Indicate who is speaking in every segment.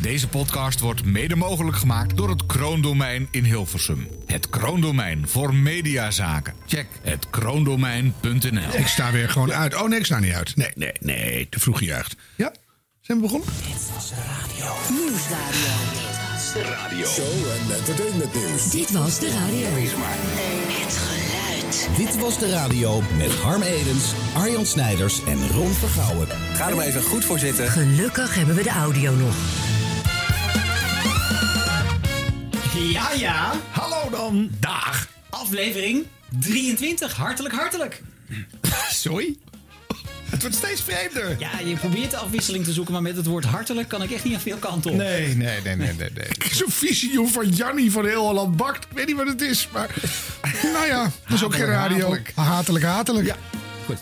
Speaker 1: Deze podcast wordt mede mogelijk gemaakt door het Kroondomein in Hilversum. Het Kroondomein voor mediazaken. Check het kroondomein.nl.
Speaker 2: Ik sta weer gewoon uit. Oh nee, ik sta niet uit. Nee, nee, nee. Te vroeg gejuicht. Ja? Zijn we begonnen?
Speaker 3: Nieuwsradio.
Speaker 4: Radio. Show en entertainment nieuws.
Speaker 3: Dit was de radio. Het geluid.
Speaker 5: Dit was de radio met Harm Edens, Arjan Snijders en Ron Vergouwen.
Speaker 6: Ga er maar even goed voor zitten.
Speaker 3: Gelukkig hebben we de audio nog.
Speaker 7: Ja, ja.
Speaker 1: Hallo dan. Dag.
Speaker 7: Aflevering 23. Hartelijk, hartelijk.
Speaker 1: Sorry? Het wordt steeds vreemder.
Speaker 7: Ja, je probeert de afwisseling te zoeken, maar met het woord hartelijk kan ik echt niet aan veel kanten op.
Speaker 1: Nee, nee, nee, nee, nee. nee.
Speaker 2: Zo'n visioen van Jannie van heel Holland bakt. Ik weet niet wat het is, maar... Nou ja, dat is ook geen radio.
Speaker 1: Hatelijk.
Speaker 2: Hatelijk, hatelijk.
Speaker 1: Ja.
Speaker 7: Goed.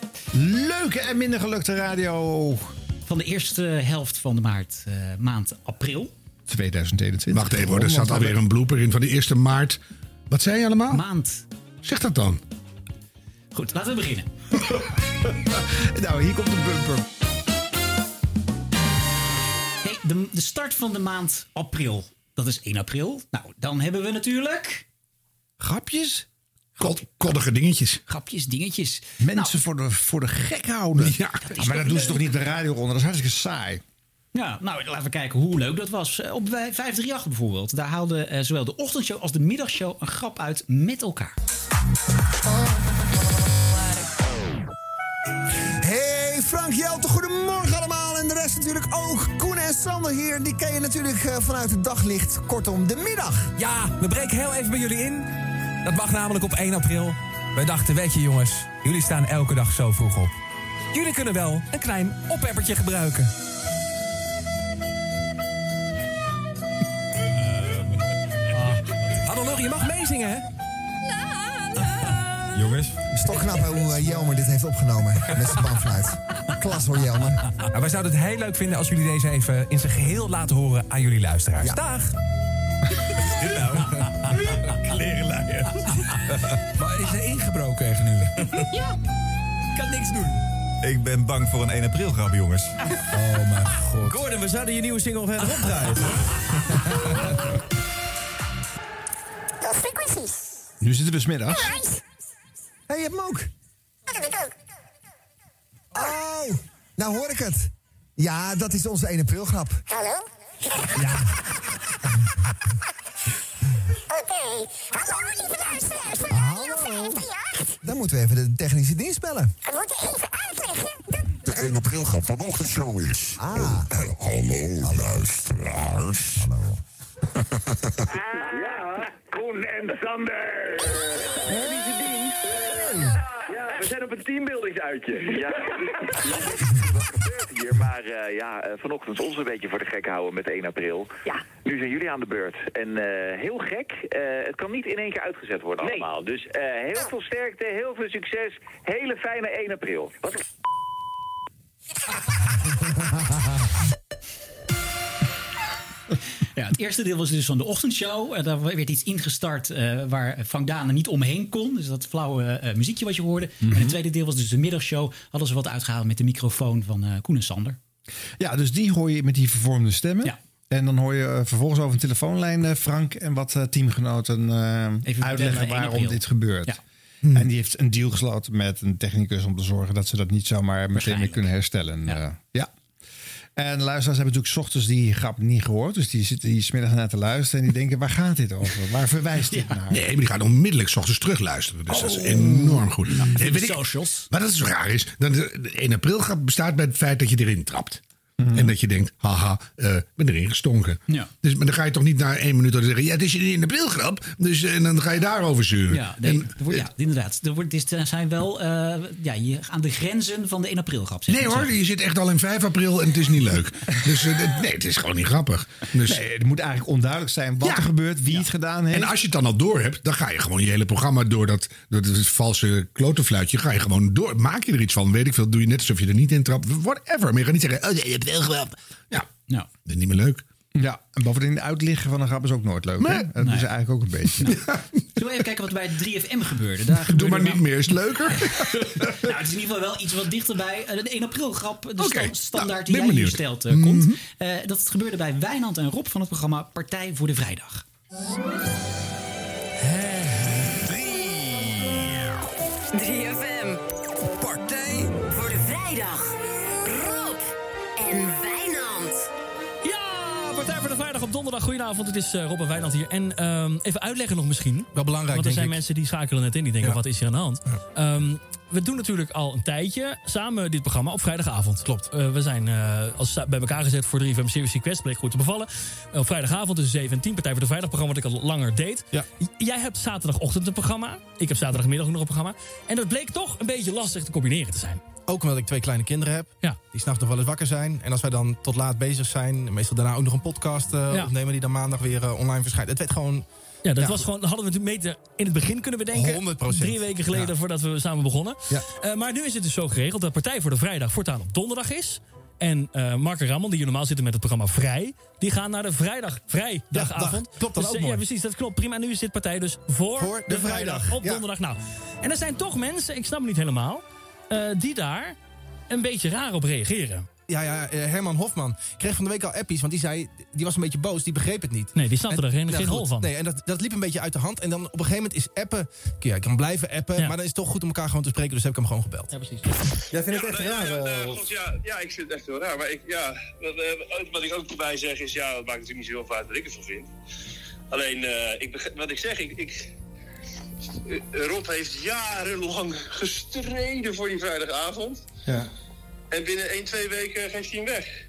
Speaker 1: Leuke en minder gelukte radio.
Speaker 7: Van de eerste helft van de maart, eh, maand april.
Speaker 1: 2021.
Speaker 2: Wacht even hoor, er
Speaker 1: Want
Speaker 2: zat
Speaker 1: we
Speaker 2: alweer
Speaker 1: hebben-
Speaker 2: een blooper in van de 1 maart. Wat zei je allemaal?
Speaker 7: Maand.
Speaker 2: zeg dat dan.
Speaker 7: Goed, laten we beginnen.
Speaker 1: Nou, hier komt de bumper.
Speaker 7: Hey, de, de start van de maand april. Dat is 1 april. Nou, dan hebben we natuurlijk
Speaker 1: Grapjes?
Speaker 2: Kod- koddige dingetjes.
Speaker 7: grapjes, dingetjes. Nou.
Speaker 1: Mensen voor, de, voor de gek houden.
Speaker 2: Ja.
Speaker 1: Ah, maar dat doen ze toch niet op de radio onder? Dat is hartstikke saai.
Speaker 7: Ja, nou, laten we kijken hoe leuk dat was. Eh, Op wij- 538 bijvoorbeeld. Daar haalde eh, zowel de ochtendshow als de middagshow een grap uit met elkaar.
Speaker 6: Hey Frank Jelte, goedemorgen allemaal. En de rest natuurlijk ook. Koen en Sander hier, die ken je natuurlijk eh, vanuit het daglicht. Kortom, de middag.
Speaker 8: Ja, we breken heel even bij jullie in. Dat mag namelijk op 1 april. Wij dachten, weet je jongens, jullie staan elke dag zo vroeg op. Jullie kunnen wel een klein oppeppertje gebruiken. Hannelore, je mag meezingen, hè?
Speaker 6: Jongens. Het is toch knap hè, hoe eh, Jelmer dit heeft opgenomen met zijn panfluit. Klas hoor, Jelmer.
Speaker 8: Nou, wij zouden het heel leuk vinden als jullie deze even in zijn geheel laten horen aan jullie luisteraars.
Speaker 6: Ja.
Speaker 8: Dag! Maar is er ingebroken even nu? Ja. Kan niks doen.
Speaker 9: Ik ben bang voor een 1 april grap, jongens.
Speaker 8: Oh mijn god. Gordon, we zouden je nieuwe single verder opdraaien.
Speaker 10: Those frequencies.
Speaker 1: Nu zitten we smiddags.
Speaker 10: Nice.
Speaker 6: Hé, je hebt hem ook.
Speaker 10: Look at me go.
Speaker 6: Oh, nou hoor ik het. Ja, dat is onze 1 april grap.
Speaker 10: Hallo? Oké. Hallo, lieve luisteraars van
Speaker 6: Hallo.
Speaker 10: Radio 538.
Speaker 6: Dan moeten we even de technische dienst bellen.
Speaker 10: We moeten even uitleggen dat
Speaker 4: De 1 april grap van ochtendshow is. Eh,
Speaker 6: Ah.
Speaker 4: Hallo, luisteraars.
Speaker 11: Ja, Koen en Sander. Ja, we zijn op een teambuildingsuitje. Ja, hier, maar eh, ja, eh, vanochtend ons een beetje voor de gek houden met 1 april.
Speaker 10: Ja.
Speaker 11: Nu zijn jullie aan de beurt. En eh, heel gek, eh, het kan niet in één keer uitgezet worden allemaal. Dus eh, heel veel sterkte, heel veel succes. Hele fijne 1 april. Wat een
Speaker 7: Ja, het eerste deel was dus van de ochtendshow. Eh, daar werd iets ingestart eh, waar Frank Dane niet omheen kon. Dus dat flauwe eh, muziekje wat je hoorde. En
Speaker 2: Mhm.
Speaker 7: het tweede deel was dus de middagshow. Hadden ze wat uitgehaald met de microfoon van eh, Koen en Sander.
Speaker 1: Ja, dus die hoor je met die vervormde stemmen.
Speaker 7: Ja.
Speaker 1: En dan hoor je eh, vervolgens over een telefoonlijn eh, Frank en wat eh, teamgenoten eh,
Speaker 7: vertellen,
Speaker 1: uitleggen
Speaker 7: 1
Speaker 1: waarom
Speaker 7: april.
Speaker 1: dit gebeurt.
Speaker 7: Ja.
Speaker 2: Hmm.
Speaker 1: En die heeft een deal gesloten met een technicus om te zorgen dat ze dat niet zomaar meteen weer
Speaker 7: Waarschijnlijk.
Speaker 1: kunnen herstellen.
Speaker 7: Ja.
Speaker 1: Ja. ja. En de luisteraars hebben natuurlijk 's ochtends die grap niet gehoord. Dus die zitten hier smiddags naar te luisteren en die denken, waar gaat dit over? Waar verwijst dit naar?
Speaker 2: Nee, maar die gaan onmiddellijk 's ochtends terugluisteren. Dus dat is enorm goed. Ja,
Speaker 7: de socials.
Speaker 2: Maar dat is raar is. Dan de, de 1 april grap bestaat bij het feit dat je erin trapt. En dat je denkt, haha, eh, ik ben erin gestonken.
Speaker 7: Ja.
Speaker 2: Dus, maar dan ga je toch niet na één minuut al zeggen... ja, het is een 1 april grap, dus, eh, en dan ga je daarover zeuren.
Speaker 7: Ja, nee,
Speaker 2: En- eh,
Speaker 7: er wordt- ja inderdaad. Er, wordt, dit zijn wel eh, ja, je, aan de grenzen van de 1 april grap. zeg
Speaker 2: nee
Speaker 7: maar
Speaker 2: hoor,
Speaker 7: zo.
Speaker 2: je zit echt al in 5 april en het is niet leuk. dus eh, dit- nee, het is gewoon niet grappig. Dus,
Speaker 1: Nee, het moet eigenlijk onduidelijk zijn wat
Speaker 2: Ja.
Speaker 1: er gebeurt, wie het gedaan heeft.
Speaker 2: En als je het dan al door hebt, dan ga je gewoon je hele programma door dat, door dat valse klotenfluitje. Ga je gewoon door. Maak je er iets van, weet ik veel. Doe je net alsof je er niet in trapt. Whatever. Maar je gaat niet zeggen, oh, je hebt wel grap. Ja,
Speaker 7: Nou,
Speaker 2: dat is niet meer leuk.
Speaker 1: Ja, en bovendien het uitliggen van een grap is ook nooit leuk. hè?
Speaker 2: Nee.
Speaker 1: Dat is eigenlijk ook een beetje.
Speaker 7: Zullen we even kijken wat bij 3FM gebeurde? Daar
Speaker 2: Doe
Speaker 7: gebeurde
Speaker 2: maar
Speaker 7: wel-
Speaker 2: niet meer, is het leuker.
Speaker 7: Nou, het is in ieder geval wel iets wat dichterbij een 1 april grap, de sta- standaard die
Speaker 2: Nou, ben
Speaker 7: jij hier
Speaker 2: benieuwd. Mhm.
Speaker 7: stelt, eh, komt. Eh, dat gebeurde bij Wijnand en Rob van het programma Partij voor de Vrijdag.
Speaker 10: Partij voor de vrijdag. Rob en Wijnand.
Speaker 12: Ja, Partij voor de Vrijdag op donderdag. Goedenavond, het is eh, Rob en Wijnand hier. En ehm, even uitleggen nog misschien. Wel belangrijk, Want er
Speaker 13: denk
Speaker 12: zijn
Speaker 13: ik.
Speaker 12: mensen die schakelen net in. Die denken, wat is hier aan de hand? Ehm, we doen natuurlijk al een tijdje samen dit programma op vrijdagavond. Klopt. we zijn eh, als sta- bij elkaar gezet voor 3FM Series Quest. Bleek goed te bevallen. Eh, Op vrijdagavond tussen 7 en 10. Partij voor de Vrijdag programma dat ik al langer deed. J- Jij hebt zaterdagochtend een programma. Ik heb zaterdagmiddag ook nog een programma. En dat bleek toch een beetje lastig te combineren te zijn.
Speaker 14: Ook omdat ik twee kleine kinderen heb. Die s'nachts nog wel eens wakker zijn. En als wij dan tot laat bezig zijn. Meestal daarna ook nog een podcast eh,
Speaker 12: Ja.
Speaker 14: opnemen. Die dan maandag weer eh, online verschijnt. Het werd gewoon...
Speaker 12: Ja, dat was gewoon, hadden we natuurlijk beter in het begin kunnen bedenken.
Speaker 14: 100%.
Speaker 12: Drie weken geleden
Speaker 14: Ja.
Speaker 12: voordat we samen begonnen. Eh, maar nu is het dus zo geregeld dat Partij voor de Vrijdag voortaan op donderdag is. En eh Mark en Ramon, die hier normaal zitten met het programma Vrij... die gaan naar de vrijdag, vrijdagavond.
Speaker 14: dag. Klopt, dat
Speaker 12: Dus,
Speaker 14: ook
Speaker 12: eh, Ja,
Speaker 14: mooi.
Speaker 12: precies, dat klopt. Prima. En nu is dit partij dus voor,
Speaker 14: Voor de vrijdag,
Speaker 12: Op
Speaker 14: ja.
Speaker 12: donderdag. Nou, en er zijn toch mensen, ik snap het niet helemaal... eh, die daar een beetje raar op reageren.
Speaker 14: Ja, ja, eh, Herman Hofman kreeg van de week al appies. Want die zei, die was een beetje boos. Die begreep het niet.
Speaker 12: Nee, die snapte
Speaker 14: En-
Speaker 12: er geen-
Speaker 14: nou,
Speaker 12: geen
Speaker 14: goed.
Speaker 12: rol van.
Speaker 14: Nee, en dat, dat liep een beetje uit de hand. En dan op een gegeven moment is appen... Ja, ik kan blijven appen. Maar dan is het toch goed om elkaar gewoon te spreken. Dus heb ik hem gewoon gebeld. Ja, precies. Jij vindt het echt raar, eh,
Speaker 15: Klopt, ja, ja, ik vind het echt wel raar. Maar ik, ja, wat, eh, wat ik ook erbij zeg is, ja, dat maakt natuurlijk niet zoveel uit wat ik ervan vind. Alleen, eh, ik, beg- wat ik zeg, ik, ik, eh, Rob heeft jarenlang gestreden voor die vrijdagavond.
Speaker 2: Ja.
Speaker 15: En binnen 1, 2 weken geeft hij hem weg.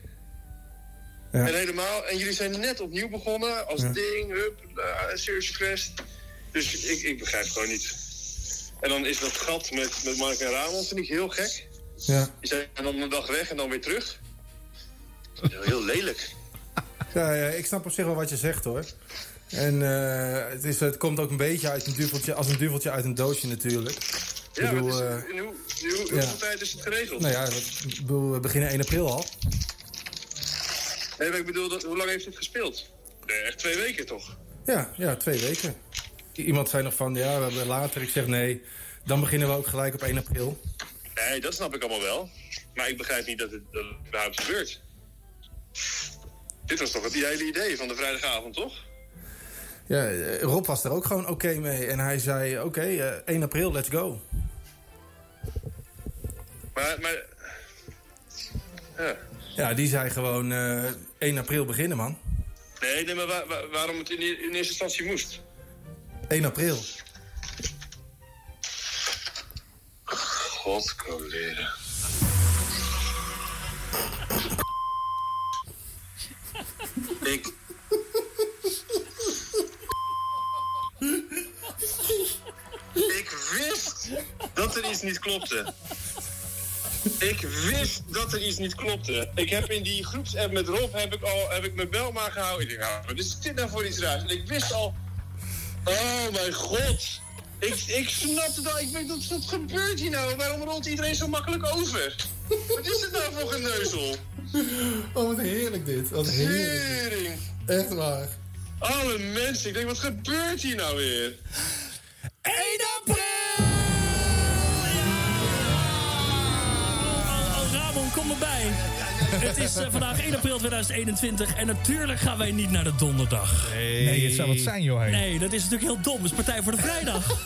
Speaker 2: Ja.
Speaker 15: En helemaal, en jullie zijn net opnieuw begonnen als
Speaker 2: Ja.
Speaker 15: ding, hup, uh, search quest. Dus ik, ik begrijp gewoon niet. En dan is dat gat met, met Mark en Ramon, vind ik heel gek.
Speaker 16: Ja.
Speaker 15: Die zijn dan een dag weg en dan weer terug. Dat is wel heel lelijk.
Speaker 16: Ja, ja, ik snap op zich wel wat je zegt hoor. En eh, het, is, het komt ook een beetje uit een duveltje, als een duveltje uit een doosje natuurlijk. ik
Speaker 15: Ja,
Speaker 16: bedoel,
Speaker 15: wat is
Speaker 16: eh,
Speaker 15: het, in hoe, in hoe,
Speaker 16: ja.
Speaker 15: hoeveel tijd is het geregeld?
Speaker 16: nou ja, dat- ik bedoel, we beginnen 1 april al.
Speaker 15: Nee, maar ik bedoel, dat, hoe lang heeft het gespeeld? Nee, echt twee weken toch?
Speaker 16: Ja, ja, twee weken. I- Iemand zei nog van, ja, we hebben later. Ik zeg nee, dan beginnen we ook gelijk op 1 april.
Speaker 15: Nee, dat snap ik allemaal wel. Maar ik begrijp niet dat het, dat het überhaupt gebeurt. Dit was toch het hele idee van de vrijdagavond, toch?
Speaker 16: Ja, eh, Rob was er ook gewoon oké mee. En hij zei, oké, eh, 1 april, let's go.
Speaker 15: Maar, maar... Ja.
Speaker 16: Ja, die zei gewoon, eh 1 april beginnen man.
Speaker 15: Nee, nee, maar wa- wa- waarom het in, e- in eerste instantie moest?
Speaker 16: 1 april.
Speaker 15: God, collega. Ik... Ik wist dat er iets niet klopte. Ik wist dat er iets niet klopte. Ik heb in die groepsapp met Rob heb ik al, heb ik mijn bel maar gehouden. Ik dacht, ah, wat is dit nou voor iets raars? En ik wist al... Oh mijn god. Ik, ik snap het al. Ik weet wat, wat gebeurt hier nou? Waarom rolt iedereen zo makkelijk over? Wat is dit nou voor geneuzel?
Speaker 16: Oh, wat heerlijk dit. Wat
Speaker 15: Tering.
Speaker 16: Echt waar.
Speaker 15: Alle mensen. Ik denk, wat gebeurt hier nou weer?
Speaker 12: 1 april! Oh, Ramon, kom erbij. Het is eh, vandaag 1 april 2021 en natuurlijk gaan wij niet naar de donderdag.
Speaker 14: Nee. Nee, het zou wat zijn, joh, hè.
Speaker 12: Nee, dat is natuurlijk heel dom. Het is Partij voor de Vrijdag.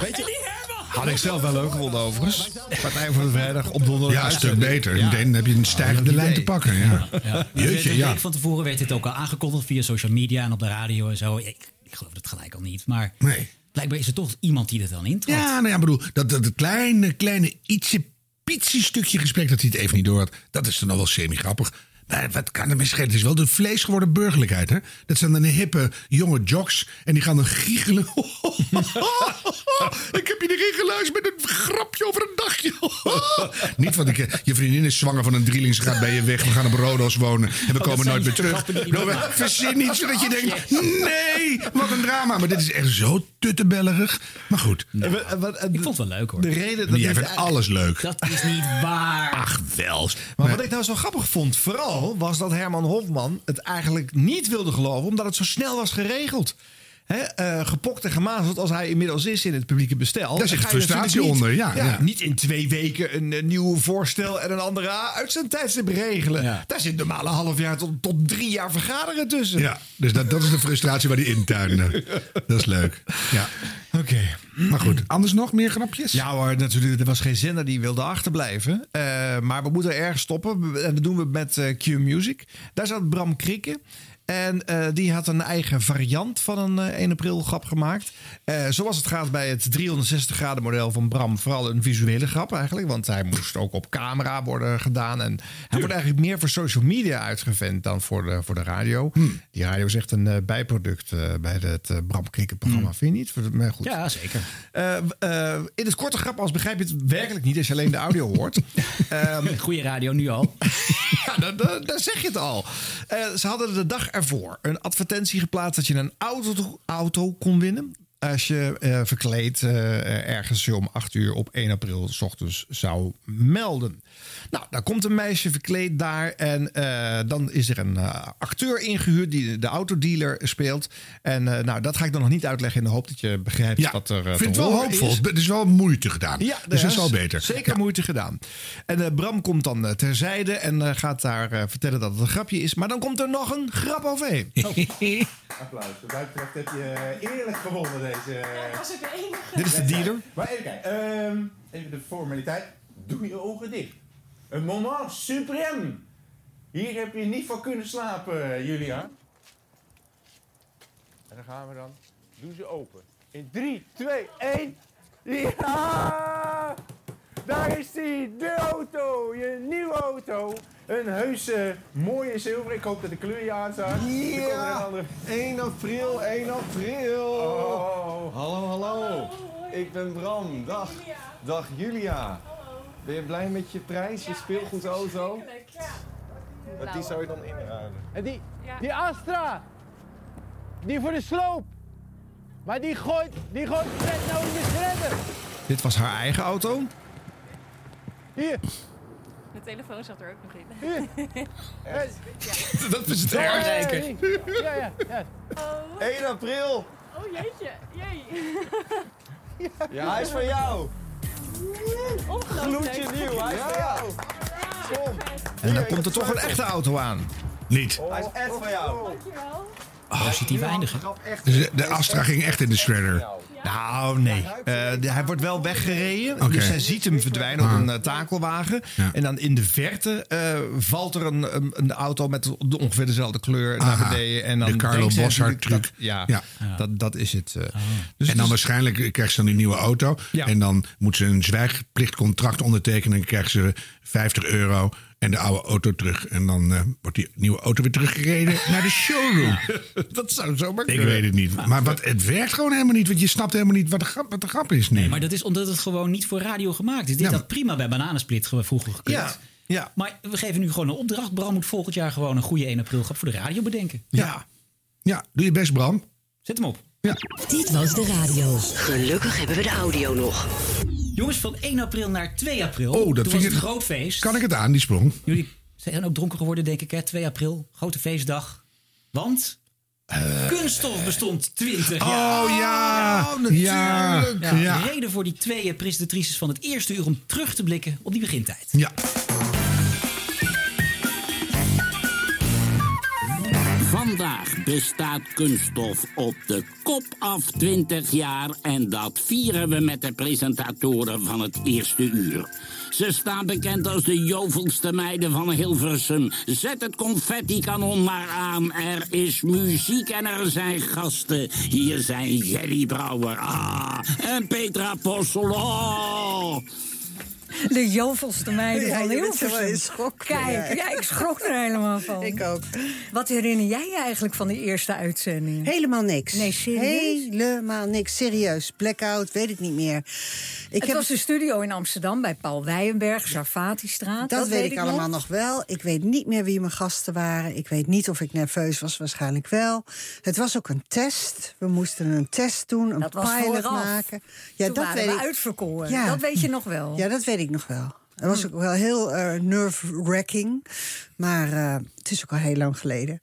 Speaker 14: Weet
Speaker 12: je...
Speaker 1: Had ik zelf wel leuk gevonden overigens. Partij voor de Vrijdag op donderdag.
Speaker 2: Ja, een stuk beter.
Speaker 1: Ja.
Speaker 2: Meteen heb je Ah, een stijgende lijn te pakken. Ja.
Speaker 7: Jeetje,
Speaker 2: Jeetje,
Speaker 7: de
Speaker 2: ja.
Speaker 7: week van tevoren werd dit ook al aangekondigd via social media en op de radio en zo. Ik, ik geloof dat gelijk al niet, maar blijkbaar is er toch iemand die dat dan intrad.
Speaker 2: Ja, nou ja, bedoel, dat, dat, dat kleine, kleine, ietsje, pietsie stukje gesprek dat hij het even niet door had, dat is dan al wel semi-grappig. Maar wat kan er mee schelen? Het is wel de vlees geworden burgerlijkheid, hè? Dat zijn dan de hippe, jonge jocks en die gaan dan giechelen. ik heb je erin geluisterd met een grapje over een dagje. niet want ik, eh, je vriendin is zwanger van een drieling, ze gaat bij je weg. We gaan op Rodos wonen en we
Speaker 1: Oh, dat
Speaker 2: komen
Speaker 1: zijn
Speaker 2: nooit meer
Speaker 1: die
Speaker 2: terug.
Speaker 1: grappen die
Speaker 2: Nou,
Speaker 1: iemand maakt.
Speaker 2: Verzin niet zodat je denkt, nee, wat een drama. Maar dit is echt zo tuttenbellerig. Maar goed.
Speaker 7: ik vond het wel leuk hoor.
Speaker 1: De reden dat
Speaker 2: Jij vindt
Speaker 1: dit eigenlijk-
Speaker 2: alles leuk.
Speaker 7: Dat is niet waar.
Speaker 2: Ach, wel.
Speaker 1: Maar wat ik nou zo grappig vond, vooral, was dat Herman Hofman het eigenlijk niet wilde geloven, omdat het zo snel was geregeld. hè, eh, gepokt en gemazeld als hij inmiddels is in het publieke bestel.
Speaker 2: Daar zit
Speaker 1: Dan ga je
Speaker 2: frustratie
Speaker 1: natuurlijk niet-
Speaker 2: onder, ja, ja.
Speaker 1: Niet in twee weken een, eh, nieuw voorstel en een andere uit zijn tijdstip regelen. Daar zit normaal een half jaar tot, tot drie jaar vergaderen tussen.
Speaker 2: Ja, dus dat, dat is de frustratie waar die intuinen. Dat is leuk. Ja.
Speaker 1: Oké.
Speaker 2: Maar goed, anders nog meer grapjes?
Speaker 1: Ja hoor, natuurlijk. Er was geen zender die wilde achterblijven. Eh, maar we moeten ergens stoppen. En dat doen we met eh, Q Music. Daar zat Bram Krikke. En eh, die had een eigen variant van een eh, 1 april grap gemaakt. Eh, zoals het gaat bij het 360 graden model van Bram. Vooral een visuele grap eigenlijk. Want hij moest ook op camera worden gedaan. En hij wordt eigenlijk meer voor social media uitgevent dan voor de, voor de radio.
Speaker 2: Hmm.
Speaker 1: Die radio is echt een eh, bijproduct eh, bij het eh, Bram Krikke programma.
Speaker 2: Hmm.
Speaker 1: Vind je niet? Voor de- Maar goed.
Speaker 7: Ja, zeker.
Speaker 1: Eh, eh, in het korte grap, als begrijp je het werkelijk niet als je alleen de audio hoort. Ehm,
Speaker 7: Goede radio nu al.
Speaker 1: ja, da- da- daar zeg je het al. Eh, ze hadden de dag ervoor een advertentie geplaatst dat je een auto, auto kon winnen. Als je eh, verkleed eh, ergens je om 8 uur op 1 april s ochtends zou melden. Nou, daar komt een meisje verkleed daar. En eh, dan is er een eh, acteur ingehuurd die de autodealer speelt. En eh, nou, dat ga ik dan nog niet uitleggen in de hoop dat je begrijpt
Speaker 2: Ja,
Speaker 1: wat er.
Speaker 2: vind
Speaker 1: eh,
Speaker 2: het
Speaker 1: te
Speaker 2: wel
Speaker 1: horen
Speaker 2: hoopvol.
Speaker 1: is.
Speaker 2: Het is wel moeite gedaan.
Speaker 1: Ja,
Speaker 2: dus
Speaker 1: ja,
Speaker 2: dat is al
Speaker 1: z-
Speaker 2: beter.
Speaker 1: Zeker moeite gedaan. En eh, Bram komt dan eh, terzijde en eh, gaat daar eh, vertellen dat het een grapje is. Maar dan komt er nog een grap overheen. Oh.
Speaker 16: Applaus. Wat mij betreft heb je eh, eerlijk gewonnen deze.
Speaker 17: dat was ook de enige.
Speaker 1: Dit is de dealer.
Speaker 16: Maar even kijken. ehm, even de formaliteit. Doe je ogen dicht. Een moment suprême. Hier heb je niet van kunnen slapen, eh, Julia. En dan gaan we dan. Doe ze open. In 3, 2, 1. Ja! Daar is die, de auto, je nieuwe auto. Een heuse mooie zilver. Ik hoop dat de kleur je aanstaat. Er komt er een
Speaker 18: Ja,
Speaker 16: andere
Speaker 18: 1 april, 1 april.
Speaker 16: Oh.
Speaker 18: Oh. Hallo, hallo. Ik ben Bram. Dag. Dag Julia. Ben je blij met je prijs, je speelgoedauto? Want die zou je dan inruilen.
Speaker 19: En die, die Astra, die voor de sloop. Maar die gooit, die gooit het net nou in de shredder.
Speaker 1: Dit was haar eigen auto.
Speaker 19: Hier,
Speaker 17: De telefoon zat er ook nog in.
Speaker 1: Dat is
Speaker 6: Oh,
Speaker 1: het
Speaker 19: Hey. Eh, Ja, ja, ja.
Speaker 18: 1 april.
Speaker 17: Oh jeetje, jee.
Speaker 18: Ja, hij is van jou.
Speaker 17: Ongelooflijk.
Speaker 18: Gloedje nieuw, hij is van jou. Kom.
Speaker 1: En dan komt er toch een echte auto aan. Oh.
Speaker 2: Niet.
Speaker 18: Hij is echt van jou.
Speaker 7: Positief eindigen.
Speaker 2: Dus de Astra ging echt in de shredder.
Speaker 1: Nou, nee. Eh, de- hij wordt wel weggereden. Dus hij ziet hem verdwijnen
Speaker 2: Ah.
Speaker 1: op een eh, takelwagen. En dan in de verte eh, valt er een, een, een auto met de- ongeveer dezelfde kleur
Speaker 2: Aha.
Speaker 1: naar beneden. En dan
Speaker 2: De Carlo
Speaker 1: denkt zij
Speaker 2: Bossard
Speaker 1: natuurlijk
Speaker 2: truc.
Speaker 1: dat- ja,
Speaker 2: Ja.
Speaker 1: Dat, dat is het.
Speaker 7: Ah.
Speaker 1: eh.
Speaker 2: en dan waarschijnlijk krijgt ze dan die nieuwe auto. En dan moet ze een zwijgplichtcontract ondertekenen. En krijgt ze 50 euro en de oude auto terug. En dan eh, wordt die nieuwe auto weer teruggereden naar de showroom.
Speaker 1: Dat zou zomaar
Speaker 2: Ik weet het niet. Maar wat, het werkt gewoon helemaal niet. Want je snapt helemaal niet wat de grap, wat de grap is nu.
Speaker 7: Nee, maar dat is omdat het gewoon niet voor radio gemaakt is. Dit had prima bij Bananensplit ge- vroeger gekund.
Speaker 1: Ja, ja.
Speaker 7: Maar we geven nu gewoon een opdracht. Bram moet volgend jaar gewoon een goede 1 april grap voor de radio bedenken.
Speaker 2: Ja. Ja, doe je best, Bram.
Speaker 7: Zet hem op.
Speaker 2: Ja.
Speaker 10: Dit was de radio. Gelukkig hebben we de audio nog.
Speaker 7: Jongens, van 1 april naar 2 april.
Speaker 2: Oh, dat
Speaker 7: Toen
Speaker 2: vind
Speaker 7: was
Speaker 2: ik-
Speaker 7: het groot feest.
Speaker 2: Kan ik het aan, die sprong?
Speaker 7: Jullie zijn ook dronken geworden, denk ik, hè? 2 april, grote feestdag. Want kunststof bestond 20 jaar.
Speaker 2: Eh. Oh, ja.
Speaker 7: Oh, natuurlijk.
Speaker 2: Ja. Ja.
Speaker 7: Reden voor die twee presentatrices van het eerste uur om terug te blikken op die begintijd.
Speaker 2: Ja.
Speaker 20: Vandaag bestaat kunststof op de kop af 20 jaar en dat vieren we met de presentatoren van het eerste uur. Ze staan bekend als de jovelste meiden van Hilversum. Zet het confettikanon maar aan. Er is muziek en er zijn gasten. Hier zijn Jerry Brouwer ah, en Petra Possel. Oh.
Speaker 21: De jovelste meiden
Speaker 22: Ja,
Speaker 21: van
Speaker 22: je bent
Speaker 21: Hilversum.
Speaker 22: helemaal in schok.
Speaker 21: Kijk,
Speaker 22: Ja.
Speaker 21: ja, ik schrok er helemaal van.
Speaker 22: Ik ook.
Speaker 21: Wat herinner jij je eigenlijk van die eerste uitzending?
Speaker 22: Helemaal niks.
Speaker 21: Nee, serieus?
Speaker 22: Helemaal niks. Serieus. Blackout, weet ik niet meer. Ik
Speaker 21: het was de studio in Amsterdam bij Paul Weijenberg, Sarfatistraat.
Speaker 22: Dat, weet ik allemaal nog. wel. Ik weet niet meer wie mijn gasten waren. Ik weet niet of ik nerveus was, waarschijnlijk wel. Het was ook een test. We moesten een test doen, een
Speaker 21: Dat was
Speaker 22: pilot
Speaker 21: vooraf.
Speaker 22: maken.
Speaker 21: Toen waren we uitverkoren. Dat weet je nog wel.
Speaker 22: Ja, dat weet ik nog wel. Het
Speaker 21: Hm.
Speaker 22: was ook wel heel eh, nerve-wracking. Maar eh, het is ook al heel lang geleden.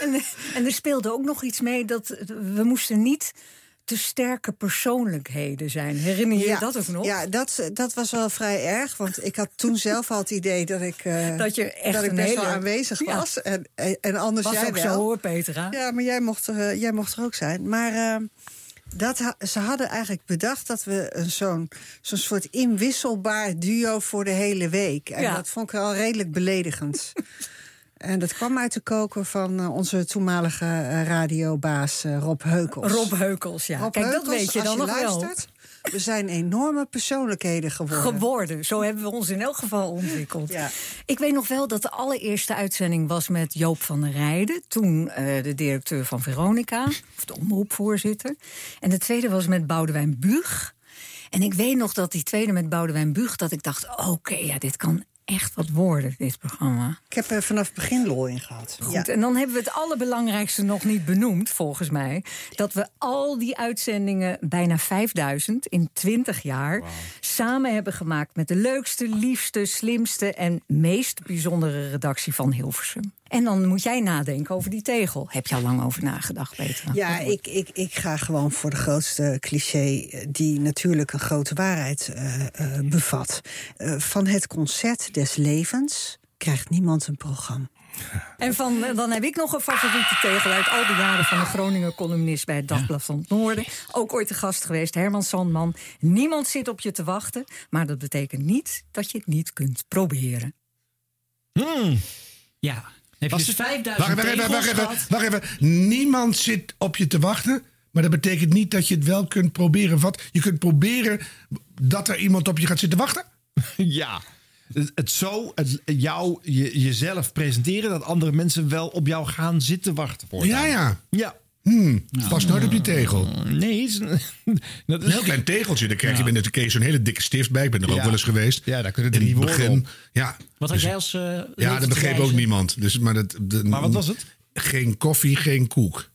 Speaker 21: En en, en er speelde ook nog iets mee dat we moesten niet te sterke persoonlijkheden zijn. Herinner je je
Speaker 22: Ja.
Speaker 21: dat ook nog?
Speaker 22: Ja, dat, dat was wel vrij erg. Want ik had toen zelf al het idee dat ik, eh,
Speaker 21: Dat je echt
Speaker 22: dat ik
Speaker 21: een
Speaker 22: best wel
Speaker 21: hele-
Speaker 22: aanwezig
Speaker 21: Ja.
Speaker 22: was. En, en, en anders
Speaker 21: Was
Speaker 22: jij
Speaker 21: ook zo,
Speaker 22: wel.
Speaker 21: hoor, Petra.
Speaker 22: Ja, maar jij mocht er, eh, jij mocht er ook zijn. Maar eh, dat, ha- ze hadden eigenlijk bedacht dat we een zo'n zo'n soort inwisselbaar duo voor de hele week. En
Speaker 21: Ja.
Speaker 22: dat vond ik al redelijk beledigend. En dat kwam uit de koker van eh, onze toenmalige eh, radiobaas eh, Rob Heukels.
Speaker 21: Rob Heukels, ja. Kijk, dat weet je
Speaker 22: als
Speaker 21: dan nog wel.
Speaker 22: wel. We zijn enorme persoonlijkheden geworden.
Speaker 21: geworden. Zo hebben we ons in elk geval ontwikkeld. Ik weet nog wel dat de allereerste uitzending was met Joop van der Rijden. Toen eh, de directeur van Veronica, of de omroepvoorzitter. En de tweede was met Boudewijn Buug. En ik weet nog dat die tweede met Boudewijn Buug... dat ik dacht, oké, ja, dit kan echt wat worden, dit programma.
Speaker 22: Ik heb er vanaf het begin lol in gehad.
Speaker 21: Goed, en dan hebben we het allerbelangrijkste nog niet benoemd, volgens mij. Dat we al die uitzendingen, bijna 5000 in 20 jaar, samen hebben gemaakt met de leukste, liefste, slimste en meest bijzondere redactie van Hilversum. En dan moet jij nadenken over die tegel. Heb je al lang over nagedacht, Petra?
Speaker 22: Ja, ik, ik, ik ga gewoon voor de grootste cliché, eh, die natuurlijk een grote waarheid eh, eh, bevat. Eh, van het concert des levens krijgt niemand een programma.
Speaker 21: En van, eh, dan heb ik nog een favoriete tegel uit al die jaren van de Groninger columnist bij het Dagblad van het Noorden. Ook ooit de gast geweest, Herman Sandman. Niemand zit op je te wachten, maar dat betekent niet dat je het niet kunt proberen.
Speaker 23: Hmm.
Speaker 7: Ja. Heb je
Speaker 2: Was
Speaker 7: dus
Speaker 2: het-
Speaker 7: 5000
Speaker 2: wacht even,
Speaker 7: tegels
Speaker 2: wacht even,
Speaker 7: gehad?
Speaker 2: wacht even. Niemand zit op je te wachten. Maar dat betekent niet dat je het wel kunt proberen. Wat? Je kunt proberen dat er iemand op je gaat zitten wachten.
Speaker 1: ja. Het, het zo, het, jou, je, jezelf presenteren, dat andere mensen wel op jou gaan zitten wachten.
Speaker 2: Ja, ja.
Speaker 1: Ja.
Speaker 2: Hmm, Pas nooit op die tegel.
Speaker 1: Nee, is een,
Speaker 2: een heel klein tegeltje. Daar krijg je met een- zo'n hele dikke stift bij. Ik ben er ook
Speaker 1: Ja.
Speaker 2: wel eens geweest. Ja, daar kunnen
Speaker 1: drie woorden op.
Speaker 2: Ja,
Speaker 7: Wat had
Speaker 2: dus-
Speaker 7: jij als... eh,
Speaker 2: ja, dat begreep ook
Speaker 7: levenswijze?
Speaker 2: niemand. Dus, maar, dat, maar wat was het? Geen koffie, geen koek.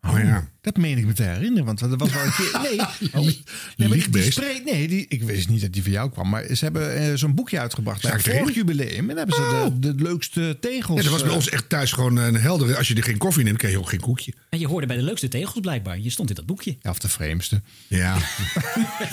Speaker 2: Oh ja.
Speaker 1: Dat meen ik me te herinneren, want er was wel een keer... Nee, nee, maar die- die
Speaker 2: Liegbeest.
Speaker 1: spreekt- nee die, ik wist niet dat die van jou kwam, maar ze hebben eh, zo'n boekje uitgebracht bij
Speaker 2: Staat
Speaker 1: het
Speaker 2: erin?
Speaker 1: vorig jubileum. En hebben ze de, de leukste tegels.
Speaker 2: Oh. Ja, dat was bij
Speaker 1: eh,
Speaker 2: ons echt thuis gewoon een heldere. Als je er geen koffie neemt, kreeg je ook geen koekje.
Speaker 7: En je hoorde bij de leukste tegels blijkbaar. Je stond in dat boekje.
Speaker 1: Ja, of de vreemdste.
Speaker 2: Ja.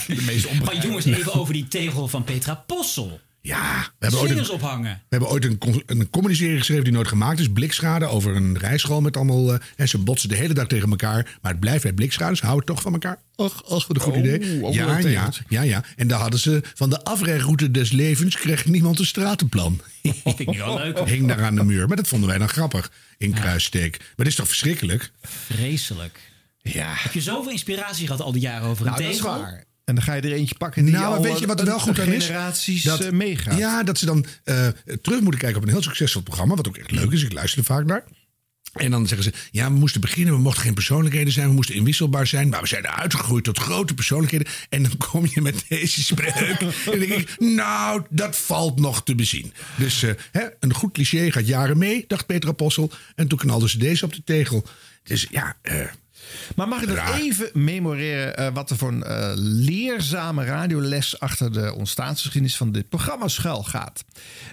Speaker 7: de
Speaker 1: meest
Speaker 7: Maar jongens, even over die tegel van Petra Possel.
Speaker 2: Ja, we hebben, ooit
Speaker 7: Slingers
Speaker 2: een,
Speaker 7: ophangen.
Speaker 2: we hebben ooit een, con- een comedyserie geschreven die nooit gemaakt is. Blikschade over een rijschool met allemaal... eh, en ze botsen de hele dag tegen elkaar. Maar het blijft bij blikschade, dus hou het toch van elkaar. Och, och, wat een goed
Speaker 1: Oh,
Speaker 2: idee.
Speaker 1: ook
Speaker 2: Ja,
Speaker 1: wel
Speaker 2: ja,
Speaker 1: tegeltje.
Speaker 2: ja, ja. En daar hadden ze van de afrijroute des levens... kreeg niemand een stratenplan.
Speaker 7: Oh, Vind ik nu wel leuk. hoor.
Speaker 2: Hing daar aan de muur. Maar dat vonden wij dan grappig in kruissteek. Maar dit is toch verschrikkelijk?
Speaker 7: Vreselijk.
Speaker 2: Ja.
Speaker 7: Heb je zoveel inspiratie gehad al die jaren over een
Speaker 2: Nou, dat is
Speaker 7: tegel?
Speaker 2: waar.
Speaker 1: En dan ga je er eentje pakken die
Speaker 2: nou, maar
Speaker 1: al
Speaker 2: weet je wat er
Speaker 1: een-
Speaker 2: wel goed
Speaker 1: een
Speaker 2: aan is?
Speaker 1: generaties eh, meegaat.
Speaker 2: Ja, dat ze dan eh, terug moeten kijken op een heel succesvol programma. Wat ook echt leuk is. Ik luister er vaak naar. En dan zeggen ze, ja, we moesten beginnen, we mochten geen persoonlijkheden zijn, we moesten inwisselbaar zijn, maar we zijn uitgegroeid tot grote persoonlijkheden. En dan kom je met deze spreuk. en dan denk ik, nou, dat valt nog te bezien. Dus eh, hè, een goed cliché gaat jaren mee, dacht Peter Apostel. En toen knalden ze deze op de tegel. Dus ja, eh,
Speaker 1: Maar mag ik nog
Speaker 2: Raar.
Speaker 1: even memoreren eh, wat er voor een eh, leerzame radioles achter de ontstaansgeschiedenis van dit programma schuil gaat?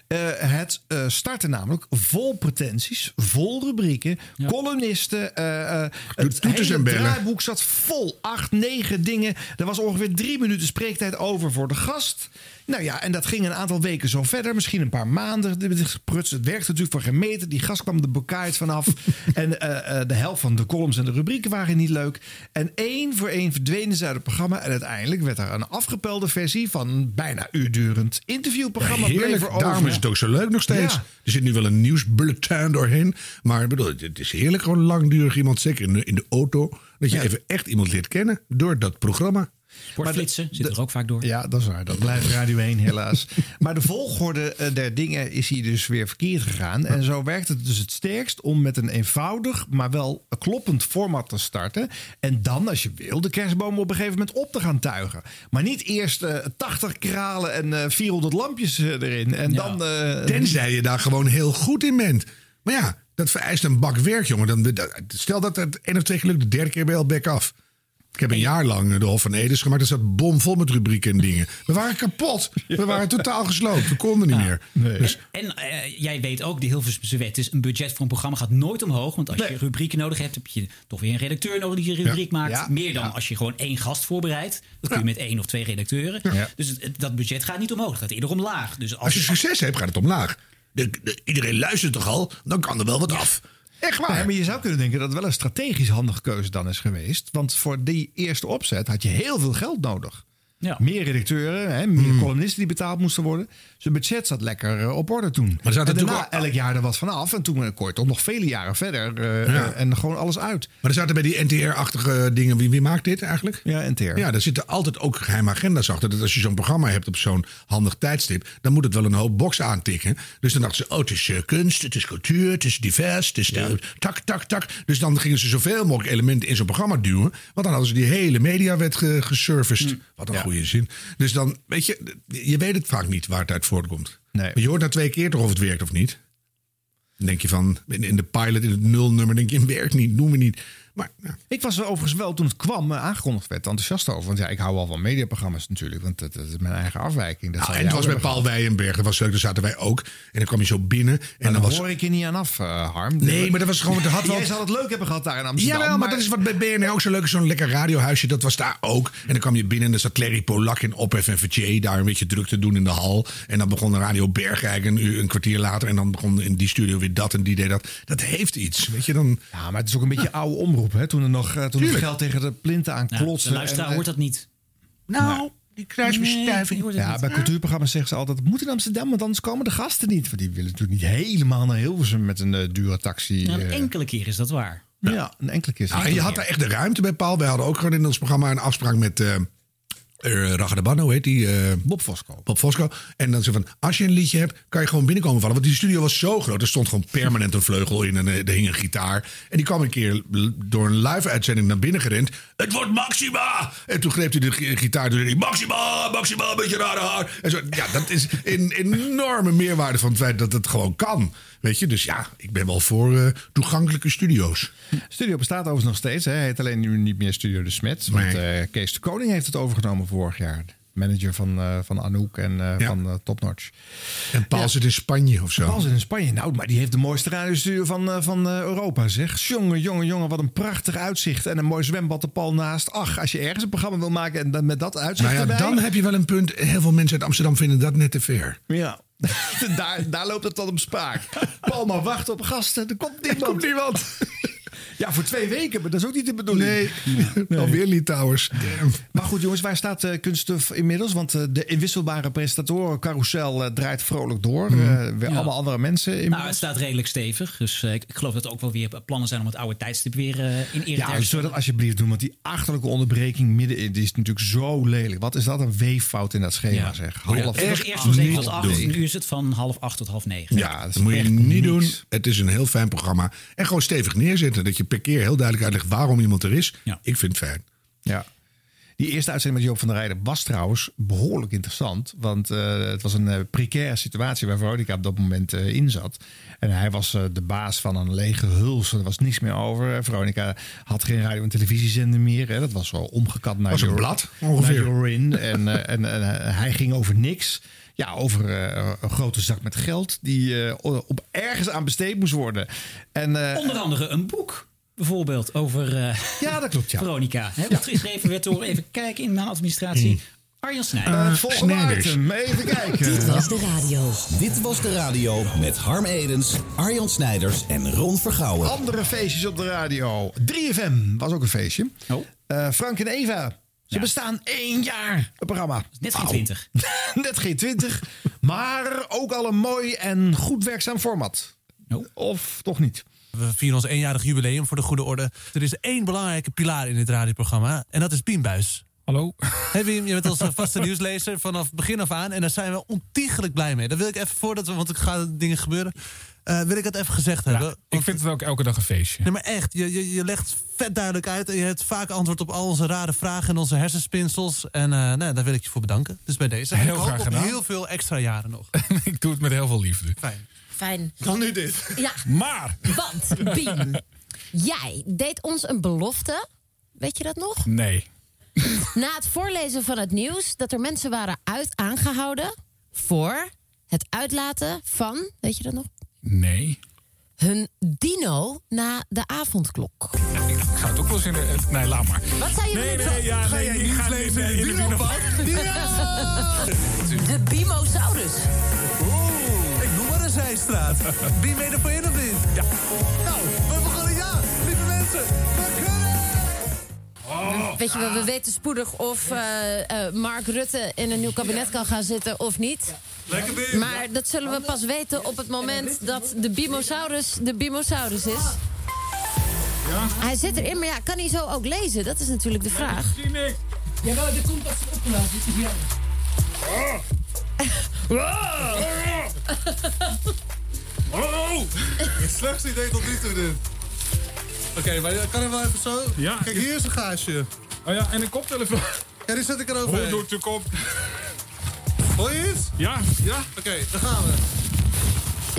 Speaker 1: Eh, het eh, starten namelijk vol pretenties, vol rubrieken, columnisten. eh, eh, het
Speaker 2: toeters
Speaker 1: hele
Speaker 2: en bellen.
Speaker 1: draaiboek zat vol acht, negen dingen. Er was ongeveer drie minuten spreektijd over voor de gast. Nou ja, en dat ging een aantal weken zo verder. Misschien een paar maanden. Dit Pruts, het werkte natuurlijk voor geen meter. Die gast kwam de bokaard vanaf. en eh, eh, de helft van de columns en de rubrieken waren niet leuk. En één voor één verdwenen ze uit het programma. En uiteindelijk werd er een afgepelde versie van een bijna uurdurend interviewprogramma. bleef
Speaker 2: Heerlijk,
Speaker 1: er over.
Speaker 2: daarom is het ook zo leuk nog steeds.
Speaker 1: Ja.
Speaker 2: Er zit nu wel een nieuwsbulletin doorheen. Maar ik bedoel, het is heerlijk gewoon langdurig iemand, zeker in de, in de auto... dat je even echt iemand leert kennen door dat programma.
Speaker 7: Sportflitsen zit er ook vaak door.
Speaker 1: Ja, dat is waar. Dat blijft Radio 1 helaas. Maar de volgorde eh, der dingen is hier dus weer verkeerd gegaan. En zo werkt het dus het sterkst om met een eenvoudig, maar wel kloppend format te starten. En dan, als je wil, de kerstboom op een gegeven moment op te gaan tuigen. Maar niet eerst eh, 80 kralen en eh, 400 lampjes eh, erin. En dan... eh,
Speaker 2: Tenzij je daar gewoon heel goed in bent. Maar ja, dat vereist een bak werk, jongen. Dan, dat- stel dat het één of twee gelukt, de derde keer ben je al back af. Ik heb een jaar lang de Hof van Edes gemaakt. Er zat bomvol met rubrieken en dingen. We waren kapot. We waren totaal gesloopt. We konden niet meer. Dus
Speaker 7: En eh, jij weet ook, de Hilversumse wet is... een budget voor een programma gaat nooit omhoog. Want als je rubrieken nodig hebt, heb je toch weer een redacteur nodig die je rubriek maakt.
Speaker 12: Ja.
Speaker 7: Meer dan als je gewoon één gast voorbereidt. Dat kun je met één of twee redacteuren. Dus het- het- dat budget gaat niet omhoog. Het gaat eerder omlaag. Dus als,
Speaker 2: als je succes hebt, gaat het omlaag. De- de- iedereen luistert toch al? Dan kan er wel wat af. Echt waar.
Speaker 1: maar je zou kunnen denken dat het wel een strategisch handige keuze dan is geweest. Want voor die eerste opzet had je heel veel geld nodig. Meer redacteuren, hè, meer
Speaker 2: Hmm.
Speaker 1: columnisten die betaald moesten worden. Zijn budget zat lekker eh, op orde toen.
Speaker 2: Maar er zaten
Speaker 1: en daarna
Speaker 2: natuurlijk
Speaker 1: elk jaar er wat vanaf. En toen eh, kon je toch nog vele jaren verder. eh,
Speaker 2: Ja.
Speaker 1: eh, en gewoon alles uit.
Speaker 2: Maar er zaten bij die NTR-achtige dingen. Wie, wie maakt dit eigenlijk?
Speaker 1: Ja, NTR.
Speaker 2: Ja, daar zitten altijd ook geheime agenda's achter. Dat als je zo'n programma hebt op zo'n handig tijdstip. dan moet het wel een hoop box aantikken. Dus dan dachten ze: oh, het is eh, kunst, het is cultuur, het is divers, het is. tak, tak, tak. Dus dan gingen ze zoveel mogelijk elementen in zo'n programma duwen. Want dan hadden ze die hele mediawet ge gesurfaced. Wat een goede zin. Dus dan, weet je, je weet het vaak niet waar het uit voortkomt. Maar Je hoort na twee keer toch of het werkt of niet. Dan denk je van, in, in de pilot, in het nulnummer, denk je, het werkt niet, doen we niet. Maar
Speaker 1: Ik was er overigens wel toen het kwam, eh, aangekondigd werd, enthousiast over. Want ja, ik hou wel van mediaprogramma's natuurlijk. Want dat, dat is mijn eigen afwijking. Dat
Speaker 2: Nou,
Speaker 1: zou
Speaker 2: en
Speaker 1: jij
Speaker 2: het was
Speaker 1: ook
Speaker 2: bij
Speaker 1: hebben
Speaker 2: Paul Weijenberg. Dat was leuk, daar zaten wij ook. En dan kwam je zo binnen. En dan
Speaker 1: Maar dan
Speaker 2: was...
Speaker 1: hoor ik je niet aan af, eh, Harm.
Speaker 2: Nee, maar dat was gewoon... Dat had wel...
Speaker 1: Jij zou het leuk hebben gehad daar in
Speaker 2: Ja,
Speaker 1: Amsterdam.
Speaker 2: maar, dat is wat bij BNR ook zo leuk is. Zo'n lekker radiohuisje, dat was daar ook. En dan kwam je binnen en dan zat Clary Polak in Ophef en Vertier... daar een beetje druk te doen in de hal. En dan begon Radio Bergrijk een, uur- een kwartier later... en dan begon in die studio weer dat en die deed dat. Dat heeft iets, weet je. Dan...
Speaker 1: Ja, maar het is ook een beetje oude omroep, hè? Toen er nog eh, toen het
Speaker 2: Tuurlijk.
Speaker 1: geld tegen de plinten aan
Speaker 2: Nou,
Speaker 1: klotste. eh,
Speaker 2: de luisteraar hoort
Speaker 7: dat niet.
Speaker 2: Nou, die kruisbestuiving.
Speaker 1: ja, bij cultuurprogramma's zeggen ze altijd... het moet in Amsterdam, want anders komen de gasten niet. Want die willen natuurlijk niet helemaal naar Hilversum met een eh, dure taxi.
Speaker 7: Nou, een
Speaker 1: eh.
Speaker 7: enkele keer is dat waar.
Speaker 1: ja, een enkele keer.
Speaker 2: Ja, en Nou, Ah, je had daar echt de ruimte bij, Paul. Wij hadden ook gewoon in ons programma een afspraak met eh eh, Raga de Banno, heet die? eh,
Speaker 1: Bob Fosco.
Speaker 2: Bob Fosco. En dan zei van, als je een liedje hebt, kan je gewoon binnenkomen vallen. Want die studio was zo groot. Er stond gewoon permanent een vleugel in en eh, er hing een gitaar. En die kwam een keer l- door een live-uitzending naar binnen gerend. Het wordt Maxima! En toen greep hij de gi- gitaar en toen zei hij, Maxima, Maxima, een beetje rare haar. En zo, ja, dat is een enorme meerwaarde van het feit dat het gewoon kan. Weet je, dus ja, ik ben wel voor eh, toegankelijke studio's.
Speaker 1: Studio bestaat overigens nog steeds. Hè. Hij heet alleen nu niet meer Studio de Smet. Want eh, Kees de Koning heeft het overgenomen vorig jaar. Manager van, eh, van Anouk en eh, van eh, Top Notch.
Speaker 2: En Paul zit in Spanje of zo.
Speaker 1: Paul zit in Spanje. Nou, maar die heeft de mooiste radiostudio van, eh, van eh, Europa, zeg. Jongen, jongen, jongen, wat een prachtig uitzicht. En een mooi zwembad de pal naast. Ach, als je ergens een programma wil maken en dan met dat uitzicht
Speaker 2: Nou ja,
Speaker 1: erbij.
Speaker 2: dan heb je wel een punt. Heel veel mensen uit Amsterdam vinden dat net te ver.
Speaker 1: Ja. daar, daar loopt het dan op spaak. Paul, maar wacht op gasten. Er komt niemand. ja, voor twee weken, maar dat is ook niet de bedoeling. Nee,
Speaker 2: alweer Litouwers.
Speaker 1: Maar goed, jongens, waar staat eh, kunststof inmiddels? Want eh, de inwisselbare presentatoren carousel eh, draait vrolijk door.
Speaker 2: Mm.
Speaker 1: Eh, weer
Speaker 7: Ja.
Speaker 1: allemaal andere mensen. In
Speaker 7: Nou, het staat redelijk stevig. Dus eh, ik, ik geloof dat er ook wel weer plannen zijn om het oude tijdstip weer eh, in ere te
Speaker 1: Ja, zullen
Speaker 7: herstellen.
Speaker 1: we dat alsjeblieft doen? Want die achterlijke onderbreking middenin die is natuurlijk zo lelijk. Wat is dat een weeffout in dat schema,
Speaker 7: Ja. Oh
Speaker 1: zeg?
Speaker 7: Ja,
Speaker 1: Half
Speaker 7: het was eerst van
Speaker 1: acht.
Speaker 7: 7 tot 8,
Speaker 1: Nee.
Speaker 7: nu is het van half 8 tot half 9.
Speaker 2: Ja, dat moet je niet doen. Het is een heel fijn programma. En gewoon stevig neerzetten. Dat je per keer heel duidelijk uitlegt waarom iemand er is. Ik vind het fijn.
Speaker 1: Ja. Die eerste uitzending met Joop van der Rijden was trouwens behoorlijk interessant. Want eh, het was een eh, precaire situatie waar Veronica op dat moment eh, in zat. En hij was eh, de baas van een lege huls. Er was niks meer over. Veronica had geen radio- en televisiezender meer. Hè. Dat was wel omgekat naar
Speaker 2: Was een
Speaker 1: Jo-
Speaker 2: blad,
Speaker 1: naar
Speaker 2: ongeveer.
Speaker 1: Jorin. En, eh, en, eh, hij ging over niks. Ja, over eh, een grote zak met geld die eh, op ergens aan besteed moest worden. En, eh,
Speaker 7: Onder andere een boek. Bijvoorbeeld over eh,
Speaker 1: ja, dat klopt, ja.
Speaker 7: Veronica. Hè, wat geschreven werd door, even kijken in mijn
Speaker 2: Hmm.
Speaker 7: administratie, Arjan Snijder.
Speaker 1: Eh, het volgende item, even kijken.
Speaker 24: Dit was de radio. Dit was de radio met Harm Edens, Arjan Snijders en Ron Vergouwen.
Speaker 1: Andere feestjes op de radio. 3FM was ook een feestje.
Speaker 7: Oh.
Speaker 1: Eh, Frank en Eva. Ze bestaan één jaar. Het programma.
Speaker 7: Net geen
Speaker 1: Au.
Speaker 7: 20.
Speaker 1: Net geen 20. maar ook al een mooi en goed werkzaam format.
Speaker 7: Oh.
Speaker 1: Of toch niet?
Speaker 13: We vieren ons eenjarig jubileum voor de goede orde. Er is één belangrijke pilaar in dit radioprogramma en dat is Pien Buijs.
Speaker 12: Hallo.
Speaker 13: Hey Wim, je bent onze vaste nieuwslezer vanaf begin af aan en daar zijn we ontiegelijk blij mee. Daar wil ik even voordat we, want er gaan dingen gebeuren, eh, wil ik het even gezegd hebben.
Speaker 25: Ik vind het ook elke dag een feestje.
Speaker 13: Nee, maar echt, je, je, je legt vet duidelijk uit en je hebt vaak antwoord op al onze rare vragen en onze hersenspinsels. En eh, nou, daar wil ik je voor bedanken. Dus bij deze. En
Speaker 25: Heel
Speaker 13: ik hoop
Speaker 25: graag
Speaker 13: op
Speaker 25: gedaan.
Speaker 13: heel veel extra jaren nog.
Speaker 25: ik doe het met heel veel liefde.
Speaker 13: Fijn.
Speaker 26: Fijn.
Speaker 13: Dan nu dit.
Speaker 26: Ja.
Speaker 25: Maar.
Speaker 26: Want, Bien, jij deed ons een belofte
Speaker 23: Weet je dat nog?
Speaker 25: Nee.
Speaker 23: Na het voorlezen van het nieuws dat er mensen waren uit aangehouden voor het uitlaten van, weet je dat nog?
Speaker 25: Nee.
Speaker 23: Hun dino na de avondklok.
Speaker 25: Ik zou het ook wel eens in de... eh, Nee, laat maar.
Speaker 23: Wat zou je
Speaker 25: nee,
Speaker 23: willen-
Speaker 25: nee, ja,
Speaker 23: Ga
Speaker 25: nee,
Speaker 23: jij
Speaker 25: ik
Speaker 23: niet
Speaker 25: ga
Speaker 23: lezen
Speaker 25: niet, eh,
Speaker 23: in de
Speaker 25: in de
Speaker 23: De Bimosaurus.
Speaker 11: Oeh, ik noem maar een zijstraat. Wie weet of je dat is? Ja.
Speaker 12: Nou, we begonnen ja, lieve mensen.
Speaker 25: Oh.
Speaker 23: Weet je wel, we weten spoedig of eh, eh, Mark Rutte in een nieuw kabinet kan gaan zitten of niet.
Speaker 12: Lekker bier.
Speaker 23: Maar dat zullen we pas weten op het moment dat de Bimosaurus de Bimosaurus is. Hij zit erin, maar ja, kan hij zo ook lezen? Dat is natuurlijk de vraag.
Speaker 12: Jawel, er komt als opgelaten. Dit is jou.
Speaker 25: Oh!
Speaker 14: Het slechtste idee tot nu toe dit. Oké, maar ik kan er wel even zo.
Speaker 25: Ja.
Speaker 14: Kijk, hier is een gaasje.
Speaker 25: Oh ja, en een koptelefoon.
Speaker 14: Ja, die zet ik
Speaker 25: Hoe
Speaker 14: erover.
Speaker 25: doet de kop?
Speaker 14: Hoor je iets?
Speaker 25: Ja.
Speaker 14: Ja? Oké, dan gaan we.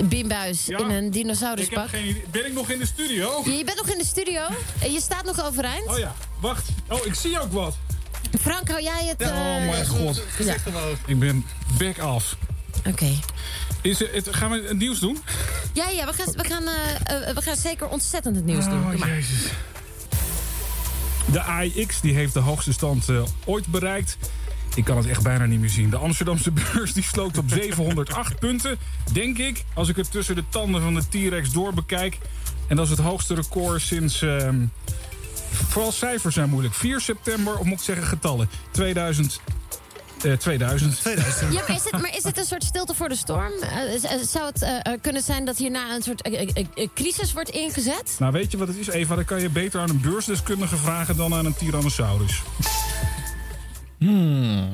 Speaker 23: Bienbuis in een dinosauruspak.
Speaker 25: Ben ik nog in de studio?
Speaker 23: Je bent nog in de studio en je staat nog overeind.
Speaker 25: Oh ja, wacht. Oh, ik zie ook wat.
Speaker 23: Frank, hou jij het...
Speaker 25: Oh
Speaker 23: eh,
Speaker 25: mijn god.
Speaker 23: Ja.
Speaker 25: Ik ben back af.
Speaker 23: Oké.
Speaker 25: Is er- het, gaan we het nieuws doen?
Speaker 23: Ja, ja, we gaan, we, gaan, eh, eh, we gaan zeker ontzettend het
Speaker 25: Ah,
Speaker 23: nieuws doen. Doe maar.
Speaker 25: Oh, De AIX die heeft de hoogste stand eh, ooit bereikt. Ik kan het echt bijna niet meer zien. De Amsterdamse beurs die sloot op 708 punten, denk ik. Als ik het tussen de tanden van de T-Rex door bekijk. En dat is het hoogste record sinds... ehm, vooral cijfers zijn moeilijk. 4 september, of moet ik zeggen getallen? 2000. eh, 2000. 2000.
Speaker 23: Ja, maar is, het, maar is het een soort stilte voor de storm? Eh, z- eh, zou het eh, eh, kunnen zijn dat hierna een soort eh, eh, eh, crisis wordt ingezet?
Speaker 25: Nou, weet je wat het is, Eva? Dan kan je beter aan een beursdeskundige vragen dan aan een Tyrannosaurus.
Speaker 1: Hmm.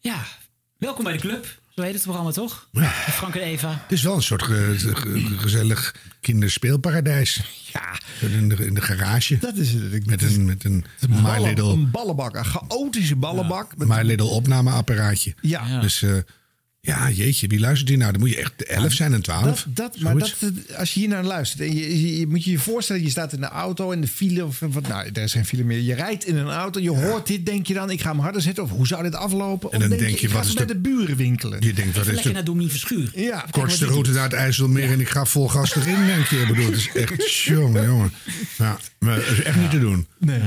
Speaker 7: Ja, welkom bij de club. Zo heet het programma toch? Frank en Eva.
Speaker 2: Het is wel een soort ge- ge- ge- gezellig kinderspeelparadijs. Ja. In de, in de garage. Dat is het. Met een, met een My
Speaker 1: ballen-
Speaker 2: Little...
Speaker 1: Een ballenbak, een chaotische ballenbak.
Speaker 2: Ja. My Little opnameapparaatje.
Speaker 1: Ja.
Speaker 2: Dus eh, ja, jeetje, wie luistert hier nou? Dan moet je echt 11 zijn en 12.
Speaker 1: Dat, dat, maar
Speaker 2: Zoiets.
Speaker 1: dat, eh, als je hier naar luistert, en je, je, je moet je je voorstellen, je staat in de auto in de file. Of, wat, nou, er is geen file meer. Je rijdt in een auto, je hoort dit, denk je dan, ik ga hem harder zetten. Of hoe zou dit aflopen?
Speaker 2: En dan
Speaker 1: of
Speaker 2: denk je,
Speaker 1: ik
Speaker 2: wat
Speaker 1: ga
Speaker 2: is
Speaker 1: ze bij
Speaker 2: de-
Speaker 1: de buren winkelen.
Speaker 2: Je denkt, wat is de
Speaker 7: Domien Verschuur.
Speaker 1: Ja,
Speaker 2: kortste route naar het IJsselmeer en ik ga vol gas erin, denk je? Ik bedoel, het is echt, jongen, jongen. Ja, maar het is echt niet te doen.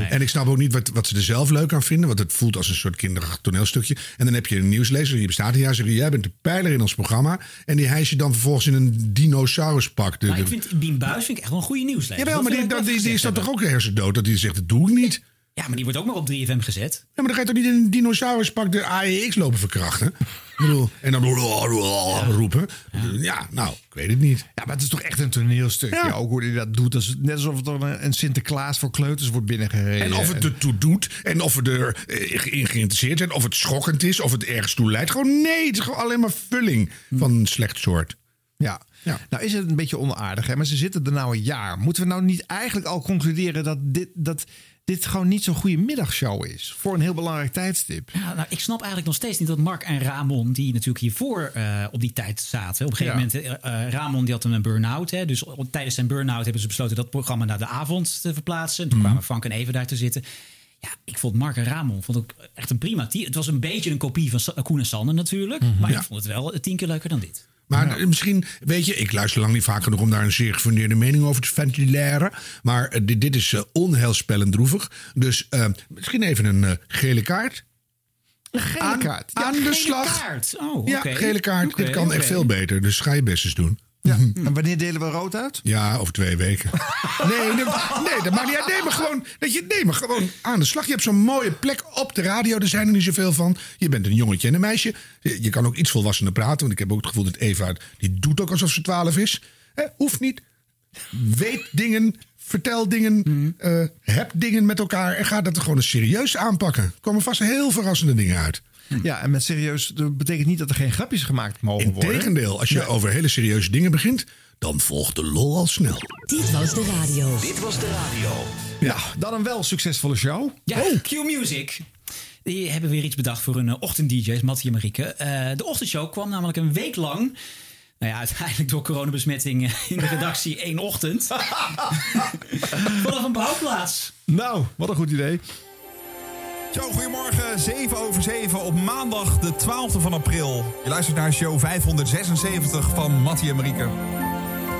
Speaker 2: En ik snap ook niet wat, wat ze er zelf leuk aan vinden, want het voelt als een soort kinderachtig toneelstukje. En dan heb je een nieuwslezer, die bestaat hier, zeg je, jij bent de pijler in ons programma. En die hijs je dan vervolgens in een dinosauruspak. De-
Speaker 7: Maar Nou, ik
Speaker 2: de-
Speaker 7: vind Bien Buis vind ik echt wel een goede nieuwslezer.
Speaker 2: Jawel, maar die, dat, die, die is dan toch ook hersendood? Dat hij zegt, dat doe ik niet.
Speaker 7: Ja, maar die wordt ook maar op 3FM gezet.
Speaker 2: Ja, maar dan ga je toch niet in een dinosauruspak de AEX lopen verkrachten? Ik bedoel, en dan
Speaker 1: Oh.
Speaker 2: roepen. Ja, nou, ik weet het niet.
Speaker 1: Ja, maar het is toch echt een toneelstuk. Ja. ook hoe hij dat doet. Dat is net alsof het dan een een Sinterklaas voor kleuters wordt binnengereden.
Speaker 2: En of het ertoe doet. En of we er eh, in geïnteresseerd zijn. Of het schokkend is. Of het ergens toe leidt. Gewoon nee. Het is gewoon alleen maar vulling van een slecht soort.
Speaker 1: Ja. Nou is het een beetje onaardig, hè? maar ze zitten er nou een jaar. Moeten we nou niet eigenlijk al concluderen dat dit, dat dit gewoon niet zo'n goede middagshow is? Voor een heel belangrijk tijdstip.
Speaker 7: Ja, nou, ik snap eigenlijk nog steeds niet dat Mark en Ramon, die natuurlijk hiervoor eh, op die tijd zaten. Op een gegeven
Speaker 1: Ja.
Speaker 7: moment, eh, eh, Ramon die had een burn-out. Hè, dus op- tijdens zijn burn-out hebben ze besloten dat programma naar de avond te verplaatsen.
Speaker 1: Mhm.
Speaker 7: Toen kwamen Frank en Eva daar te zitten. Ja, ik vond Mark en Ramon vond ik echt een prima team. Het was een beetje een kopie van Sa- eh, Koen en Sander natuurlijk.
Speaker 1: Mhm.
Speaker 7: Maar ik vond het wel eh, tien keer leuker dan dit.
Speaker 2: Maar misschien, weet je, ik luister lang niet vaak genoeg om daar een zeer gefundeerde mening over te ventileren. Maar eh, dit, dit is eh, onheilspellend droevig. Dus eh, misschien even een eh, gele kaart.
Speaker 1: Een gele
Speaker 2: Aan-
Speaker 1: kaart.
Speaker 2: aan de slag.
Speaker 7: kaart. Oh,
Speaker 2: ja,
Speaker 7: oké.
Speaker 2: gele kaart.
Speaker 7: Oké,
Speaker 2: dit kan
Speaker 7: oké.
Speaker 2: echt veel beter. Dus ga je best eens doen.
Speaker 1: En wanneer delen we rood uit?
Speaker 2: Ja, over twee weken. Nee, dat, nee, dat maakt niet uit. Nee, maar gewoon, dat je, nee, maar gewoon aan de slag. Je hebt zo'n mooie plek op de radio. Er zijn er niet zoveel van. Je bent een jongetje en een meisje. Je je kan ook iets volwassener praten. Want ik heb ook het gevoel dat Eva... die doet ook alsof ze twaalf is. Hè, hoeft niet. Weet dingen. Vertel dingen. eh, heb dingen met elkaar. En ga dat gewoon eens serieus aanpakken. Er komen vast heel verrassende dingen uit.
Speaker 1: Ja, en met serieus dat betekent niet dat er geen grapjes gemaakt mogen worden.
Speaker 2: Integendeel, als je over hele serieuze dingen begint... dan volgt de lol al snel.
Speaker 1: Dit was de radio.
Speaker 6: Dit was de radio.
Speaker 1: Ja, dan een wel succesvolle show. Oh.
Speaker 7: Ja, Q Music. Die hebben weer iets bedacht voor hun eh, ochtend-DJ's, Mattie en Marieke. Eh, de ochtendshow kwam namelijk een week lang... Nou ja, uiteindelijk door coronabesmetting eh, in de redactie één ochtend. Vanaf een bouwplaats.
Speaker 1: Nou, wat een goed idee.
Speaker 27: Zo, goedemorgen. 7 over 7 op maandag de 12e van april. Je luistert naar show 576 van Mattie en Marieke.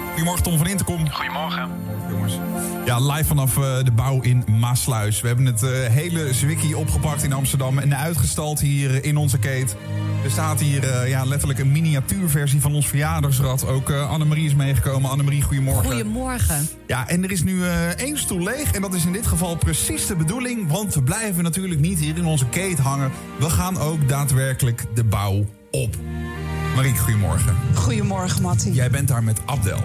Speaker 27: Goedemorgen Tom van Intercom. Goedemorgen. Jongens. Ja, live vanaf eh, de bouw in Maasluis. We hebben het eh, hele zwikkie opgepakt in Amsterdam en uitgestald hier eh, in onze keet. Er staat hier eh, ja, letterlijk een miniatuurversie van ons verjaardagsrad. Ook eh, Annemarie is meegekomen. Annemarie, goedemorgen.
Speaker 28: Goedemorgen.
Speaker 27: Ja, en er is nu eh, één stoel leeg. En dat is in dit geval precies de bedoeling. Want we blijven natuurlijk niet hier in onze keet hangen. We gaan ook daadwerkelijk de bouw op. Marieke, goedemorgen.
Speaker 28: Goedemorgen, Mattie.
Speaker 27: Jij bent daar met Abdel.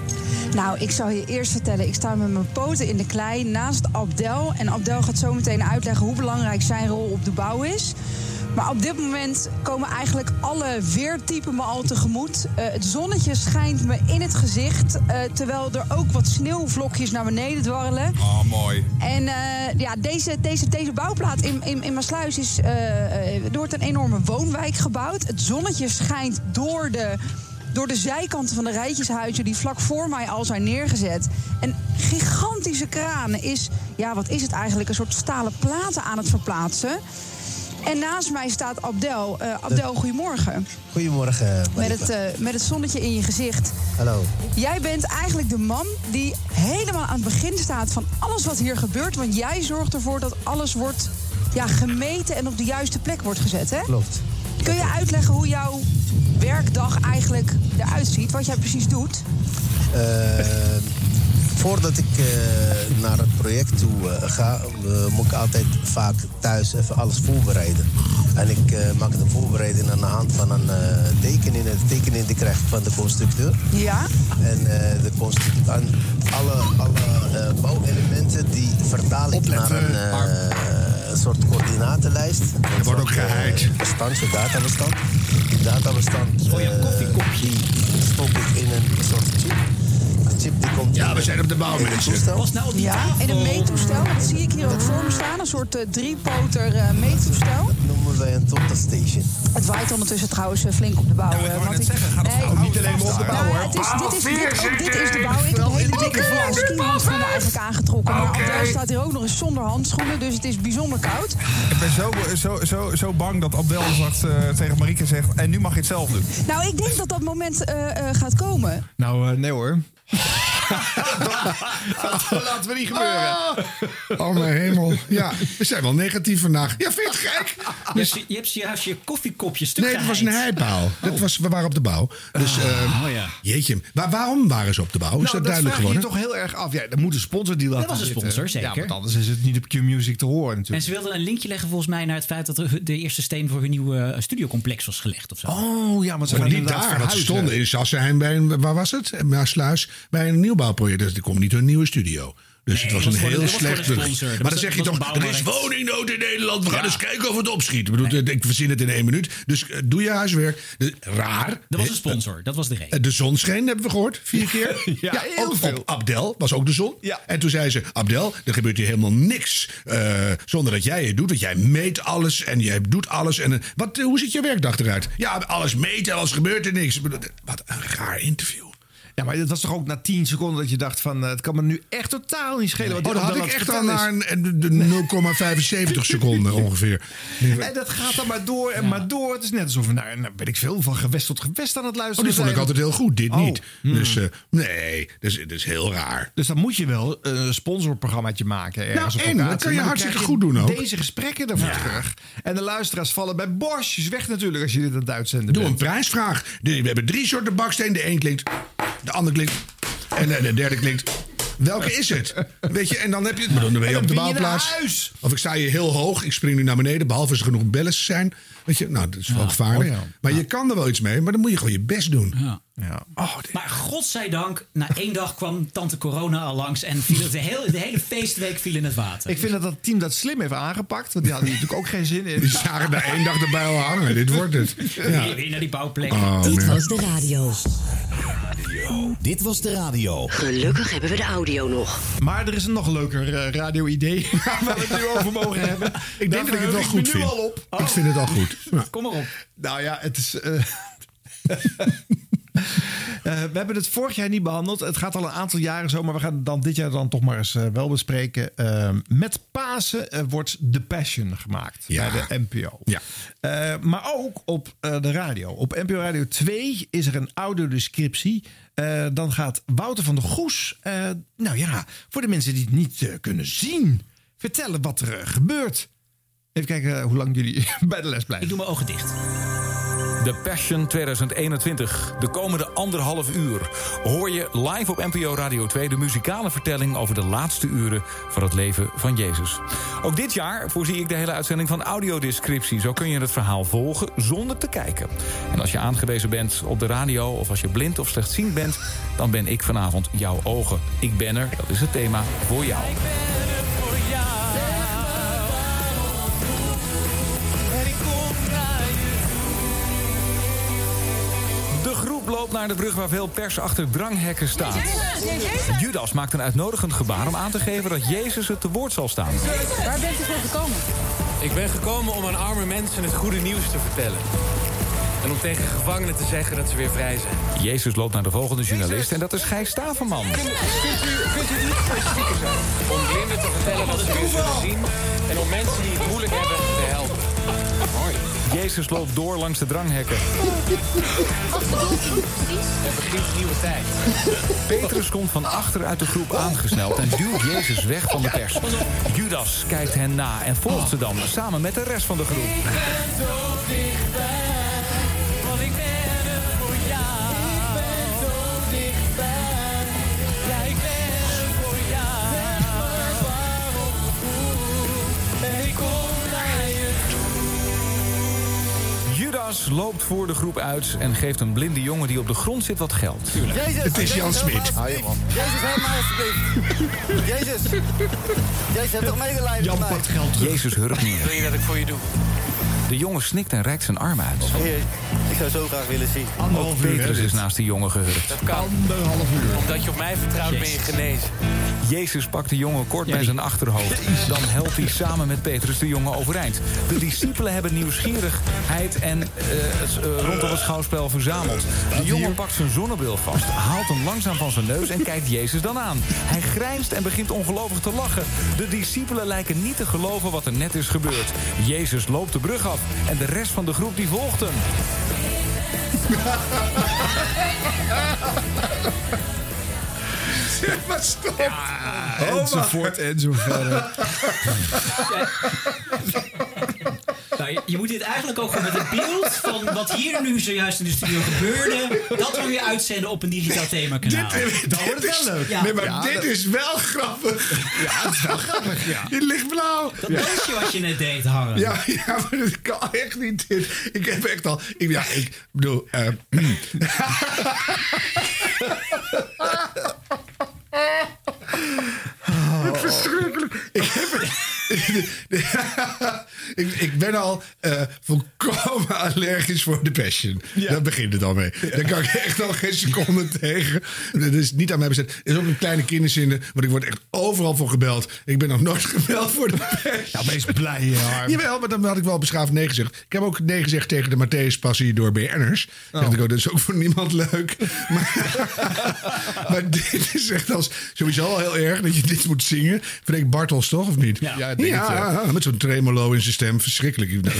Speaker 28: Nou, ik zal je eerst vertellen. Ik sta met mijn poten in de klei naast Abdel. En Abdel gaat zo meteen uitleggen hoe belangrijk zijn rol op de bouw is. Maar op dit moment komen eigenlijk alle weertypen me al tegemoet. Eh, het zonnetje schijnt me in het gezicht. eh, terwijl er ook wat sneeuwvlokjes naar beneden dwarrelen.
Speaker 27: Oh, mooi.
Speaker 28: En eh, ja, deze, deze, deze bouwplaat in, in, in Maasluis is, eh, eh, er wordt een enorme woonwijk gebouwd. Het zonnetje schijnt door de, door de zijkanten van de rijtjeshuizen... die vlak voor mij al zijn neergezet. Een gigantische kraan is, ja, wat is het eigenlijk? Een soort stalen platen aan het verplaatsen. En naast mij staat Abdel. Eh, Abdel, goedemorgen.
Speaker 26: Goedemorgen.
Speaker 28: Met
Speaker 26: Marieke.
Speaker 28: het, eh, met het zonnetje in je gezicht.
Speaker 26: Hallo.
Speaker 28: Jij bent eigenlijk de man die helemaal aan het begin staat van alles wat hier gebeurt. Want jij zorgt ervoor dat alles wordt ja, gemeten en op de juiste plek wordt gezet. Hè?
Speaker 26: Klopt.
Speaker 28: Kun je uitleggen hoe jouw werkdag eigenlijk eruit ziet? Wat jij precies doet?
Speaker 26: Eh, voordat ik eh, naar het project toe eh, ga, eh, moet ik altijd vaak thuis even alles voorbereiden. En ik eh, maak de voorbereiding aan de hand van een eh, tekening. De tekening die krijg ik van de constructeur.
Speaker 28: Ja.
Speaker 26: En eh, de constructeur, aan alle, alle eh, bouwelementen die vertaal ik naar een eh, een soort coördinatenlijst. Er wordt ook geheid. Bestand, je databestand. Die databestand eh, die stop ik in een soort chip. Een chip die komt ja, we zijn op de bouw, mensen. Was nou
Speaker 28: Ja, in een meettoestel. Dat zie ik hier ook voor me staan. Een soort eh, driepoter eh, meettoestel.
Speaker 26: noemen wij een total station.
Speaker 28: Het waait ondertussen trouwens eh, flink op de bouw. eh, want ik- Nee.
Speaker 26: niet alleen maar op de bouw,
Speaker 28: Nou,
Speaker 26: hoor.
Speaker 28: het is, dit, is,
Speaker 26: Bouw
Speaker 28: dit,
Speaker 26: vier
Speaker 28: ook dit
Speaker 26: zitten.
Speaker 28: is de bouw. Ik heb
Speaker 26: Wel in
Speaker 28: hele
Speaker 26: de dikke
Speaker 28: dikke
Speaker 26: vlak.
Speaker 28: skiën van me eigenlijk aangetrokken. Maar
Speaker 27: Oké.
Speaker 28: Abdel staat hier ook nog eens zonder handschoenen, dus het is bijzonder koud.
Speaker 27: Ik ben zo, zo, zo, zo bang dat Abdel zegt, eh, tegen Marieke zegt... en nu mag je het zelf doen.
Speaker 28: Nou, ik denk dat dat moment eh, eh, gaat komen.
Speaker 27: Nou,
Speaker 1: eh,
Speaker 27: nee hoor.
Speaker 28: Oh,
Speaker 2: Laten we niet gebeuren. Oh mijn hemel. Ja, we zijn wel negatief vandaag. Ja, vind je het gek?
Speaker 7: Je hebt, je- je hebt juist je koffiekopje stuk
Speaker 2: Nee, dat was een
Speaker 7: geheid. Ah, oh
Speaker 2: heipaal. Dat was, we waren op de bouw. Dus, eh, Jeetje, maar waarom waren ze op de bouw? Oh, Is
Speaker 1: Nou,
Speaker 2: dat, duidelijk
Speaker 1: vraag je
Speaker 2: geworden?
Speaker 1: je toch heel erg af. Ja, er moet een sponsordeal
Speaker 7: Dat
Speaker 1: achter
Speaker 7: was een
Speaker 1: zitten.
Speaker 7: sponsor, zeker.
Speaker 1: Ja, want anders is het niet op Q-Music te horen
Speaker 7: En
Speaker 1: natuurlijk.
Speaker 7: ze wilden een linkje leggen volgens mij naar het feit dat er de eerste steen voor hun nieuwe eh, studiocomplex was gelegd of zo.
Speaker 1: Oh ja, maar ze
Speaker 2: Maar
Speaker 1: gaan
Speaker 2: niet
Speaker 1: inderdaad
Speaker 2: daar, want ze
Speaker 1: verhuizen.
Speaker 2: stonden in Sassenheim bij een, waar was het? Bij Sluis, bij een nieuwbouwproject. Dus die komt niet hun nieuwe studio. Dus het was
Speaker 7: dat
Speaker 2: een
Speaker 7: was gewoon-
Speaker 2: heel
Speaker 7: dat was gewoon
Speaker 2: slecht
Speaker 7: een
Speaker 2: brug.
Speaker 7: sponsor. Dat
Speaker 2: Maar
Speaker 7: was-
Speaker 2: dan zeg je
Speaker 7: dat was
Speaker 2: toch,
Speaker 7: een
Speaker 2: er is
Speaker 7: bouwmarkt.
Speaker 2: woningnood in Nederland. We gaan
Speaker 7: Ja.
Speaker 2: eens kijken of het opschiet. Ik bedoel, Ik verzin het in één minuut. Dus eh, doe je huiswerk. Dus, raar.
Speaker 7: Dat was een sponsor, dat was de reden.
Speaker 2: Eh,
Speaker 25: dus
Speaker 2: De zon scheen, hebben we gehoord. Vier keer. ja, ook Op Abdel was ook de zon. En toen zei ze, Abdel, er gebeurt hier helemaal niks eh, zonder dat jij het doet. Want jij meet alles en jij doet alles. En, eh, wat, eh, hoe ziet je werkdag eruit? Ja, alles meten en alles gebeurt er niks. Ik bedoel, Wat een raar interview.
Speaker 1: Ja, maar dat was toch ook na 10 seconden dat je dacht van... eh, het kan me nu echt totaal niet schelen.
Speaker 2: Oh,
Speaker 1: wat
Speaker 2: dan
Speaker 1: die
Speaker 2: had ik
Speaker 1: Abdel
Speaker 2: echt
Speaker 1: aan
Speaker 2: al
Speaker 1: het
Speaker 2: naar
Speaker 1: vertellen
Speaker 2: een- een- de 0,75 seconden ongeveer.
Speaker 1: is. En dat gaat dan maar door en maar door. Het is net alsof we naar, naar, weet ik veel, van gewest tot gewest aan het
Speaker 2: Oh,
Speaker 1: luisteren
Speaker 2: dit vond ik
Speaker 1: zijn.
Speaker 2: altijd heel goed, dit
Speaker 1: Oh.
Speaker 2: niet.
Speaker 1: Hmm.
Speaker 2: Dus eh, nee, dat is, dat is heel raar.
Speaker 1: Dus dan moet je wel een sponsorprogrammaatje maken. Ergens
Speaker 2: Nou,
Speaker 1: op
Speaker 2: en,
Speaker 1: locatie.
Speaker 2: dat kan je
Speaker 1: Maar dan
Speaker 2: hartstikke
Speaker 1: krijg je
Speaker 2: goed doen ook.
Speaker 1: Deze gesprekken daarvoor terug. En de luisteraars vallen bij borstjes weg natuurlijk als je dit aan het uitzenden
Speaker 2: Doe een
Speaker 1: bent.
Speaker 2: prijsvraag. De- We hebben drie soorten baksteen. De een klinkt, de ander klinkt en de, de derde klinkt. Welke is het? Weet je, en dan heb je het. Maar dan ben je
Speaker 1: En
Speaker 2: op de
Speaker 1: dan ben je naar
Speaker 2: bouwplaats. Of ik sta hier heel hoog, ik spring nu naar beneden, behalve als er genoeg bellen zijn. Weet je, nou, dat is wel gevaarlijk.
Speaker 7: Oh ja.
Speaker 2: Maar je kan er wel iets mee, maar dan moet je gewoon je best doen.
Speaker 7: Ja.
Speaker 2: Oh,
Speaker 7: Maar godzijdank, na één dag kwam tante corona al langs en viel het de, hele, de hele feestweek viel in het water.
Speaker 1: Ik vind dat dat team dat slim heeft aangepakt. Want die hadden hier natuurlijk ook geen zin in.
Speaker 2: Die zagen daar één dag erbij al hangen. Dit wordt het.
Speaker 7: Weer- Weer naar die bouwplek.
Speaker 2: Oh, Dit man. was
Speaker 6: de radio. Dit was de radio.
Speaker 1: Gelukkig hebben we de audio nog. Maar er is een nog leuker eh, radio-idee waar we het nu over mogen hebben.
Speaker 2: Ik denk dat ik het wel goed vind. Oh. Ik vind het al goed.
Speaker 1: Kom maar op. Nou ja, het is... eh, Eh, we hebben het vorig jaar niet behandeld. Het gaat al een aantal jaren zo, maar we gaan het dan dit jaar dan toch maar eens eh, wel bespreken. Eh, met Pasen eh, wordt The Passion gemaakt
Speaker 2: Ja.
Speaker 1: bij de NPO. Eh, maar ook op eh, de radio. Op NPO Radio 2 is er een audiodescriptie. Eh dan gaat Wouter van der Goes, eh, nou ja, voor de mensen die het niet eh, kunnen zien, vertellen wat er eh, gebeurt. Even kijken eh, hoe lang jullie bij de les blijven. Ik doe
Speaker 7: mijn ogen dicht.
Speaker 14: De Passion 2021. De komende anderhalf uur hoor je live op NPO Radio 2 de muzikale vertelling over de laatste uren van het leven van Jezus. Ook dit jaar voorzie ik de hele uitzending van audiodescriptie. Zo kun je het verhaal volgen zonder te kijken. En als je aangewezen bent op de radio of als je blind of slechtziend bent, dan ben ik vanavond jouw ogen. Ik ben er, dat is het thema voor jou. De groep loopt naar de brug waar veel pers achter dranghekken staat. Judas maakt een uitnodigend gebaar om aan te geven dat Jezus het te woord zal staan.
Speaker 28: Waar bent u voor gekomen?
Speaker 14: Ik ben gekomen om aan arme mensen het goede nieuws te vertellen.
Speaker 13: En om tegen gevangenen te zeggen dat ze weer vrij zijn.
Speaker 14: Jezus loopt naar de volgende journalist en dat is Gijs Staverman.
Speaker 13: Kunt u niet specifieker zijn? Om blinden te vertellen dat ze weer zullen zien. En om mensen die het moeilijk hebben te helpen. Mooi.
Speaker 14: Jezus loopt door langs de dranghekken.
Speaker 13: Er begint een nieuwe tijd.
Speaker 14: Petrus komt van achter uit de groep aangesneld en duwt Jezus weg van de pers. Judas kijkt hen na en volgt ze dan samen met de rest van de groep. Judas loopt voor de groep uit en geeft een blinde jongen die op de grond zit wat geld.
Speaker 2: Het is Jan Smit.
Speaker 15: Jezus, help mij alsjeblieft. Jezus. Jezus, heb toch meegeleid met mij?
Speaker 14: Jezus hurkt neer.
Speaker 13: Wil je dat ik voor je doe?
Speaker 14: De jongen snikt en reikt zijn arm uit.
Speaker 15: Heer, ik zou zo graag willen zien.
Speaker 14: Ook Petrus is naast de jongen gehurkt.
Speaker 13: Dat kan. Anderhalf uur. Omdat je op mij vertrouwt ben je genezen.
Speaker 14: Jezus pakt de jongen kort bij zijn achterhoofd. Dan helpt hij samen met Petrus de jongen overeind. De discipelen hebben nieuwsgierigheid en eh, het, eh, rondom het schouwspel verzameld. De jongen pakt zijn zonnebril vast, haalt hem langzaam van zijn neus en kijkt Jezus dan aan. Hij grijnst en begint ongelovig te lachen. De discipelen lijken niet te geloven wat er net is gebeurd. Jezus loopt de brug af en de rest van de groep die volgt hem.
Speaker 2: Zeg maar stop.
Speaker 15: Oh,
Speaker 1: enzovoort, enzovoort.
Speaker 7: Nou, je, je moet dit eigenlijk ook gewoon met het beeld van wat hier nu zojuist in de studio gebeurde. dat wil je uitzenden op een digitaal themakanaal.
Speaker 2: Dit,
Speaker 7: Dan
Speaker 2: dit
Speaker 7: wordt het
Speaker 2: is,
Speaker 7: wel leuk.
Speaker 2: Nee, maar dit is wel grappig. Ja, het is wel grappig, ja. Je ligt blauw.
Speaker 7: Dat
Speaker 2: ja.
Speaker 7: dansje wat je net deed hangen.
Speaker 2: Ja, ja, maar dat kan echt niet. Dit. Ik heb echt al... Ik, ja, ik bedoel... eh,
Speaker 7: Oh,
Speaker 2: Wat verschrikkelijk. Ik, heb, ik, ik ben al eh, volkomen allergisch voor de passion. Daar begint het al mee. Daar kan ik echt al geen seconde tegen. Dat is niet aan mij bezet. Het is ook een kleine kinderzinde, want ik word echt overal voor gebeld. Ik ben nog nooit gebeld voor de passion. Nou, wees blij, Jawel, maar dan had ik wel beschaafd nee gezegd. Ik heb ook nee gezegd tegen de Matthäus Passie door BN'ers. Dacht ik, oh, dat is ook voor niemand leuk. Maar, maar dit is echt als sowieso al heel erg dat je dit moet zingen. Freek Bartels toch, of niet? Ja, ah,
Speaker 23: ik denk het wel.
Speaker 2: met zo'n tremolo in zijn stem. Verschrikkelijk. Dat,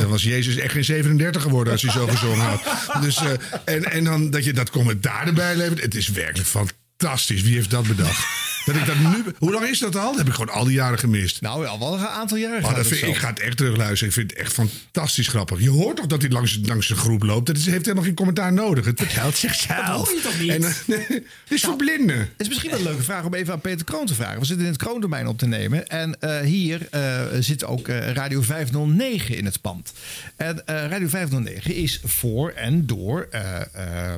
Speaker 2: dan was Jezus echt geen 37 geworden als hij zo gezongen had. Dus, eh, en, en dan dat je dat commentaar erbij levert. Het is werkelijk fantastisch. Wie heeft dat bedacht? Dat ik dat nu, hoe lang is dat al? Dat heb ik gewoon al die jaren gemist.
Speaker 1: Nou, al wel een aantal jaren.
Speaker 2: Oh,
Speaker 1: gaat
Speaker 2: dat
Speaker 1: het
Speaker 2: vind,
Speaker 1: zo.
Speaker 2: ik ga het echt terugluisteren. Ik vind het echt fantastisch grappig. Je hoort toch dat hij langs, langs de groep loopt? Dat is, heeft helemaal geen commentaar nodig. Het vertelt zichzelf. Dat hoor je toch niet? En, eh, nee, het is voor blinden.
Speaker 1: Het is misschien wel een leuke vraag om even aan Peter Kroon te vragen. We zitten in het Kroondomein op te nemen. En eh, hier eh, zit ook eh, Radio 509 in het pand. En eh, Radio 509 is voor en door eh, eh,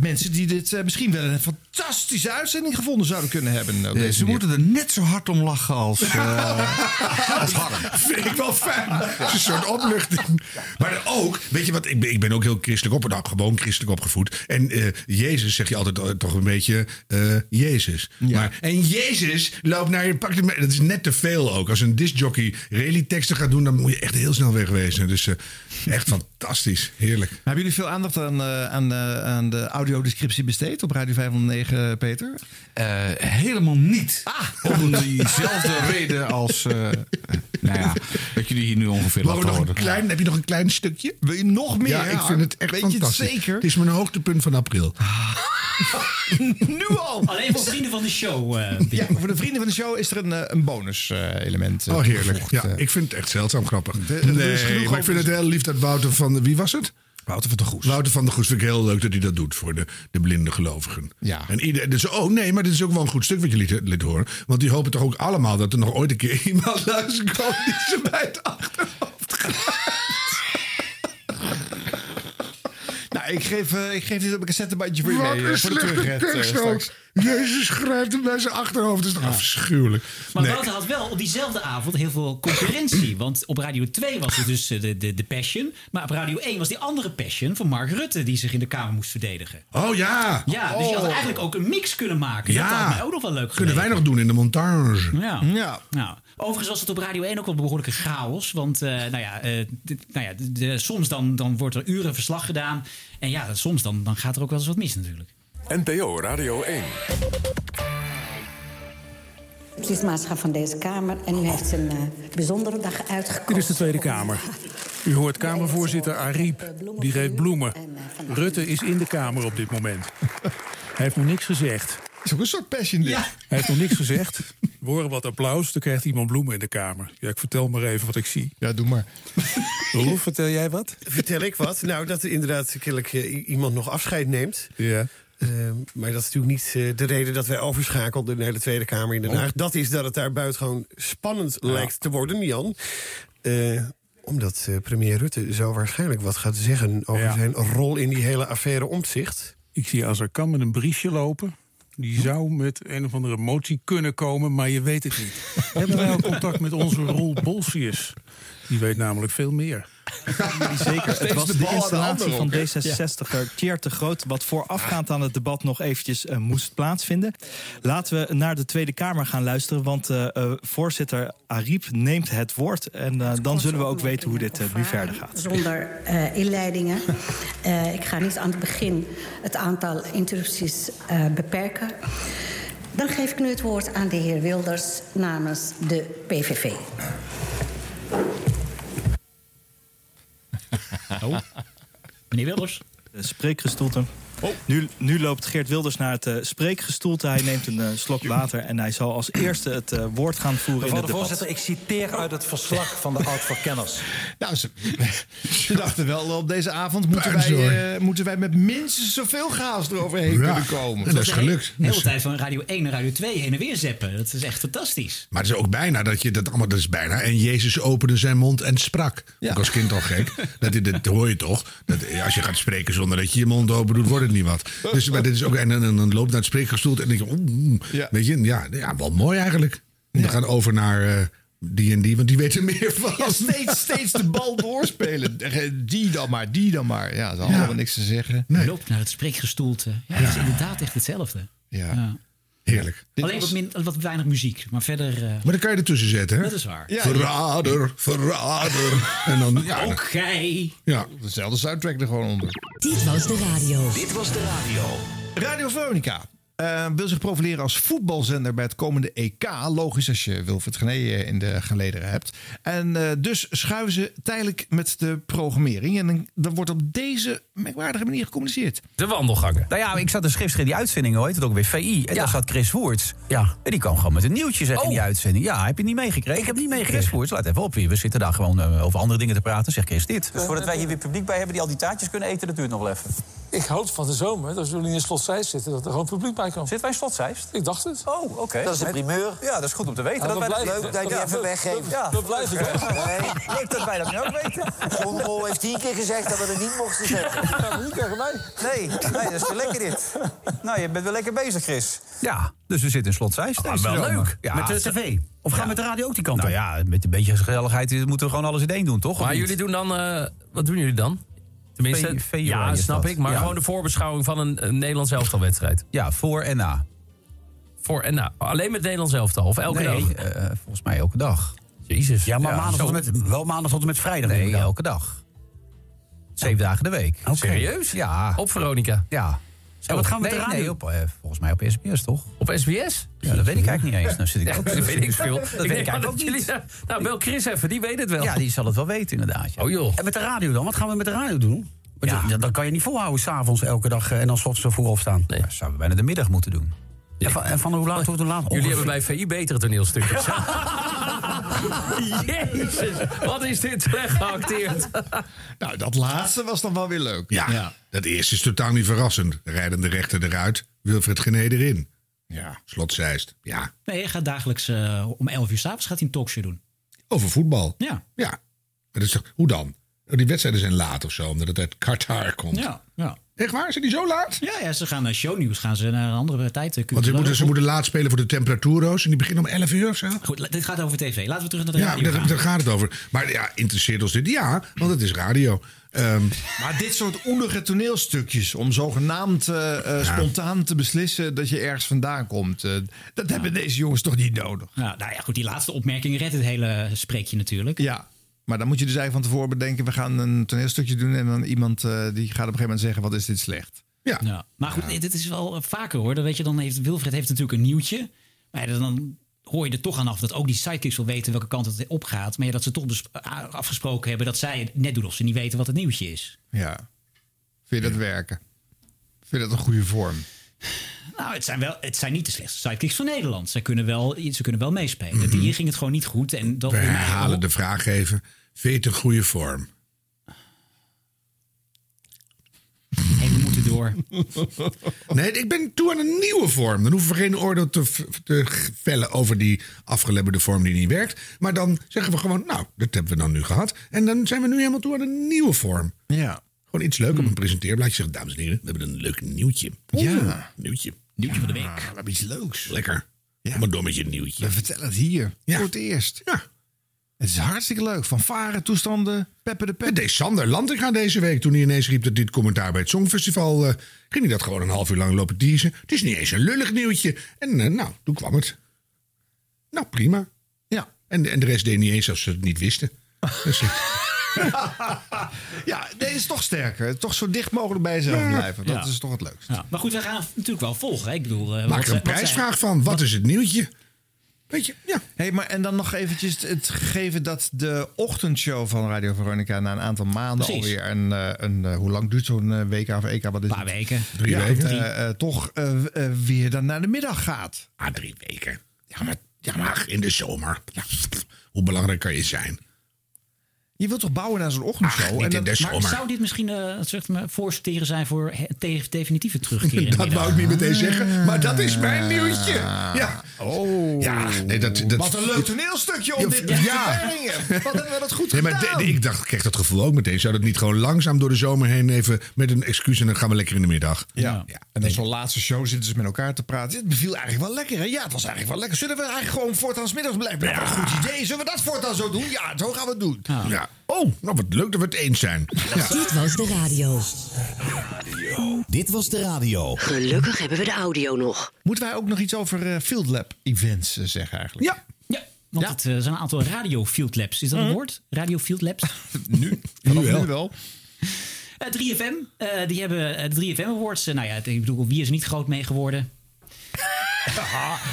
Speaker 1: mensen die dit eh, misschien wel een fantastische uitzending gevonden zouden kunnen hebben. op
Speaker 16: Eh,
Speaker 1: deze
Speaker 16: ze
Speaker 1: manier.
Speaker 16: moeten er net zo hard om lachen als, eh als Harm.
Speaker 2: Vind ik wel fijn. Het is een soort opluchting. Maar ook, weet je wat, ik ben, ik ben ook heel christelijk opgevoed. Nou, gewoon christelijk opgevoed. En eh, Jezus zeg je altijd eh, toch een beetje eh, Jezus. Maar, en Jezus loopt naar je pak. Dat is net te veel ook. Als een discjockey rally teksten gaat doen, dan moet je echt heel snel wegwezen. Dus eh, echt fantastisch. Heerlijk.
Speaker 1: Maar hebben jullie veel aandacht aan, eh, aan, eh, aan de audiodescriptie besteed op Radio 509, Peter?
Speaker 16: Eh,
Speaker 1: Ah.
Speaker 16: helemaal niet. Om diezelfde reden als. eh, nou ja, dat jullie hier nu ongeveer
Speaker 2: Mogen
Speaker 16: laten
Speaker 2: we nog
Speaker 16: horen.
Speaker 2: een klein, heb je nog een klein stukje?
Speaker 1: Wil je nog
Speaker 16: meer,
Speaker 2: Ja, ik
Speaker 16: Harm?
Speaker 2: vind het echt
Speaker 16: Weet je het
Speaker 2: fantastisch.
Speaker 16: zeker?
Speaker 2: Het is mijn hoogtepunt van april.
Speaker 1: nu al!
Speaker 7: Alleen voor vrienden van de show. eh,
Speaker 1: Ja, voor de vrienden van de show is er een, eh, een bonus-element.
Speaker 2: Oh, heerlijk. Ja, ik vind het echt zeldzaam grappig.
Speaker 1: eh. er is genoeg
Speaker 2: nee, maar
Speaker 1: over
Speaker 2: ik vind het
Speaker 1: te-
Speaker 2: heel lief dat Wouter van... de- Wie was het? Wouter van de Goes. Wouter van de Goes vind ik heel leuk dat hij dat doet voor de, de blinde gelovigen.
Speaker 1: Ja.
Speaker 2: En ieder, dus, oh nee, maar dit is ook wel een goed stuk wat je liet, liet horen. Want die hopen toch ook allemaal dat er nog ooit een keer iemand luistert komt die ze bij het achterhoofd
Speaker 1: Nou, ik geef, eh, ik geef dit op een cassettebandje voor je
Speaker 2: Wat
Speaker 1: mee. eh,
Speaker 2: een
Speaker 1: voor de
Speaker 2: slechte
Speaker 1: terugrit, eh,
Speaker 2: tekst
Speaker 1: straks.
Speaker 2: ook. Jezus grijpt hem bij zijn achterhoofd. dus Dat is toch afschuwelijk.
Speaker 7: Maar
Speaker 2: Nee.
Speaker 7: Wouter had wel op diezelfde avond heel veel concurrentie. Want op Radio 2 was het dus eh, de, de, de Passion. Maar op Radio 1 was die andere Passion van Mark Rutte... die zich in de Kamer moest verdedigen.
Speaker 2: Oh ja.
Speaker 7: Ja, dus je had
Speaker 2: Oh.
Speaker 7: eigenlijk ook een mix kunnen maken. Dat had mij ook nog wel leuk
Speaker 2: Kunnen wij
Speaker 7: geleken.
Speaker 2: nog doen in de montage.
Speaker 7: Ja. Nou, overigens was het op Radio 1 ook wel behoorlijke chaos. Want eh, nou ja, eh, dit- nou ja de- de- soms dan, dan wordt er uren verslag gedaan. En ja, soms dan, dan gaat er ook wel eens wat mis natuurlijk.
Speaker 17: NPO Radio 1.
Speaker 19: Bestuursmaatschap van deze Kamer. En u heeft een eh, bijzondere dag uitgekozen.
Speaker 17: Dit is de Tweede Kamer. U hoort Kamervoorzitter Ariep. Die geeft bloemen. Rutte is in de Kamer op dit moment. Hij heeft nog niks gezegd. Het
Speaker 1: is ook een soort passion dit.
Speaker 17: Hij heeft nog niks gezegd. We horen wat applaus, dan krijgt iemand bloemen in de Kamer. Ja, ik vertel maar even wat ik zie.
Speaker 1: Ja, doe maar.
Speaker 17: Roelof, vertel jij wat?
Speaker 6: Vertel ik wat? Nou, dat er inderdaad kennelijk eh, i- iemand nog afscheid neemt.
Speaker 17: Ja.
Speaker 6: Ehm, maar dat is natuurlijk niet eh, de reden dat wij overschakelden naar de Tweede Kamer
Speaker 1: Oh.
Speaker 6: in Den Haag. Dat is dat het daar buitengewoon spannend lijkt te worden, Jan. Eh, omdat eh, premier Rutte zo waarschijnlijk wat gaat zeggen over
Speaker 17: Ja.
Speaker 6: oh, zijn rol in die hele affaire omzicht. Hm.
Speaker 17: Ik zie Azarkan met een briefje lopen. Die zou met een of andere motie kunnen komen, maar je weet het niet. Hebben wij al contact met onze Roel Bolsius? Die weet namelijk veel meer.
Speaker 29: Zeker. Het was de, installatie van
Speaker 17: Ja.
Speaker 29: D66er Tjeerd de Groot... wat voorafgaand aan het debat nog eventjes eh, moest plaatsvinden. Laten we naar de Tweede Kamer gaan luisteren... want eh, eh, voorzitter Ariep neemt het woord... en eh, dan zullen we ook weten hoe dit eh, nu verder gaat.
Speaker 19: Zonder eh, inleidingen. Eh, ik ga niet aan het begin het aantal interrupties eh, beperken. Dan geef ik nu het woord aan de heer Wilders namens de PVV.
Speaker 7: Oh. Meneer Wilders.
Speaker 29: De spreekgestoelte. Nu, nu loopt Geert Wilders naar het eh, spreekgestoelte. Hij neemt een eh, slok water en hij zal als eerste het eh, woord gaan voeren in
Speaker 8: Mevrouw
Speaker 29: het
Speaker 8: de
Speaker 29: debat.
Speaker 8: voorzitter, ik citeer uit het verslag van de oud-verkenners.
Speaker 1: Nou, ze, ze dachten wel, op deze avond moeten wij, eh, moeten wij met minstens zoveel chaos eroverheen kunnen komen.
Speaker 7: De
Speaker 1: Dus-
Speaker 7: hele tijd van Radio 1 naar Radio 2 heen en weer zeppen. Dat is echt fantastisch.
Speaker 2: Maar het is ook bijna dat je dat allemaal. Dat is bijna. En Jezus opende zijn mond en sprak. Ook als kind al gek. Dat, dit- dat hoor je toch? Dat, als je gaat spreken zonder dat je je mond open doet, wordt het niet wat. Dus maar dit is ook. En dan- dan dan loopt naar het spreekgestoel en dan denk je. oeh, oeh. Weet je, ja, ja, wel mooi eigenlijk. En We gaan over naar eh, die en die, want die weten meer van.
Speaker 1: Ja, steeds, steeds de bal doorspelen. Die dan maar, die dan maar. Ja, ze hadden wel niks te zeggen.
Speaker 7: Loopt naar het spreekgestoelte. Ja, Het is inderdaad echt hetzelfde.
Speaker 1: Ja.
Speaker 2: Heerlijk.
Speaker 7: Alleen wat, min- wat weinig muziek. Maar verder... eh,
Speaker 2: Maar dan kan je ertussen zetten, hè?
Speaker 7: Dat is waar. Ja.
Speaker 2: verrader, verrader. En dan. Ja,
Speaker 7: Ook gij.
Speaker 2: Ja,
Speaker 1: dezelfde soundtrack er gewoon onder.
Speaker 10: Dit was de radio.
Speaker 1: Dit was de radio. Radio Veronica. eh, wil zich profileren als voetbalzender bij het komende EK. Logisch als je Wilfried Gené eh, in de gelederen hebt. En eh, dus schuiven ze tijdelijk met de programmering. En dan, dan wordt op deze merkwaardige manier gecommuniceerd.
Speaker 8: De wandelgangen. Nou ja, ik zat een schriftschrift in die uitzending, hoor. heet het ook weer VI. En daar zat Chris Woerts. Ja. En die kwam gewoon met een nieuwtje, zeg, in die uitzending. Ja, heb je niet meegekregen? Ik heb niet meegekregen. Chris Woerts, laat even op. We zitten daar gewoon eh, over andere dingen te praten. Zeg Chris dit.
Speaker 30: Dus voordat wij hier weer publiek bij hebben die al die taartjes kunnen eten, dat duurt nog wel even.
Speaker 8: Ik houd van de zomer, dat jullie in een slotzijs zitten, dat er gewoon publiek bij
Speaker 25: Blijkamp.
Speaker 8: Zitten wij in Slotseist?
Speaker 25: Ik dacht het.
Speaker 8: Oh, oké. Dat is een primeur. Ja, dat is goed om te weten. Ja, dat wij blijf ik. Leuk dat je die even
Speaker 26: weggeeft.
Speaker 8: Ja.
Speaker 26: Dat blijf ik ook.
Speaker 8: Nee, leuk dat wij dat nu ook weten.
Speaker 26: Gondrol heeft tien keer gezegd dat we het niet mochten zeggen.
Speaker 8: niet tegen mij. Nee, nee, dat is wel lekker dit. Nou, je bent wel lekker bezig, Chris. Ja, dus we zitten in Slot Zeist. Ah, wel leuk. Met de tv.
Speaker 18: Of gaan we
Speaker 8: met
Speaker 18: de radio ook die kant
Speaker 8: nou
Speaker 18: op?
Speaker 8: ja, met een beetje gezelligheid eh, moeten we gewoon alles in één doen, toch? Of
Speaker 18: Maar
Speaker 8: niet?
Speaker 18: jullie doen dan... eh, wat doen jullie dan? Tenminste,
Speaker 8: V- VUI
Speaker 18: ja,
Speaker 8: is
Speaker 18: snap
Speaker 8: dat.
Speaker 18: ik. Maar
Speaker 8: Ja.
Speaker 18: gewoon de voorbeschouwing van een, een Nederlands elftalwedstrijd.
Speaker 8: Ja, voor en na.
Speaker 18: Voor en na. Alleen met Nederlands elftal? Of elke
Speaker 8: Nee,
Speaker 18: dag?
Speaker 8: eh, volgens mij elke dag.
Speaker 18: Jezus.
Speaker 8: Ja,
Speaker 18: maar
Speaker 8: maandag tot en met, wel maandag tot en met vrijdag. Nee, elke dag. Zeven dagen de week.
Speaker 18: Serieus?
Speaker 8: Ja.
Speaker 18: Op Veronica?
Speaker 8: Ja.
Speaker 18: En wat gaan we
Speaker 8: nee,
Speaker 18: eraan
Speaker 8: nee,
Speaker 18: doen?
Speaker 8: op, eh, volgens mij op SBS, toch?
Speaker 18: Op SBS?
Speaker 8: Ja, dat weet ik eigenlijk niet eens. Nou zit ik
Speaker 18: Ja,
Speaker 8: ook
Speaker 18: dat weet ik veel.
Speaker 8: Dat
Speaker 18: Ik
Speaker 8: weet ik
Speaker 18: denk
Speaker 8: eigenlijk
Speaker 18: dat
Speaker 8: ook
Speaker 18: jullie-
Speaker 8: niet.
Speaker 18: Nou, bel Chris even, die weet het wel.
Speaker 8: Ja, die zal het wel weten, inderdaad. ja.
Speaker 18: Oh joh. En
Speaker 8: met
Speaker 18: de
Speaker 8: radio dan?
Speaker 18: Wat gaan we met de radio doen? Want
Speaker 8: Ja.
Speaker 18: dat- dat kan je niet volhouden, s'avonds elke dag eh, en dan ochtends zo vroeg opstaan. Nee.
Speaker 8: Dat zouden we bijna de middag moeten doen.
Speaker 18: En, van, hoe laat tot hoe laat? Jullie hebben bij VI betere toneelstukken. Jezus, wat is dit slecht geacteerd.
Speaker 2: Nou, dat laatste was dan wel weer leuk. Ja, dat eerste is totaal niet verrassend. Rijden de rechter eruit, Wilfred Gené erin. Ja. Slot Zeist, ja.
Speaker 7: Nee, hij gaat dagelijks eh, om 11 uur s'avonds gaat hij een talkshow doen.
Speaker 2: Over voetbal.
Speaker 7: Ja.
Speaker 2: Ja. Maar dat is toch, hoe dan? Oh, Die wedstrijden zijn laat of zo, omdat het uit Qatar komt.
Speaker 7: Ja, ja.
Speaker 2: Echt waar? Zijn die zo laat?
Speaker 7: Ja, ja ze gaan naar shownieuws. Gaan ze naar een andere tijd. eh,
Speaker 2: Want ze moeten, ze
Speaker 7: culturele-
Speaker 2: moeten laat spelen voor de temperaturo's en die beginnen om 11 uur of zo.
Speaker 7: Goed, la- dit gaat over tv. Laten we terug naar de
Speaker 2: Ja,
Speaker 7: radio
Speaker 2: daar,
Speaker 7: gaan.
Speaker 2: daar gaat het over. Maar ja, interesseert ons dit? Ja, want het is radio. Ehm,
Speaker 1: Maar dit soort oenige toneelstukjes om zogenaamd eh, eh, spontaan te beslissen dat je ergens vandaan komt. eh, dat hebben deze jongens toch niet nodig.
Speaker 7: Ja, nou ja, goed, die laatste opmerking redt het hele spreekje natuurlijk.
Speaker 1: Ja, maar dan moet je dus eigenlijk van tevoren bedenken, we gaan een toneelstukje doen en dan iemand eh, die gaat op een gegeven moment zeggen, wat is dit slecht?
Speaker 2: Ja.
Speaker 7: Maar goed, dit is wel eh, vaker hoor. Dan weet je, dan heeft Wilfred heeft natuurlijk een nieuwtje. Maar ja, dan hoor je er toch aan af dat ook die sidekicks wil weten welke kant het op gaat. Maar ja, dat ze toch bes- a- afgesproken hebben dat zij het net doen of ze niet weten wat het nieuwtje is.
Speaker 1: Ja. Vind je dat werken? Vind je dat een goede vorm?
Speaker 7: Nou, het zijn, wel, het zijn niet de slechtste sidekicks van Nederland. Zij kunnen wel, ze kunnen wel meespelen. Hier ging het gewoon niet goed. En dat
Speaker 2: Mhm. We herhalen de vraag even. Vind je het een goede vorm?
Speaker 7: Hey, we moeten door.
Speaker 2: Nee, ik ben toe aan een nieuwe vorm. Dan hoeven we geen oordeel te, v- te g- vellen over die afgelebberde vorm die niet werkt. Maar dan zeggen we gewoon, nou, dat hebben we dan nu gehad. En dan zijn we nu helemaal toe aan een nieuwe vorm.
Speaker 1: Ja.
Speaker 2: Gewoon iets leuks op een presenteerblaadje. Zeggen, dames en heren, we hebben een leuk nieuwtje.
Speaker 1: Ja.
Speaker 2: Nieuwtje. Nieuwtje
Speaker 7: van de week.
Speaker 2: Ah, We hebben iets leuks. Lekker. Ja. Maar door met je nieuwtje.
Speaker 1: We vertellen het hier. Voor het eerst.
Speaker 2: Ja.
Speaker 1: Het is hartstikke leuk. Van varen, toestanden, peppen de pep.
Speaker 2: Het deed Sander Lantinga deze week toen hij ineens riep dat dit commentaar bij het Songfestival... eh, ging hij dat gewoon een half uur lang lopen teasen. Het is niet eens een lullig nieuwtje. En eh, nou, toen kwam het. Nou, prima.
Speaker 1: Ja.
Speaker 2: En, en de rest deed niet eens als ze het niet wisten. Dus, eh,
Speaker 1: Ja, dit is toch sterker. Toch zo dicht mogelijk bij jezelf
Speaker 2: Ja.
Speaker 1: blijven. Dat
Speaker 7: Ja.
Speaker 1: is toch het leukste.
Speaker 7: Ja, maar goed, we gaan natuurlijk wel volgen. hè. Ik bedoel, eh, wat
Speaker 2: maak er een
Speaker 7: zij- wat
Speaker 2: prijsvraag van. Wat is het nieuwtje? Weet je, ja.
Speaker 1: Hey, maar en dan nog eventjes het gegeven dat de ochtendshow van Radio Veronica na een aantal maanden
Speaker 7: Precies.
Speaker 1: alweer een, eh, een eh, hoe lang duurt zo'n eh, WK of EK? Wat is
Speaker 7: paar weken.
Speaker 2: Drie weken.
Speaker 1: toch eh, eh, weer dan naar de middag gaat.
Speaker 2: Ah, drie weken. Ja, maar, ja, maar in de zomer. Ja, pff, hoe belangrijk kan je zijn?
Speaker 1: Je wilt toch bouwen naar zo'n ochtendshow?
Speaker 2: Ach, niet in de
Speaker 7: Oh, Maar
Speaker 2: zomer.
Speaker 7: zou dit misschien eh zeg maar, voorsorteren zijn voor he- tegen definitieve Ah. terugkeer? in de
Speaker 2: Dat
Speaker 7: middag?
Speaker 2: wou ik niet meteen zeggen, maar dat is mijn nieuwtje. Ja.
Speaker 1: Oh.
Speaker 2: Ja, nee, dat, dat,
Speaker 1: Wat een leuk toneelstukje om
Speaker 2: Ja,
Speaker 1: dit te
Speaker 2: ja.
Speaker 1: brengen. Wat hebben we dat goed
Speaker 2: Nee, maar
Speaker 1: gedaan.
Speaker 2: de- de- ik dacht, ik kreeg dat gevoel ook meteen. Zou dat niet gewoon langzaam door de zomer heen even met een excuus en dan gaan we lekker in de middag?
Speaker 1: Ja. En dan zo'n laatste show zitten ze met elkaar te praten. Het beviel eigenlijk wel lekker, hè? Ja, het was eigenlijk wel lekker. Zullen we eigenlijk gewoon voortaan 's middags blijven? Ja. Wat een goed idee. Zullen we dat voortaan zo doen? Ja, zo gaan we het doen.
Speaker 2: Ja. Oh, nou wat leuk dat we het eens zijn. Ja.
Speaker 10: Dit was de radio.
Speaker 24: Dit was de radio.
Speaker 10: Gelukkig hebben we de audio nog.
Speaker 1: Moeten wij ook nog iets over eh, Field Lab events eh, zeggen eigenlijk?
Speaker 2: Ja.
Speaker 7: Ja, want het eh, zijn een aantal radio field labs. Is dat een woord? Radio field labs?
Speaker 1: Nu. Nu wel.
Speaker 7: Eh, 3FM, eh, die hebben eh, de 3FM Awards. Eh, nou ja, het- ik bedoel, wie is er niet groot mee geworden?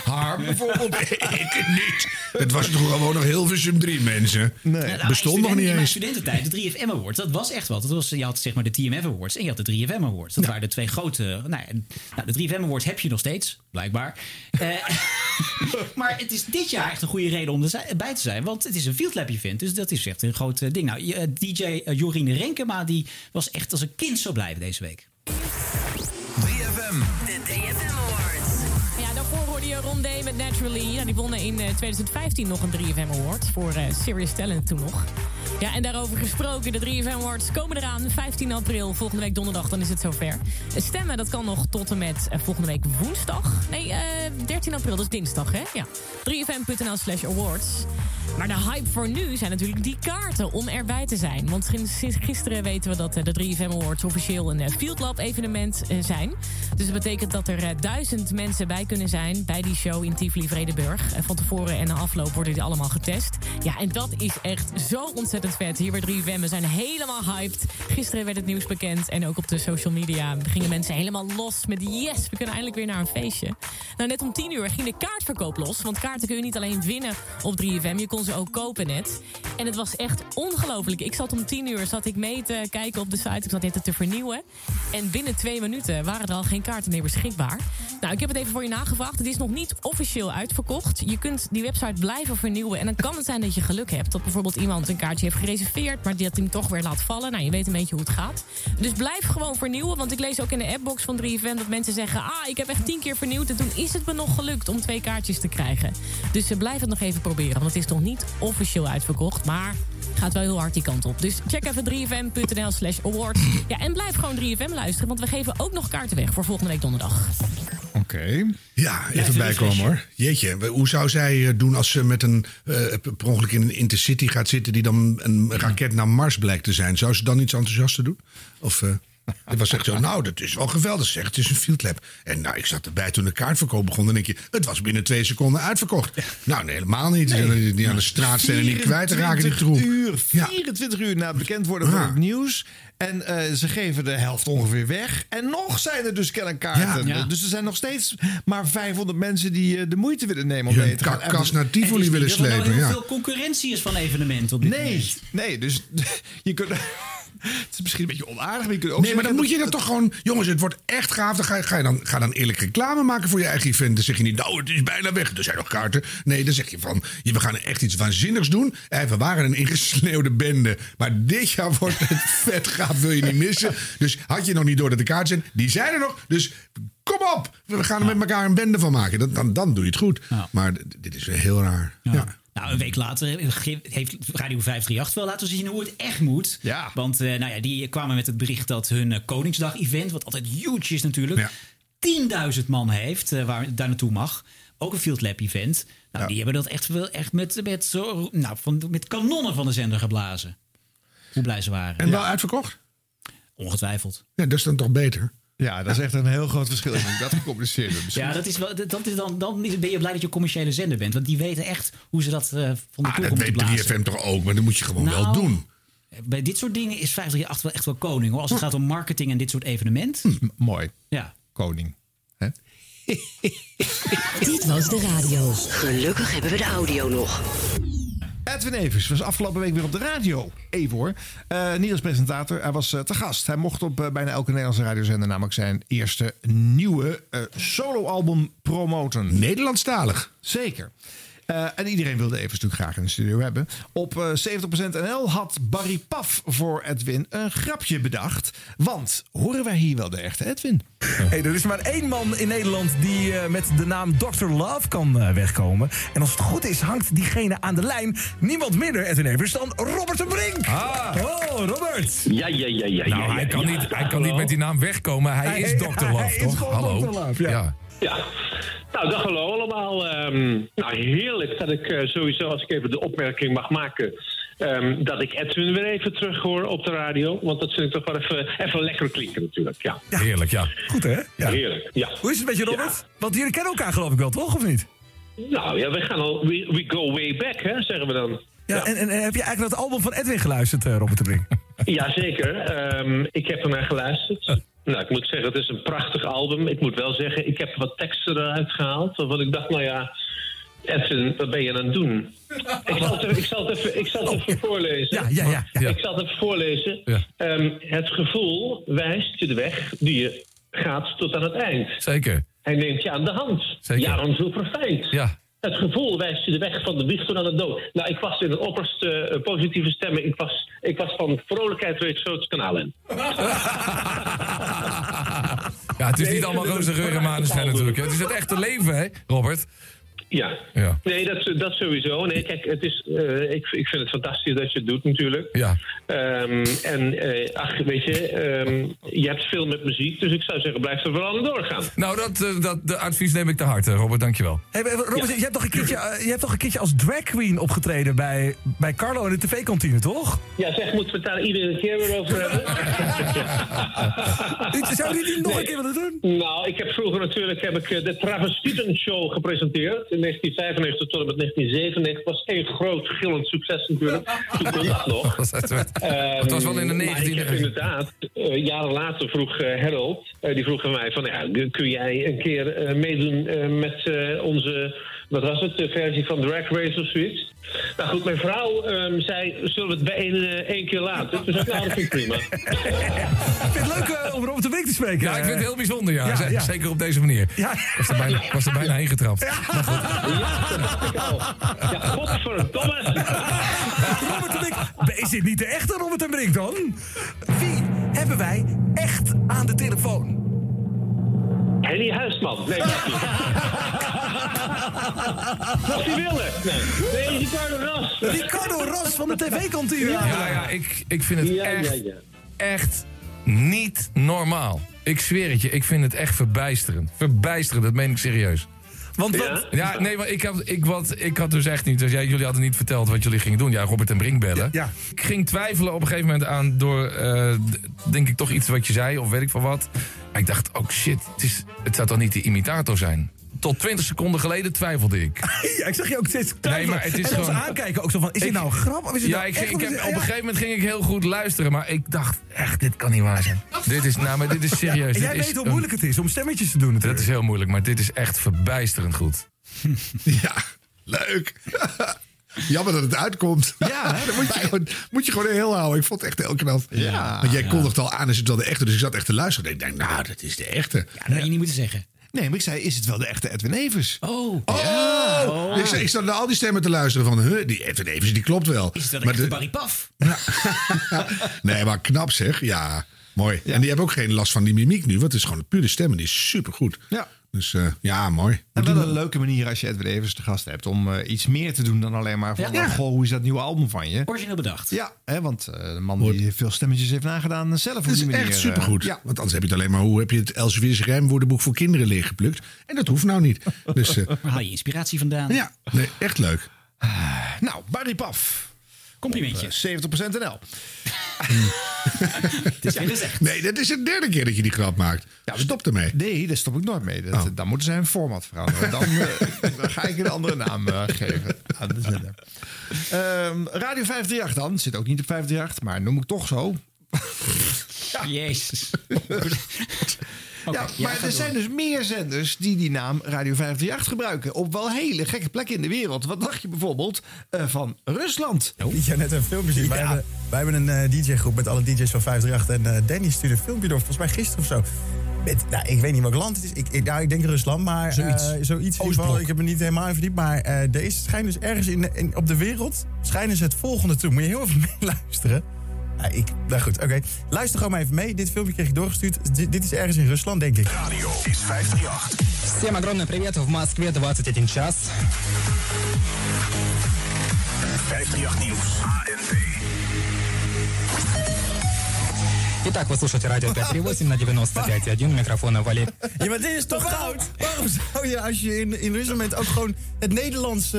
Speaker 2: Haar bijvoorbeeld. ik niet. Het was toch gewoon nog Hilversum 3, mensen.
Speaker 7: Nou, nou,
Speaker 2: Bestond
Speaker 7: in
Speaker 2: nog
Speaker 7: student-
Speaker 2: niet
Speaker 7: In mijn
Speaker 2: eens.
Speaker 7: studententijd, de 3FM Awards, dat was echt wat. Dat was, je had zeg maar de TMF Awards en je had de 3FM Awards. Dat waren de twee grote... Nou, ja, nou, de 3FM Awards heb je nog steeds, blijkbaar. Eh, maar het is dit jaar echt een goede reden om erbij te zijn. Want het is een Field Lab event, dus dat is echt een groot eh, ding. Nou, je, eh, DJ eh, Jorien Renkema, die was echt als een kind zo blij deze week.
Speaker 10: 3FM. De 3FM Awards.
Speaker 31: Naturally. Nou, die wonnen in eh, 2015 nog een 3FM Award. Voor eh, Serious Talent toen nog. Ja, en daarover gesproken, de 3FM Awards komen eraan. 15 april, volgende week donderdag, dan is het zover. Eh, Stemmen, dat kan nog tot en met eh, volgende week woensdag. Nee, eh, 13 april, dat is dinsdag, hè? Ja. 3FM.nl slash awards. Maar de hype voor nu zijn natuurlijk die kaarten om erbij te zijn. Want sinds gisteren weten we dat eh, de 3FM Awards officieel een eh, Field Lab evenement eh, zijn. Dus dat betekent dat er eh, duizend mensen bij kunnen zijn bij die show in Tivoli Vredenburg. Eh, Van tevoren en na afloop worden die allemaal getest. Ja, en dat is echt zo ontzettend vet. Hier bij 3FM, we zijn helemaal hyped. Gisteren werd het nieuws bekend en ook op de social media gingen mensen helemaal los met yes, we kunnen eindelijk weer naar een feestje. Nou, net om 10 uur ging de kaartverkoop los, want kaarten kun je niet alleen winnen op 3FM, je kon ze ook kopen net. En het was echt ongelooflijk. Ik zat om 10 uur zat ik mee te kijken op de site, ik zat net het te vernieuwen. En binnen twee minuten waren er al geen kaarten meer beschikbaar. Nou, ik heb het even voor je nagevraagd. Het is nog niet officieel uitverkocht. Je kunt die website blijven vernieuwen. En dan kan het zijn dat je geluk hebt. Dat bijvoorbeeld iemand een kaartje heeft gereserveerd... maar die dat hem toch weer laat vallen. Nou, je weet een beetje hoe het gaat. Dus blijf gewoon vernieuwen. Want ik lees ook in de appbox van 3FM dat mensen zeggen... ah, ik heb echt tien keer vernieuwd en toen is het me nog gelukt... om twee kaartjes te krijgen. Dus ze blijven het nog even proberen. Want het is nog niet officieel uitverkocht. Maar gaat wel heel hard die kant op. Dus check even 3fm.nl slash awards. Ja, en blijf gewoon 3fm luisteren. Want we geven ook nog kaarten weg voor volgende week donderdag.
Speaker 2: Oké. Ja,
Speaker 31: Blijf
Speaker 2: even
Speaker 31: in
Speaker 2: bijkomen
Speaker 31: de
Speaker 2: hoor. Jeetje, we- hoe zou zij eh, doen als ze met een eh, per ongeluk in een intercity gaat zitten... die dan een raket naar Mars blijkt te zijn? Zou ze dan iets enthousiaster doen? Of... eh dat was echt zo, nou, dat is wel geweldig. Zeg, het is een field lab. En nou, ik zat erbij toen de kaartverkoop begon. Dan denk je, het was binnen twee seconden uitverkocht. Nou, nee, helemaal niet. Ze zijn die aan de straat zijn en die kwijt te raken, die
Speaker 1: 24
Speaker 2: troep.
Speaker 1: Uur, 24 uur na het bekend worden van het nieuws. En eh, ze geven de helft ongeveer weg. En nog zijn er dus kennelijk kaarten.
Speaker 2: Ja. Ja.
Speaker 1: Dus er zijn nog steeds maar 500 mensen die eh, de moeite willen nemen om
Speaker 2: Hun
Speaker 1: mee te gaan. En
Speaker 2: karkas
Speaker 1: we-
Speaker 2: naar Tivoli
Speaker 1: Het is
Speaker 2: willen
Speaker 1: niet dat er nou
Speaker 2: slepen,
Speaker 1: heel
Speaker 2: ja.
Speaker 1: veel
Speaker 7: concurrentie is van evenementen op dit
Speaker 1: Nee, nee, dus je kunt... Het is misschien een beetje onaardig, maar je kunt ook
Speaker 2: Nee, maar dan moet je dat toch gewoon... Jongens, het wordt echt gaaf. Dan ga, je- ga je dan, ga dan eerlijk reclame maken voor je eigen event. Dan zeg je niet, nou, het is bijna weg. Er zijn nog kaarten. Nee, dan zeg je van, je, we gaan echt iets waanzinnigs doen. En we waren een ingesneeuwde bende. Maar dit jaar wordt het vet gaaf, wil je niet missen. Dus had je nog niet door dat de kaarten zijn? Die zijn er nog, dus... Kom op, we gaan er met elkaar een bende van maken. Dan, dan, dan doe je het goed. Maar d- dit is weer heel raar. Ja.
Speaker 7: Nou, een week later ge- heeft Radio 538 wel laten zien hoe het echt moet. Want eh, nou ja, die kwamen met het bericht dat hun eh, Koningsdag-event, wat altijd huge is natuurlijk, 10.000 man heeft eh, waar daar naartoe mag. Ook een Field Lab-event. Nou, die hebben dat echt, wel, echt met, met, zo, nou, van, met kanonnen van de zender geblazen. Hoe blij ze waren.
Speaker 2: En wel uitverkocht?
Speaker 7: Ongetwijfeld.
Speaker 2: Ja, dat is dan toch beter?
Speaker 7: Ah,
Speaker 1: Ja, dat is echt een heel groot verschil. Dat gecompliceerd
Speaker 7: Ja, dat is wel, dat- dat is dan, dan ben je blij dat je een commerciële zender bent. Want die weten echt hoe ze dat eh, van de
Speaker 2: Ah,
Speaker 7: toekomst
Speaker 2: dat
Speaker 7: moeten blazen.
Speaker 2: weet 3FM toch ook, maar dat moet je gewoon wel
Speaker 7: Nou,
Speaker 2: doen. Hm.
Speaker 7: Bij dit soort dingen is 538 wel echt wel koning. Hoor. Als het gaat om marketing en dit soort evenement.
Speaker 1: mooi.
Speaker 7: Ja.
Speaker 1: Koning.
Speaker 10: Dit was de radio. Gelukkig hebben we de
Speaker 14: Nou
Speaker 10: audio nog.
Speaker 1: Edwin Evers was afgelopen week weer op de radio. Even hoor. Eh, niet als presentator, hij was eh, te gast. Hij mocht op eh, bijna elke Nederlandse radiozender namelijk zijn eerste nieuwe eh, soloalbum promoten.
Speaker 2: Nederlandstalig.
Speaker 1: Zeker. Eh, en iedereen wilde Evers natuurlijk graag in de studio hebben. Op eh, 70% NL had Barry Paf voor Edwin een grapje bedacht. Want horen wij hier wel de echte Edwin?
Speaker 14: Hey, er is maar één man in Nederland die eh, met de naam Dr. Love kan eh, wegkomen. En als het goed is, hangt diegene aan de lijn niemand minder, Edwin Evers, dan Robert de Brink.
Speaker 25: Ah.
Speaker 14: Oh, Robert.
Speaker 25: Ja, ja, ja, ja.
Speaker 14: Nou, hij kan, niet, hij kan niet met die naam wegkomen. Hij,
Speaker 25: Hij-
Speaker 14: is Dr.
Speaker 25: hij
Speaker 14: Love,
Speaker 25: is
Speaker 14: toch?
Speaker 25: gewoon
Speaker 14: Hallo.
Speaker 25: Dr. Love, ja.
Speaker 11: Ja. Nou, dag hallo allemaal. Ehm, nou, heerlijk dat ik eh, sowieso, als ik even de opmerking mag maken... ehm, dat ik Edwin weer even terug hoor op de radio. Want dat vind ik toch wel even, even lekker klinken natuurlijk, ja.
Speaker 14: Heerlijk, ja. Goed, hè? Ja.
Speaker 11: Heerlijk, ja.
Speaker 14: Hoe is het met je, Robert? Want jullie kennen elkaar geloof ik wel, toch? Of niet?
Speaker 11: Nou ja, we gaan al... We, we go way back, hè, zeggen we dan.
Speaker 14: Ja, En, en, en heb je eigenlijk dat album van Edwin geluisterd, eh, Robert de Brink?
Speaker 11: Jazeker, Ehm ik heb ernaar geluisterd. Nou, ik moet zeggen, het is een prachtig album. Ik moet wel zeggen, ik heb wat teksten eruit gehaald. Waarvan ik dacht, nou ja, Edwin, wat ben je aan het doen? Ik zal het even, ik zal het even, ik zal het even voorlezen.
Speaker 14: Ja, ja, ja.
Speaker 11: Ik zal het even voorlezen. Ehm, het gevoel wijst je de weg die je gaat tot aan het eind.
Speaker 14: Zeker.
Speaker 11: Hij neemt je aan de hand.
Speaker 14: Zeker.
Speaker 11: Jaron Zulverfeind.
Speaker 14: Ja.
Speaker 11: Het gevoel wijst je de weg van de wieg tot aan de dood. Nou, ik was in de opperste eh, positieve stemmen. Ik was, ik was van vrolijkheid weer het grootste kanaal in.
Speaker 14: Ja, het is
Speaker 11: Nee,
Speaker 14: niet allemaal
Speaker 11: dat is
Speaker 14: roze
Speaker 11: een
Speaker 14: geur en maneschijn
Speaker 11: prachtig
Speaker 14: natuurlijk. hè. Het is het echte leven, hè, Robert?
Speaker 11: Ja. Nee, dat, dat sowieso. Nee, kijk, het is, eh, ik, ik vind het fantastisch dat je het doet natuurlijk.
Speaker 32: Ja.
Speaker 11: Ehm, en eh, ach, weet je, ehm, je hebt veel met muziek, dus ik zou zeggen, blijf er vooral aan doorgaan.
Speaker 32: Nou, dat, eh, dat de advies neem ik te hard, eh, Robert. Dankjewel. Hey, eh, Robert,
Speaker 11: Ja.
Speaker 32: je, hebt toch een keertje, eh, je hebt toch een keertje als drag queen opgetreden bij, bij Carlo in de tv-kantine, toch?
Speaker 11: Ja, zeg, moeten we het daar iedere keer weer over hebben?
Speaker 32: Zou die nog een keer willen
Speaker 11: doen? Nou, ik heb vroeger natuurlijk heb ik eh, de Travestieten Show gepresenteerd. In 1995 tot en met 1997. was één groot gillend succes natuurlijk. Toen kon dat nog.
Speaker 32: Het was wel in de
Speaker 11: Ehm, maar Ik
Speaker 32: 19e.
Speaker 11: heb inderdaad, eh, jaren later vroeg eh, Harold, eh, die vroeg aan mij van... Ja, kun jij een keer eh, meedoen eh, met eh, onze, wat was het, de versie van Drag Race of zoiets? Nou goed, mijn vrouw ehm, zei, zullen we het bij één, eh, één keer laten? Toen zei ik, nou, dat vind ik prima.
Speaker 32: Ik vind het leuk eh, om Robert de Wink te spreken.
Speaker 11: Ja, ik vind het heel
Speaker 32: bijzonder,
Speaker 11: ja. Z-
Speaker 32: Zeker op deze manier. Ja. Was er bijna, was er bijna heen getrapt. Robert en ik. Is dit niet de echte Robert en Brink dan? Wie hebben wij echt aan de telefoon?
Speaker 11: Henny Huisman. Nee, dat niet. Was die Wille? Nee. Nee, Ricardo Ras.
Speaker 32: Ricardo Ras van de TV-kantine.
Speaker 11: Ja,
Speaker 32: Ja, ja, ik, ik vind het echt, echt niet normaal. Ik zweer het je, ik vind het echt verbijsterend. Verbijsterend, dat meen ik serieus. Want wat? Ja, nee, maar ik had, ik, wat, ik had dus echt niet... Dus jij, jullie hadden niet verteld wat jullie gingen doen. Ja, Robert en Brink bellen. Ik ging twijfelen op een gegeven moment aan door... eh, d- denk ik toch iets wat je zei of weet ik van wat. Maar ik dacht, oh shit, het, is, het zou toch niet de imitator zijn? Tot 20 seconden geleden twijfelde ik.
Speaker 33: Ja, ik zag je ook steeds
Speaker 32: Nee,
Speaker 33: twijfelen.
Speaker 32: maar het is
Speaker 33: en ons
Speaker 32: gewoon-
Speaker 33: aankijken ook zo van, is dit
Speaker 32: Ik-
Speaker 33: nou een grap of is het
Speaker 32: ja,
Speaker 33: nou
Speaker 32: ik,
Speaker 33: echt,
Speaker 32: ik
Speaker 33: of is
Speaker 32: heb,
Speaker 33: het-
Speaker 32: op een
Speaker 33: ja.
Speaker 32: gegeven moment ging ik heel goed luisteren, maar ik dacht, echt, dit kan niet waar zijn. dit is, nou, maar dit is serieus.
Speaker 33: Ja, en
Speaker 32: Dit
Speaker 33: jij
Speaker 32: is
Speaker 33: weet hoe
Speaker 32: een-
Speaker 33: moeilijk het is om stemmetjes te doen
Speaker 32: Dat
Speaker 33: natuurlijk.
Speaker 32: is heel moeilijk, maar dit is echt verbijsterend goed.
Speaker 2: Ja, leuk. Jammer dat het uitkomt.
Speaker 1: Ja,
Speaker 2: dan moet je, gewoon, moet je gewoon heel houden. Ik vond het echt heel knap.
Speaker 1: Ja.
Speaker 2: Want jij kondigt al aan, is het wel de echte? Dus ik zat echt te luisteren. En ik denk, nou, dat is de echte.
Speaker 7: dat had je niet moeten zeggen.
Speaker 1: Nee, maar ik zei, is het wel de echte Edwin Evers?
Speaker 7: Oh.
Speaker 2: Oh! Ik, zat- ik zat naar al die stemmen te luisteren van, huh, die Edwin Evers, die klopt wel. Is
Speaker 7: dat
Speaker 2: maar
Speaker 7: de
Speaker 2: de-
Speaker 7: Barry Paf?
Speaker 2: Nee, maar knap zeg. Ja, mooi. En die hebben ook geen last van die mimiek nu, want het is gewoon pure stem en die is supergoed.
Speaker 1: Ja.
Speaker 2: Dus eh, ja, mooi.
Speaker 1: En wel een leuke manier als je Edwin Evers te gast hebt om eh, iets meer te doen dan alleen maar van, oh,
Speaker 2: Ja.
Speaker 1: goh, hoe is dat nieuwe album van je?
Speaker 7: Origineel bedacht.
Speaker 1: Ja, hè, want eh, de man die veel stemmetjes heeft nagedaan eh, zelf op
Speaker 2: Het is
Speaker 1: die manier.
Speaker 2: echt
Speaker 1: eh,
Speaker 2: supergoed.
Speaker 1: ja.
Speaker 2: Want anders heb je het alleen maar hoe heb je het Elsevier's rijmwoordenboek voor kinderen leeggeplukt. En dat hoeft nou niet. Dus eh,
Speaker 7: Waar haal je inspiratie vandaan?
Speaker 2: ja, nee, echt leuk.
Speaker 1: Nou, Barry Paf.
Speaker 7: Complimentje.
Speaker 1: Op, eh, 70% NL.
Speaker 2: Nee, dat is de derde keer dat je die grap maakt. Stop ermee. Oh.
Speaker 1: Nee, daar stop ik nooit mee. Dat, Dan moeten zij eh, een format veranderen. Dan, eh, dan ga ik een andere naam eh, geven aan de zender. Ehm, Radio 538 dan. Zit ook niet op 538, maar noem ik toch zo.
Speaker 7: Jezus.
Speaker 1: ja,
Speaker 7: ja,
Speaker 1: maar
Speaker 7: ga
Speaker 1: er
Speaker 7: door.
Speaker 1: zijn dus meer zenders die die naam Radio 538 gebruiken. Op wel hele gekke plekken in de wereld. Wat dacht je bijvoorbeeld eh, van Rusland?
Speaker 8: Ik heb Oh. net een filmpje zien. Wij, hebben, wij hebben een eh, DJ-groep met alle DJ's van 538. En eh, Danny stuurde een filmpje door, volgens mij gisteren of zo. Met, nou, ik weet niet welk land het is. Ik, ik, nou, ik denk Rusland, maar eh,
Speaker 6: Zoiets.
Speaker 8: zoiets in ieder geval. Ik heb me niet helemaal in verdiept. Maar eh deze schijnt dus ergens in, in- op de wereld schijnen ze het volgende toe. Moet je heel even meeluisteren. Nou, ik, nou goed, oké. Luister gewoon maar even mee. Dit filmpje kreeg ik doorgestuurd. Dit, dit is ergens in Rusland, denk ik. Radio is 538.
Speaker 6: Всем огромный привет. В Москве 21 час.
Speaker 20: 538 Nieuws. ANP.
Speaker 6: Итак, вы слушаете радио 538 на 95.1. Микрофона Валерий.
Speaker 8: Ja, maar dit is toch goud? Waarom zou je als je in, in Rusland bent ook gewoon het Nederlands...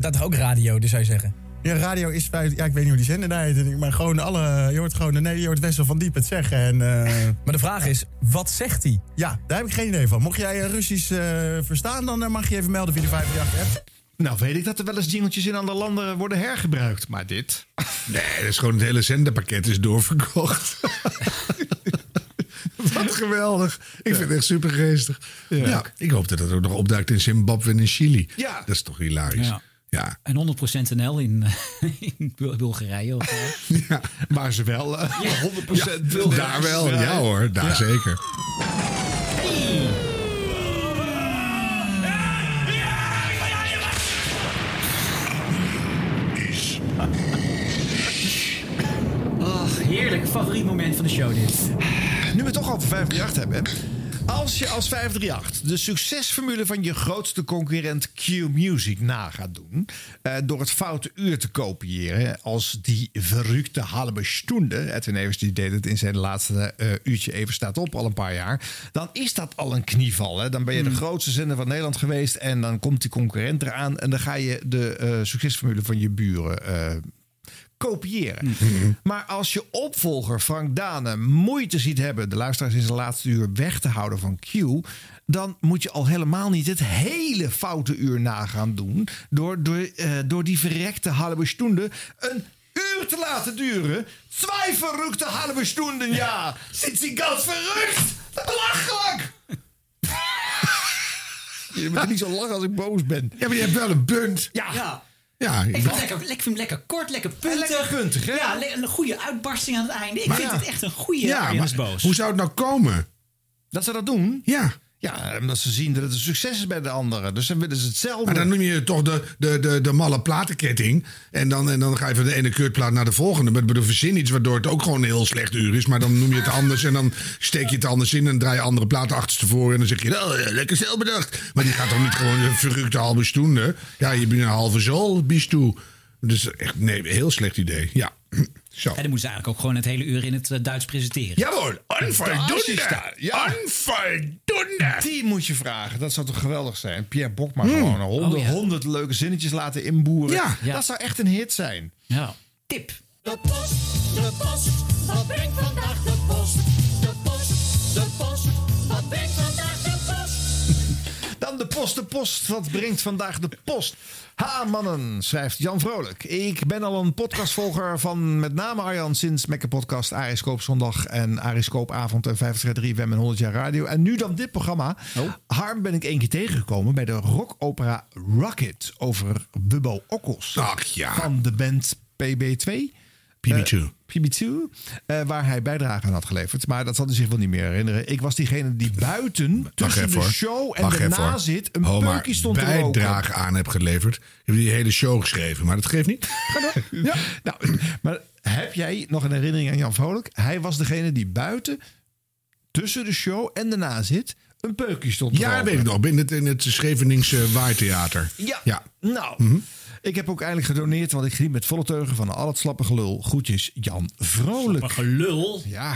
Speaker 8: dat is ook radio, dus zou je zeggen? Ja, radio is... vijf- Ja, ik weet niet hoe die zender daar heet. Maar gewoon alle... Je hoort gewoon... Nee, je hoort Wessel van Diep het zeggen. En, maar de vraag is, wat zegt hij? Ja, daar heb ik geen idee van. Mocht jij eh, Russisch eh, verstaan, dan eh, mag je even melden via de 538 app.
Speaker 1: Nou weet ik dat er wel eens jingeltjes in andere landen worden hergebruikt. Maar dit...
Speaker 2: Nee, dat is gewoon het hele zenderpakket is doorverkocht. Wat geweldig. Ik vind het echt super geestig. Ja. ik hoop dat dat ook nog opduikt in Zimbabwe en in Chili.
Speaker 7: Ja.
Speaker 2: Dat is toch hilarisch.
Speaker 7: Ja.
Speaker 2: Ja.
Speaker 7: En 100% NL in, in Bul- Bulgarije. Of, eh.
Speaker 1: Maar ze wel eh, 100% wil
Speaker 2: Daar wel, ja hoor, daar zeker.
Speaker 7: Ach, heerlijk. Favoriet moment van de show dit.
Speaker 1: Nu we het toch over 538 hebben. Als Als je als 538 de succesformule van je grootste concurrent Q-Music na gaat doen... eh, door het foute uur te kopiëren als die verrukte halve stunde... Edwin Evers die deed het in zijn laatste eh, uurtje even staat op al een paar jaar... dan is dat al een knieval. Hè? Dan ben je de grootste zender van Nederland geweest... en dan komt die concurrent eraan... en dan ga je de eh, succesformule van je buren... eh, kopiëren. Maar als je opvolger Frank Danen moeite ziet hebben de luisteraars in zijn laatste uur weg te houden van Q, dan moet je al helemaal niet het hele foute uur nagaan doen door, door, eh, door die verrekte halve stunde een uur te laten duren. Twee verrukte halve stunden, ja. Zit die gans verrukt? Belachelijk! Je moet niet zo lachen als ik boos ben. Ja, maar je hebt wel een punt. Ja.
Speaker 7: Ja.
Speaker 2: Ja,
Speaker 7: ik vind, het lekker, ik vind hem lekker kort, lekker puntig.
Speaker 2: lekker puntig, hè?
Speaker 7: Ja, le- een goede uitbarsting aan het einde. Ik
Speaker 2: Maar
Speaker 7: vind
Speaker 2: ja.
Speaker 7: het echt een goede...
Speaker 2: Ja, maar hoe zou het nou komen?
Speaker 1: Dat ze dat doen?
Speaker 2: Ja.
Speaker 1: Ja, omdat ze zien dat het een succes is bij de anderen. Dus dan willen ze hetzelfde.
Speaker 2: Maar dan noem je toch de, de, de, de malle platenketting. En dan, en dan ga je van de ene keurplaat naar de volgende. Maar ik bedoel, verzin iets waardoor het ook gewoon een heel slecht uur is. Maar dan noem je het anders en dan steek je het anders in. En draai je andere platen achterstevoren. En dan zeg je, nou, eh, lekker zelf bedacht. Maar die gaat toch niet gewoon een verrukte halve stoende. Ja, je bent een halve zool, bies toe. Dus echt, nee, heel slecht idee. Ja, zo.
Speaker 7: En dan moeten ze eigenlijk ook gewoon het hele uur in het eh, Duits presenteren.
Speaker 2: Jawohl,
Speaker 1: Daar is hij. Ja. Die moet je vragen. Dat zou toch geweldig zijn? Pierre Bokma
Speaker 2: Hmm.
Speaker 1: gewoon honderd,
Speaker 2: Oh, ja.
Speaker 1: honderd leuke zinnetjes laten inboeren.
Speaker 2: Ja. Ja.
Speaker 1: Dat zou echt een hit zijn.
Speaker 7: Ja.
Speaker 1: Tip.
Speaker 10: De post, de post, wat brengt vandaag de post? De post, de post, wat brengt vandaag de post?
Speaker 1: Dan de post, de post. Wat brengt vandaag de post? Ha, mannen, schrijft Jan Vrolijk. Ik ben al een podcastvolger van met name Arjan sinds Mekke Podcast, Ariscoop Zondag en Ariscoop Avond en 533 Wem en 100 jaar radio. En nu dan dit programma.
Speaker 2: Oh.
Speaker 1: Harm ben ik één keer tegengekomen bij de rockopera Rocket over Bubbo Okkels.
Speaker 2: Ach ja.
Speaker 1: Van de band PB2.
Speaker 2: PB2.
Speaker 1: Eh, PB2, eh, waar hij bijdrage aan had geleverd. Maar dat zal hij zich wel niet meer herinneren. Ik was diegene die buiten tussen
Speaker 2: even,
Speaker 1: de
Speaker 2: hoor.
Speaker 1: show en
Speaker 2: Wacht
Speaker 1: de
Speaker 2: even, hoor.
Speaker 1: nazit een
Speaker 2: Ho, maar
Speaker 1: peukje stond te roken.
Speaker 2: bijdrage aan heb geleverd. Ik heb die hele show geschreven, maar dat geeft niet.
Speaker 1: Ja. Nou, maar heb jij nog een herinnering aan Jan Vrolijk? Hij was degene die buiten tussen de show en de nazit een peukje stond te
Speaker 2: Ja,
Speaker 1: roken.
Speaker 2: dat weet ik nog. In het, in het Scheveningse Waaitheater.
Speaker 1: Ja.
Speaker 2: ja.
Speaker 1: Nou,
Speaker 2: Mhm.
Speaker 1: ik heb ook eindelijk gedoneerd, want ik geniet met volle teugen van al het slappe gelul. Groetjes, Jan Vrolijk. Slappe
Speaker 7: gelul?
Speaker 1: Ja.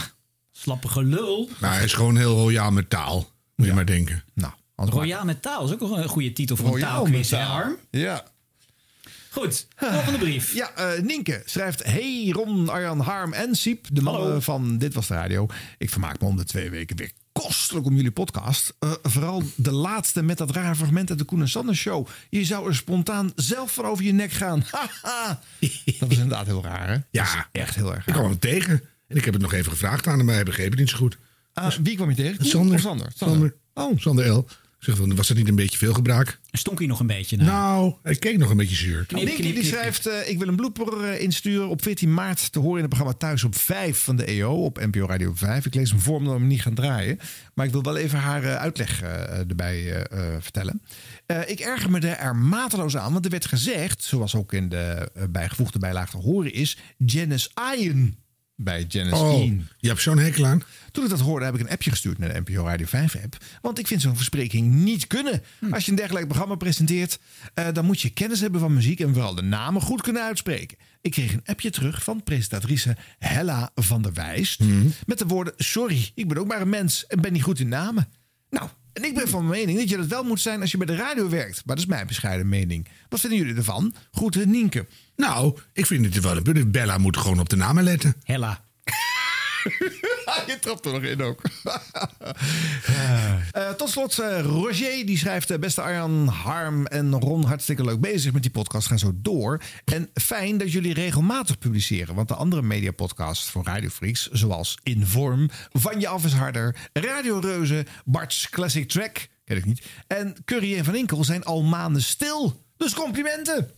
Speaker 7: Slappe gelul?
Speaker 2: Nou, hij is gewoon heel royaal met taal. Moet je maar denken.
Speaker 1: Nou,
Speaker 7: Royaal met taal is ook nog een goede titel voor
Speaker 1: Royaal
Speaker 7: een taalquiz,
Speaker 1: met
Speaker 7: hè,
Speaker 1: taal.
Speaker 7: Harm?
Speaker 1: Ja.
Speaker 7: Goed, volgende brief.
Speaker 1: Ja, eh, Nienke schrijft... Hey Ron, Arjan, Harm en Siep, de mannen van Dit Was De Radio. Ik vermaak me om de twee weken weer kostelijk om jullie podcast. Eh, vooral de laatste met dat rare fragment uit de Koen en Sander show. Je zou er spontaan zelf van over je nek gaan. Haha. dat was inderdaad heel raar, hè?
Speaker 2: Ja.
Speaker 1: Echt heel erg
Speaker 2: Ik kwam hem tegen. En ik heb het nog even gevraagd aan hem, maar hij begreep het niet zo goed.
Speaker 1: Ah, wie kwam je tegen? Koen
Speaker 2: Sander.
Speaker 1: of Sander?
Speaker 2: Sander. Oh. Sander L. Zeg, van, was dat niet een beetje veel gebruik?
Speaker 7: Stonk hij nog een beetje
Speaker 2: Nou, hij keek nog een beetje zuur.
Speaker 1: Nicky die schrijft: eh, Ik wil een blooper eh, insturen op 14 maart te horen in het programma Thuis op 5 van de EO op NPO Radio 5. Ik lees hem voor omdat we hem niet gaan draaien. Maar ik wil wel even haar eh, uitleg eh, erbij eh, eh, vertellen. Eh, ik erger me er, er mateloos aan, want er werd gezegd, zoals ook in de eh, bijgevoegde bijlaag te horen is: Janice Ian bij Janice
Speaker 2: Oh,
Speaker 1: Ian.
Speaker 2: je hebt zo'n hekel aan.
Speaker 1: Toen ik dat hoorde, heb ik een appje gestuurd naar de NPO Radio 5 app. Want ik vind zo'n verspreking niet kunnen.
Speaker 2: Hm.
Speaker 1: Als je een dergelijk programma presenteert, eh, dan moet je kennis hebben van muziek en vooral de namen goed kunnen uitspreken. Ik kreeg een appje terug van presentatrice Hella van der Wijst.
Speaker 2: Hm.
Speaker 1: Met de woorden: Sorry, ik ben ook maar een mens en ben niet goed in namen. Nou, en ik ben van mening dat je dat wel moet zijn als je bij de radio werkt. Maar dat is mijn bescheiden mening. Wat vinden jullie ervan? Groeten, Nienke.
Speaker 2: Nou, ik vind het wel een punt. Bella moet gewoon op de namen letten.
Speaker 7: Hella.
Speaker 1: je trapt er nog in ook. Eh, tot slot, eh, Roger die schrijft... eh, Beste Arjan, Harm en Ron, hartstikke leuk bezig met die podcast. Gaan zo door. En fijn dat jullie regelmatig publiceren. Want de andere mediapodcasts van Radio Freaks... zoals Inform, Van Je Af is Harder... Radio Reuzen, Bart's Classic Track... ken ik niet... en Curry en Van Inkel zijn al maanden stil. Dus complimenten!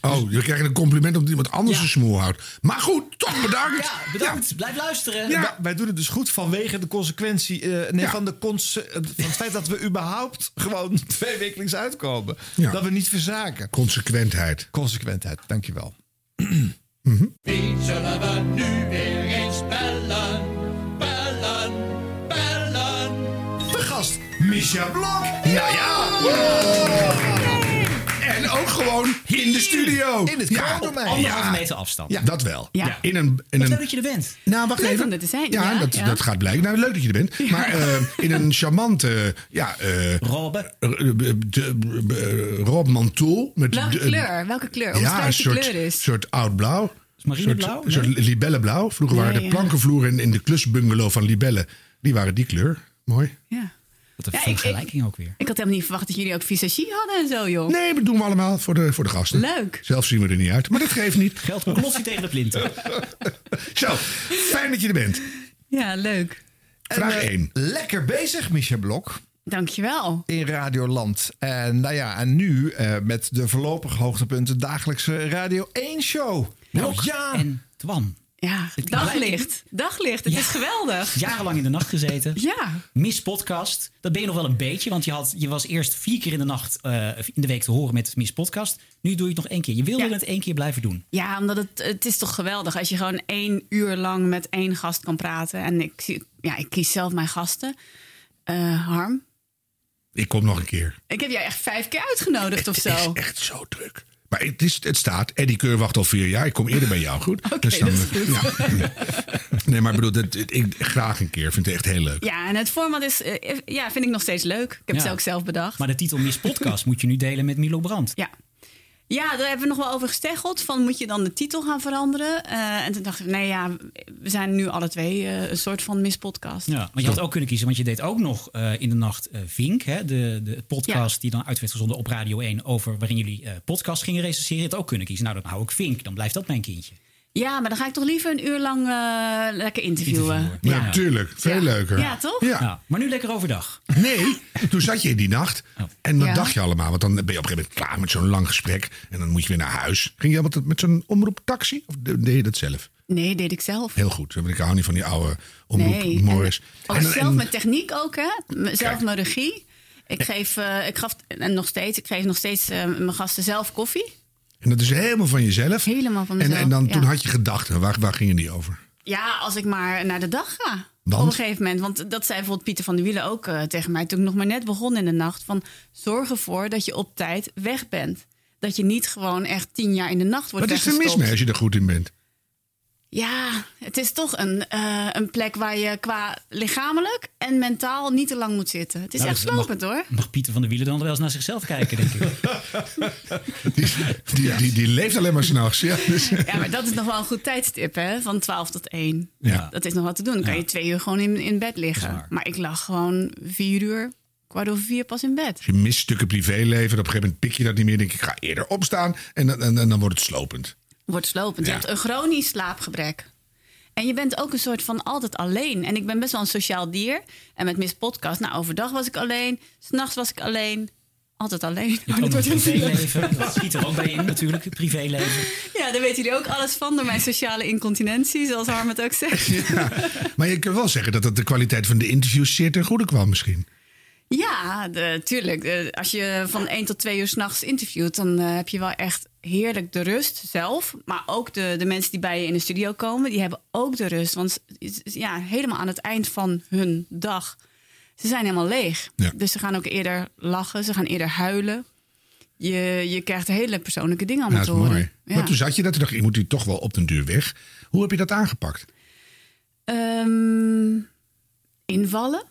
Speaker 2: Oh, je krijgt een compliment omdat iemand anders een smoel houdt. Maar goed, toch bedankt.
Speaker 7: Ja, bedankt. Blijf luisteren.
Speaker 1: Wij- Wij doen het dus goed vanwege de consequentie. eh, nee, van, de cons eh, van het feit dat we überhaupt gewoon twee wekelijks uitkomen. Dat we niet verzaken.
Speaker 2: Consequentheid.
Speaker 1: Consequentheid, dankjewel.
Speaker 10: Wie zullen we nu weer eens bellen? Bellen, bellen.
Speaker 1: De gast
Speaker 2: Misha Blok. Ja, ja. En ook gewoon in de studio. In het
Speaker 7: op anderhalve meter afstand.
Speaker 2: Ja, dat wel.
Speaker 7: Ja.
Speaker 2: In een, in
Speaker 7: Wat
Speaker 2: een,
Speaker 7: leuk dat je er bent.
Speaker 2: Nou, wacht
Speaker 7: Leuk
Speaker 2: even.
Speaker 7: om er te zijn.
Speaker 2: Ja,
Speaker 7: Ja,
Speaker 2: dat,
Speaker 7: ja.
Speaker 2: dat gaat blijken. Nou, leuk dat je er bent. Maar eh, in een charmante... Ja, eh
Speaker 7: Robbe.
Speaker 2: Rob Mantoul. Met
Speaker 13: Welke
Speaker 2: de-
Speaker 13: kleur? Welke kleur?
Speaker 2: Ja, een
Speaker 13: Omschrijf die
Speaker 2: soort,
Speaker 13: kleur eens.
Speaker 2: soort oud-blauw.
Speaker 13: marineblauw?
Speaker 2: Een soort, soort libellenblauw. Vroeger
Speaker 13: Ja,
Speaker 2: waren de
Speaker 13: ja.
Speaker 2: plankenvloeren in, in de klusbungalow van Libelle... die waren die kleur. Mooi.
Speaker 13: Ja.
Speaker 7: Wat
Speaker 13: een Ja, ik- ik- vergelijking
Speaker 7: ook weer.
Speaker 13: Ik had helemaal niet verwacht dat jullie ook visagie hadden en zo, joh.
Speaker 2: Nee, dat doen we allemaal voor de, voor de gasten.
Speaker 13: Leuk.
Speaker 2: Zelf zien we er niet uit, maar dat geeft niet.
Speaker 7: Geld klossie tegen de plinten.
Speaker 2: Zo, fijn dat je er bent.
Speaker 13: Ja, leuk.
Speaker 2: Vraag één.
Speaker 1: eh, Lekker bezig, Micha Blok.
Speaker 13: Dankjewel.
Speaker 1: In Radioland. En nou ja, en nu eh, met de voorlopige hoogtepunten dagelijkse Radio 1 show.
Speaker 7: Blok
Speaker 1: ja.
Speaker 7: Nou, en Twan.
Speaker 13: Ja, daglicht. Daglicht, het is geweldig.
Speaker 7: Jarenlang in de nacht gezeten.
Speaker 13: Ja.
Speaker 7: Miss podcast. Dat ben je nog wel een beetje. Want je, had, je was eerst vier keer in de nacht eh, in de week te horen met Miss podcast. Nu doe je het nog één keer. Je wilde het één keer blijven doen.
Speaker 13: Ja, omdat het, het is toch geweldig als je gewoon één uur lang met één gast kan praten. En ik, zie- ja, ik kies zelf mijn gasten. Eh, Harm,
Speaker 2: Ik kom nog een keer.
Speaker 13: ik heb jou echt vijf keer uitgenodigd of zo.
Speaker 2: Echt zo druk. Maar het, is, het staat, Eddie Keur wacht al vier jaar. Ik kom eerder bij jou, goed? Dus dan-
Speaker 13: dat is goed.
Speaker 2: nee, maar ik bedoel, dat, ik, graag een keer. Vind het echt heel leuk.
Speaker 13: Ja, en het format is, eh, ja, vind ik nog steeds leuk. Ik heb
Speaker 7: Ja.
Speaker 13: het ook zelf bedacht.
Speaker 7: Maar de titel Miss podcast moet je nu delen met Milo Brandt.
Speaker 13: Ja. Ja, daar hebben we nog wel over gesteggeld. Van moet je dan de titel gaan veranderen? Eh, en toen dacht ik, nee ja, we zijn nu alle twee eh, een soort van mispodcast.
Speaker 7: Ja, want je had ook kunnen kiezen, want je deed ook nog eh, in de nacht eh, Vink, hè, de, de podcast die dan uit werd gezonden op Radio 1 over waarin jullie eh, podcast gingen recenseren. Je had ook kunnen kiezen. Nou, dan hou ik Vink, dan blijft dat mijn kindje.
Speaker 13: Ja, maar dan ga ik toch liever een uur lang eh, lekker interviewen.
Speaker 2: Ja, natuurlijk. Veel leuker.
Speaker 13: Ja, toch?
Speaker 2: Ja.
Speaker 7: Maar nu lekker overdag. Oh.
Speaker 2: Nee, toen zat je in die nacht. En wat
Speaker 13: Ja.
Speaker 2: dacht je allemaal? Want dan ben je op een gegeven moment klaar met zo'n lang gesprek. En dan moet je weer naar huis. Ging je met, met zo'n omroeptaxi? Of de- deed je dat zelf?
Speaker 13: Nee, deed ik zelf.
Speaker 2: Heel goed. Want Ik hou niet van die oude omroep
Speaker 13: Nee, en-
Speaker 2: Morris.
Speaker 13: Ook
Speaker 2: En-
Speaker 13: zelf
Speaker 2: en-
Speaker 13: mijn techniek ook, hè? M- Zelf mijn regie. Ik geef, eh, ik gaf, en nog steeds, ik geef nog steeds eh, mijn gasten zelf koffie.
Speaker 2: En dat is helemaal van jezelf.
Speaker 13: Helemaal van
Speaker 2: En,
Speaker 13: mezelf.
Speaker 2: en dan,
Speaker 13: ja.
Speaker 2: toen had je gedachten. Waar, waar gingen die over?
Speaker 13: Ja, als ik maar naar de dag ga.
Speaker 2: Want?
Speaker 13: Op een gegeven moment. Want dat zei bijvoorbeeld Pieter van der Wielen ook eh, tegen mij... toen ik nog maar net begon in de nacht. Van zorg ervoor dat je op tijd weg bent. Dat je niet gewoon echt tien jaar in de nacht wordt
Speaker 2: Wat is er mis
Speaker 13: weggestopt.
Speaker 2: mee als je er goed in bent?
Speaker 13: Ja, het is toch een, eh, een plek waar je qua lichamelijk en mentaal niet te lang moet zitten. Het is
Speaker 7: Nou,
Speaker 13: echt
Speaker 7: dat mag-
Speaker 13: slopend hoor.
Speaker 7: Mag Pieter van der Wielen dan wel eens naar zichzelf kijken, denk ik.
Speaker 2: Die, die, die leeft alleen maar s'nachts. Ja, dus.
Speaker 13: Ja, maar dat is nog wel een goed tijdstip, hè? Van 12 tot 1.
Speaker 2: Ja.
Speaker 13: Dat is nog wat te doen. Dan kan je twee uur gewoon in, in bed liggen. Maar ik lag gewoon vier uur, kwart over vier pas in bed.
Speaker 2: Je mist stukken privéleven. Op een gegeven moment pik je dat niet meer. Denk ik, ik ga eerder opstaan. En, dan- en, en dan wordt het slopend.
Speaker 13: Wordt slopend.
Speaker 2: Ja.
Speaker 13: Je hebt een chronisch slaapgebrek. En je bent ook een soort van altijd alleen. En ik ben best wel een sociaal dier. En met Miss Podcast, nou overdag was ik alleen. S'nachts was ik alleen. Altijd alleen.
Speaker 7: Je
Speaker 13: Oh,
Speaker 7: hebt ook
Speaker 13: dat
Speaker 7: een
Speaker 13: wordt heel
Speaker 7: privéleven. Dat schiet er ook bij in natuurlijk, het privéleven.
Speaker 13: Ja, daar weten jullie ook alles van door mijn sociale incontinentie, zoals Harm het ook zegt.
Speaker 2: Maar je kunt wel zeggen dat, dat de kwaliteit van de interviews zeer ten goede kwam misschien.
Speaker 13: Ja, de- tuurlijk. Eh, Als je van 1 tot 2 uur s'nachts interviewt, dan eh, heb je wel echt heerlijk de rust zelf. Maar ook de, de mensen die bij je in de studio komen, die hebben ook de rust. Want s- is- ja, helemaal aan het eind van hun dag, ze zijn helemaal leeg. Dus ze gaan ook eerder lachen, ze gaan eerder huilen. Je, je krijgt hele persoonlijke dingen
Speaker 2: Nou,
Speaker 13: allemaal
Speaker 2: dat
Speaker 13: te
Speaker 2: is
Speaker 13: horen.
Speaker 2: mooi.
Speaker 13: Ja.
Speaker 2: Maar toen zat je dat en dacht je, je moet hier toch wel op den duur weg. Hoe heb je dat aangepakt?
Speaker 13: Ehm, invallen.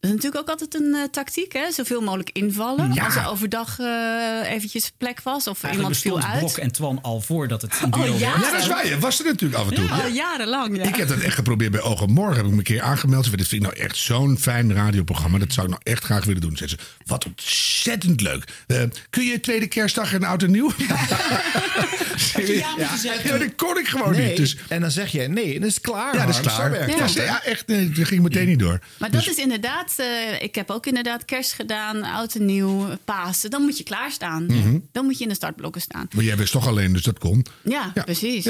Speaker 13: Dat is natuurlijk ook altijd een eh, tactiek, hè? Zoveel mogelijk invallen.
Speaker 7: Ja.
Speaker 13: Als er overdag eh, eventjes plek was of
Speaker 7: Eigenlijk
Speaker 13: iemand
Speaker 7: bestond
Speaker 13: viel uit.
Speaker 7: Blok en Twan al voordat het een duo
Speaker 13: Oh, ja?
Speaker 7: werd.
Speaker 2: Ja, dat is waar. Je was er natuurlijk af en toe.
Speaker 13: Al jarenlang, ja.
Speaker 2: Ik heb dat echt geprobeerd bij Ogen Morgen. Heb ik me een keer aangemeld. Ze zeiden, dit vind ik nou echt zo'n fijn radioprogramma. Dat zou ik nou echt graag willen doen. Zeiden ze, wat ontzettend leuk. Eh, kun je tweede kerstdag en oud en nieuw?
Speaker 1: Ja.
Speaker 2: Ja, dat kon ik gewoon
Speaker 1: Nee,
Speaker 2: niet. Dus,
Speaker 1: En dan zeg je nee, en dan is het klaar.
Speaker 2: ja, dat is
Speaker 1: Harm. Zo
Speaker 2: klaar.
Speaker 1: werkt
Speaker 2: Ja,
Speaker 1: dat,
Speaker 2: ze-
Speaker 1: hè?
Speaker 2: ja, echt, nee, dat ging meteen niet door. Dus-
Speaker 13: Maar dat is inderdaad, eh, ik heb ook inderdaad kerst gedaan, oud en nieuw, Pasen. Dan moet je klaarstaan.
Speaker 2: Mhm.
Speaker 13: Dan moet je in de startblokken staan.
Speaker 2: Maar jij was toch alleen, dus dat kon.
Speaker 13: Ja, precies.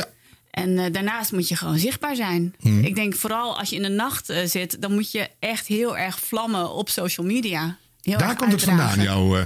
Speaker 13: En eh, daarnaast moet je gewoon zichtbaar zijn.
Speaker 2: Hmm.
Speaker 13: Ik denk vooral als je in de nacht eh, zit, dan moet je echt heel erg vlammen op social media. Heel
Speaker 2: Daar
Speaker 13: erg
Speaker 2: komt het
Speaker 13: uitdragen.
Speaker 2: vandaan, jouw eh,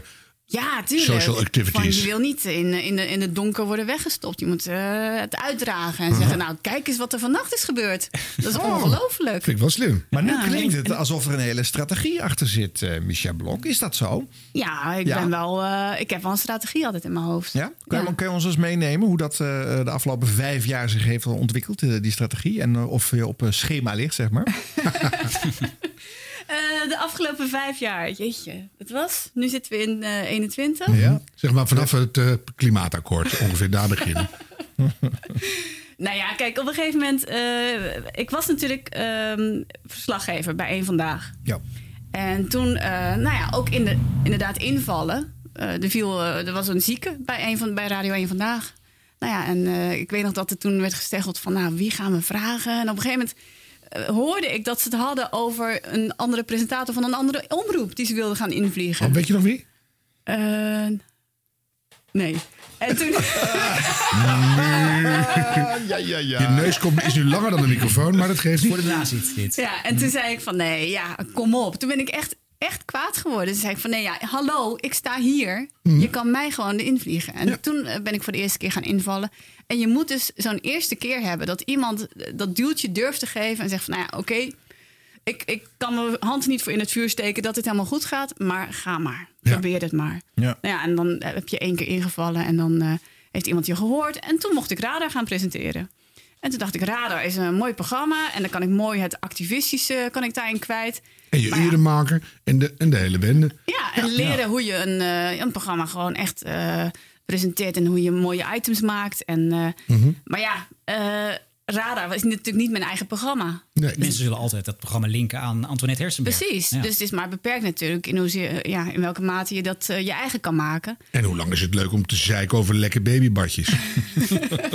Speaker 13: Ja, tuurlijk.
Speaker 2: Social activities.
Speaker 13: Van, je wil niet in, in, de, in het donker worden weggestopt. Je moet eh, het uitdragen en zeggen... nou, kijk eens wat er vannacht is gebeurd. Dat
Speaker 2: Oh.
Speaker 1: Oh.
Speaker 13: is ongelooflijk.
Speaker 2: Vind ik wel slim.
Speaker 1: Maar nu
Speaker 13: Ja.
Speaker 1: klinkt het alsof er een hele strategie achter zit, eh Michel Blok. Is dat zo?
Speaker 13: Ja, ik,
Speaker 1: Ja.
Speaker 13: Ben wel, eh, ik heb wel een strategie altijd in mijn hoofd.
Speaker 1: Ja? Kun, Je, kun je ons eens meenemen hoe dat eh, de afgelopen vijf jaar zich heeft ontwikkeld, eh, die strategie? En eh, of je op eh, schema ligt, zeg maar?
Speaker 13: Eh, de afgelopen vijf jaar, jeetje, het was. Nu zitten we in eh 21.
Speaker 2: Ja. Zeg maar vanaf het eh, klimaatakkoord ongeveer daar beginnen.
Speaker 13: Nou ja, kijk, op een gegeven moment. eh, ik was natuurlijk ehm, verslaggever bij één vandaag.
Speaker 1: Ja.
Speaker 13: En toen, eh, nou ja, ook in de, inderdaad invallen. Eh, er, viel, eh, er was een zieke bij, een van, bij Radio 1 vandaag. Nou ja, en eh, ik weet nog dat er toen werd gesteggeld van, nou, wie gaan we vragen? En op een gegeven moment eh, hoorde ik dat ze het hadden over een andere presentator van een andere omroep die ze wilden gaan invliegen.
Speaker 2: Oh, weet je nog wie?
Speaker 13: Eh, nee. En toen.
Speaker 2: ja, ja, ja. Je neus komt, is nu langer dan de microfoon, maar dat geeft niet. Voor de naziet dit.
Speaker 13: Ja, en toen zei ik van nee, ja, kom op. Toen ben ik echt, echt kwaad geworden. Toen zei ik van nee, ja, hallo, ik sta hier. Je kan mij gewoon erin vliegen. En toen eh, ben ik voor de eerste keer gaan invallen. En je moet dus zo'n eerste keer hebben dat iemand eh, dat duwtje durft te geven en zegt van nou ja, oké. ik, ik kan mijn hand niet voor in het vuur steken dat het helemaal goed gaat. Maar ga maar. Probeer het maar.
Speaker 10: Ja.
Speaker 13: Nou ja, en dan eh, heb je één keer ingevallen en dan eh, heeft iemand je gehoord. En toen mocht ik Radar gaan presenteren. En toen dacht ik, Radar is een mooi programma. En dan kan ik mooi het activistische kan ik daarin kwijt.
Speaker 2: En je urenmaker en de, en de hele bende.
Speaker 13: Ja, en leren hoe je een, eh, een programma gewoon echt eh, presenteert. En hoe je mooie items maakt. En, eh, Maar ja, eh, Radar is natuurlijk niet mijn eigen programma.
Speaker 2: Mhm.
Speaker 7: Mensen zullen altijd dat programma linken aan Antoinette Hersenberg.
Speaker 13: Precies,
Speaker 7: Ja.
Speaker 13: dus het is maar beperkt natuurlijk in, hoezeer, ja, in welke mate je dat eh, je eigen kan maken.
Speaker 2: En hoe lang is het leuk om te zeiken over lekke babybadjes?
Speaker 13: Eh,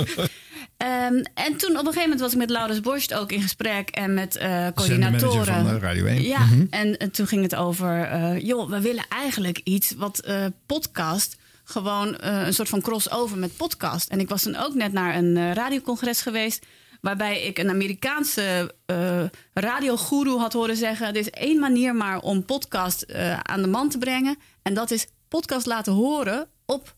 Speaker 13: Ehm, en toen op een gegeven moment was ik met Laurens Borst ook in gesprek en met eh
Speaker 1: Zendermanager
Speaker 13: coördinatoren.
Speaker 1: van, eh, Radio 1.
Speaker 13: Ja,
Speaker 1: Mhm.
Speaker 13: en, eh, toen ging het over, eh, joh, we willen eigenlijk iets wat eh, podcast, gewoon eh, een soort van crossover met podcast. En ik was toen ook net naar een eh, radiocongres geweest, waarbij ik een Amerikaanse eh radiogoeroe had horen zeggen, er is één manier maar om podcast eh, aan de man te brengen. En dat is podcast laten horen op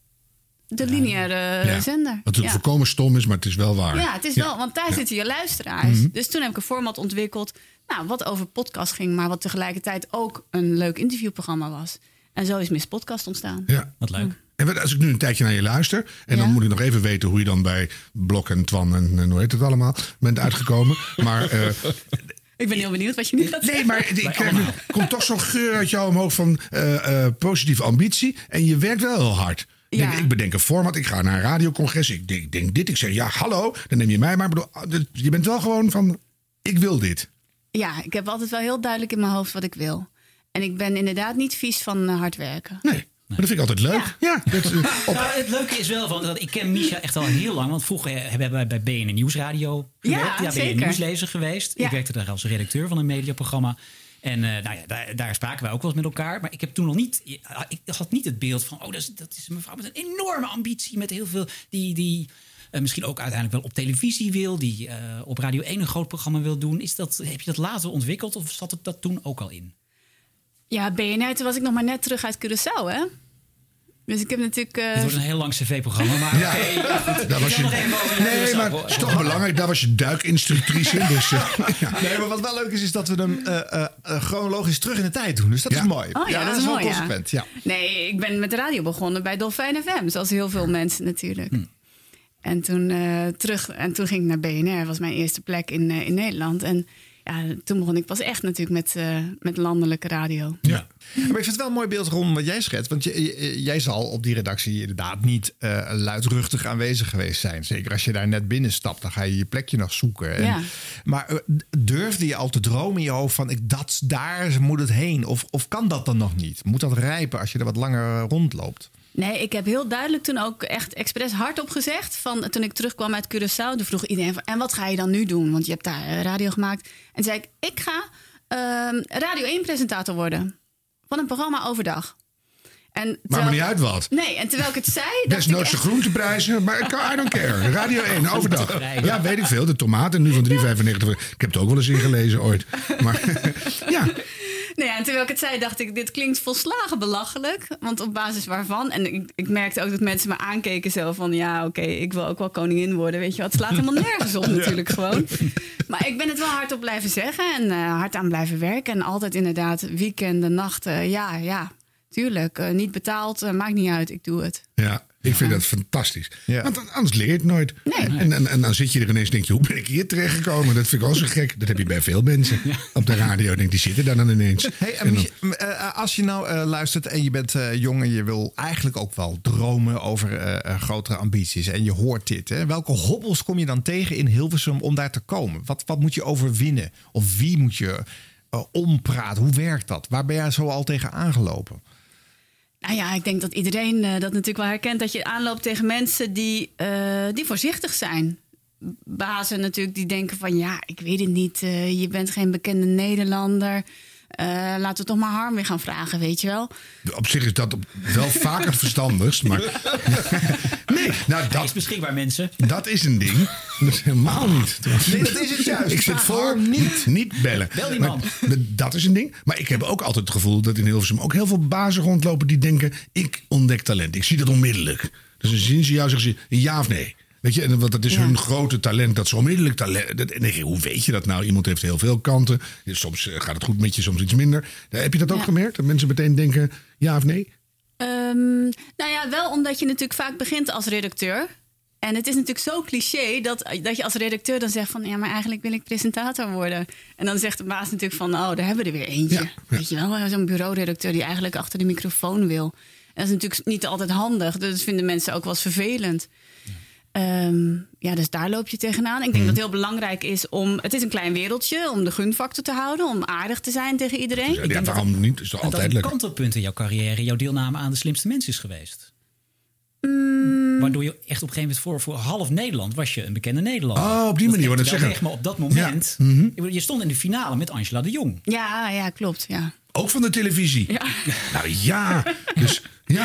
Speaker 13: de lineaire eh,
Speaker 2: Ja.
Speaker 13: zender.
Speaker 2: Wat natuurlijk
Speaker 13: Ja.
Speaker 2: voorkomen stom is, maar het is wel waar.
Speaker 13: Ja, het is wel, want daar
Speaker 2: Ja.
Speaker 13: zitten je luisteraars.
Speaker 2: Mhm.
Speaker 13: Dus toen heb ik een format ontwikkeld. Nou, wat over podcast ging, maar wat tegelijkertijd ook een leuk interviewprogramma was. En zo is Miss Podcast ontstaan.
Speaker 2: Ja.
Speaker 7: Wat leuk.
Speaker 2: En wat- als ik nu een tijdje naar je luister. En dan moet ik nog even weten hoe je dan bij Blok en Twan en, en hoe heet het allemaal. bent uitgekomen. maar eh,
Speaker 13: Ik ben heel benieuwd wat je nu gaat
Speaker 2: Nee, maar ik krijg nu, komt toch zo'n geur uit jou omhoog van eh, eh, positieve ambitie. En je werkt wel heel hard. Ik denk, ik bedenk een format, ik ga naar een radiocongres. Ik denk, ik denk dit, ik zeg ja, hallo. Dan neem je mij maar. Ik Bedoel, ah, dit- je bent wel gewoon van, ik wil dit.
Speaker 13: Ja, ik heb altijd wel heel duidelijk in mijn hoofd wat ik wil. En ik ben inderdaad niet vies van eh, hard werken.
Speaker 2: Maar dat vind ik altijd leuk. Ja. dat, eh, op-
Speaker 7: Nou, het leuke is wel, van, dat ik ken Misha echt al heel lang. Want vroeger eh, hebben wij bij BNN Nieuwsradio gewerkt.
Speaker 13: Ja,
Speaker 7: ben je
Speaker 13: zeker.
Speaker 7: nieuwslezer geweest.
Speaker 13: Ja.
Speaker 7: Ik werkte daar als redacteur van een mediaprogramma. En eh, nou ja, daar, daar spraken wij ook wel eens met elkaar. Maar ik heb toen nog niet... eh, Ik had niet het beeld van... Oh, dat is, dat is een mevrouw met een enorme ambitie. Met heel veel... Die, die eh, misschien ook uiteindelijk wel op televisie wil. Die eh, op Radio 1 een groot programma wil doen. Is dat, heb je dat later ontwikkeld? Of zat het dat toen ook al in?
Speaker 13: Ja, BNR, toen was ik nog maar net terug uit Curaçao, hè? Dus ik heb natuurlijk... eh,
Speaker 7: Het wordt een heel lang cv-programma. Maar
Speaker 2: Ja.
Speaker 7: oké, goed.
Speaker 2: Daar
Speaker 7: Ik wil
Speaker 2: was je,
Speaker 7: nog even over-
Speaker 2: nee, maar het is toch belangrijk. Daar was je duikinstructrice. Dus, eh, ja.
Speaker 1: Nee, maar wat wel leuk is, is dat we hem eh, eh, eh, chronologisch terug in de tijd doen. Dus dat
Speaker 2: Ja.
Speaker 1: is mooi.
Speaker 13: Oh ja, dat is
Speaker 1: wel
Speaker 13: mooi, ja.
Speaker 1: consequent. Ja.
Speaker 13: Nee, ik ben met de radio begonnen bij Dolfijn FM, zoals heel veel mensen natuurlijk. En toen, eh, terug, en toen ging ik naar BNR, was mijn eerste plek in, eh, in Nederland. En ja, toen begon ik pas echt natuurlijk met, eh, met landelijke radio.
Speaker 2: Ja.
Speaker 1: Maar ik vind het wel een mooi beeld rond wat jij schetst. Want je- je- jij zal op die redactie inderdaad niet eh, luidruchtig aanwezig geweest zijn. Zeker als je daar net binnenstapt, dan ga je je plekje nog zoeken. En-
Speaker 13: Ja.
Speaker 1: Maar eh, durfde je al te dromen in je hoofd van ik, dat, daar moet het heen? Of, of kan dat dan nog niet? Moet dat rijpen als je er wat langer rondloopt?
Speaker 13: Nee, ik heb heel duidelijk toen ook echt expres hardop gezegd. Van, toen ik terugkwam uit Curaçao, toen vroeg iedereen van... en wat ga je dan nu doen? Want je hebt daar eh, radio gemaakt. En toen zei ik, ik ga ehm, Radio 1-presentator worden. Van een programma overdag. En terwijl-
Speaker 2: niet uit wat.
Speaker 13: Nee, en terwijl ik het zei... dacht ik
Speaker 2: Desnoods de groenteprijzen, maar ik kan- I don't care. Radio 1, overdag. Ja, weet ik veel. De tomaten nu van 3,95. Ik heb het ook wel eens ingelezen ooit. Maar ja,
Speaker 13: Nou ja, en terwijl ik het zei, dacht ik, dit klinkt volslagen belachelijk. Want op basis waarvan... En ik, ik merkte ook dat mensen me aankeken zo van... Ja, oké, ik wil ook wel koningin worden, weet je wat. Het slaat helemaal nergens op
Speaker 23: Ja.
Speaker 13: natuurlijk gewoon. Maar ik ben het wel hard op blijven zeggen en eh, hard aan blijven werken. En altijd inderdaad weekenden, nachten. Ja, ja, tuurlijk. eh, niet betaald, eh, maakt niet uit. Ik doe het.
Speaker 2: Ja, ik vind dat fantastisch. Want dan- anders leer je het nooit. En, en, en dan zit je er ineens en denk je, hoe ben ik hier terechtgekomen? Dat vind ik al zo gek. Dat heb je bij veel mensen. Op de radio denk ik, die zitten daar dan ineens.
Speaker 1: Hey, en
Speaker 2: En
Speaker 1: moet
Speaker 2: dan-
Speaker 1: je- m, eh, als je nou eh, luistert en je bent eh, jong en je wil eigenlijk ook wel dromen over eh, eh, grotere ambities en je hoort dit, hè, welke hobbels kom je dan tegen in Hilversum om daar te komen? Wat, wat moet je overwinnen? Of wie moet je eh, ompraten? Hoe werkt dat? Waar ben jij zo al tegen aangelopen?
Speaker 13: Nou ja, ik denk dat iedereen eh, dat natuurlijk wel herkent. Dat je aanloopt tegen mensen die, eh, die voorzichtig zijn. Bazen natuurlijk die denken van ja, ik weet het niet. eh, je bent geen bekende Nederlander. Eh, laten we toch maar Harm weer gaan vragen, weet je wel.
Speaker 2: Op zich is dat op- wel vaker het verstandigst, maar... nee, nou dat... is
Speaker 7: beschikbaar, mensen.
Speaker 2: Dat is een ding. Dat is helemaal niet.
Speaker 1: Oh. Nee, dat is het juist.
Speaker 2: Ik zit
Speaker 1: Vraag
Speaker 2: voor
Speaker 1: haar
Speaker 2: niet, niet bellen.
Speaker 1: Bel die
Speaker 2: Maar
Speaker 1: man.
Speaker 2: d- dat is een ding. Maar ik heb ook altijd het gevoel dat in Hilversum ook heel veel bazen rondlopen... die denken, ik ontdek talent. Ik zie dat onmiddellijk. Dus dan zien ze jou, zeggen ze ja of nee. Weet je, en want dat is hun grote talent, dat ze onmiddellijk talent... dat- en denk je, hoe weet je dat nou? Iemand heeft heel veel kanten. Soms eh, gaat het goed met je, soms iets minder. Eh, Heb je dat ook
Speaker 13: Ja.
Speaker 2: gemerkt? Dat mensen meteen denken, ja of nee?
Speaker 13: Ehm, nou ja, wel omdat je natuurlijk vaak begint als redacteur. En het is natuurlijk zo cliché dat, dat je als redacteur dan zegt van... ja, maar eigenlijk wil ik presentator worden. En dan zegt de baas natuurlijk van, oh, daar hebben we er weer eentje. Weet je wel, eh, zo'n bureauredacteur die eigenlijk achter de microfoon wil. En dat is natuurlijk niet altijd handig. Dus dat vinden mensen ook wel eens vervelend. Ehm, ja, dus daar loop je tegenaan. Ik denk dat het heel belangrijk is om... Het is een klein wereldje, om de gunfactor te houden. Om aardig te zijn tegen iedereen.
Speaker 2: Dus,
Speaker 13: Ik denk dat het-
Speaker 2: eh, niet? Is
Speaker 13: toch altijd
Speaker 7: dat
Speaker 13: lekker?
Speaker 7: een kantelpunt in jouw carrière jouw deelname aan de slimste mens is geweest.
Speaker 13: Mm.
Speaker 7: Waardoor je echt op een gegeven moment voor, voor half Nederland was je een bekende Nederlander.
Speaker 2: Oh, op die manier,
Speaker 7: Dat
Speaker 2: wou
Speaker 7: klinkt
Speaker 2: ik net
Speaker 7: wel
Speaker 2: zeggen. Mhm.
Speaker 7: weg, maar op dat moment, ik bedoel, je stond in de finale met Angela de Jong.
Speaker 13: Ja, ja, klopt, ja.
Speaker 2: Ook van de televisie. Nou ja, dus ja.
Speaker 13: Nee,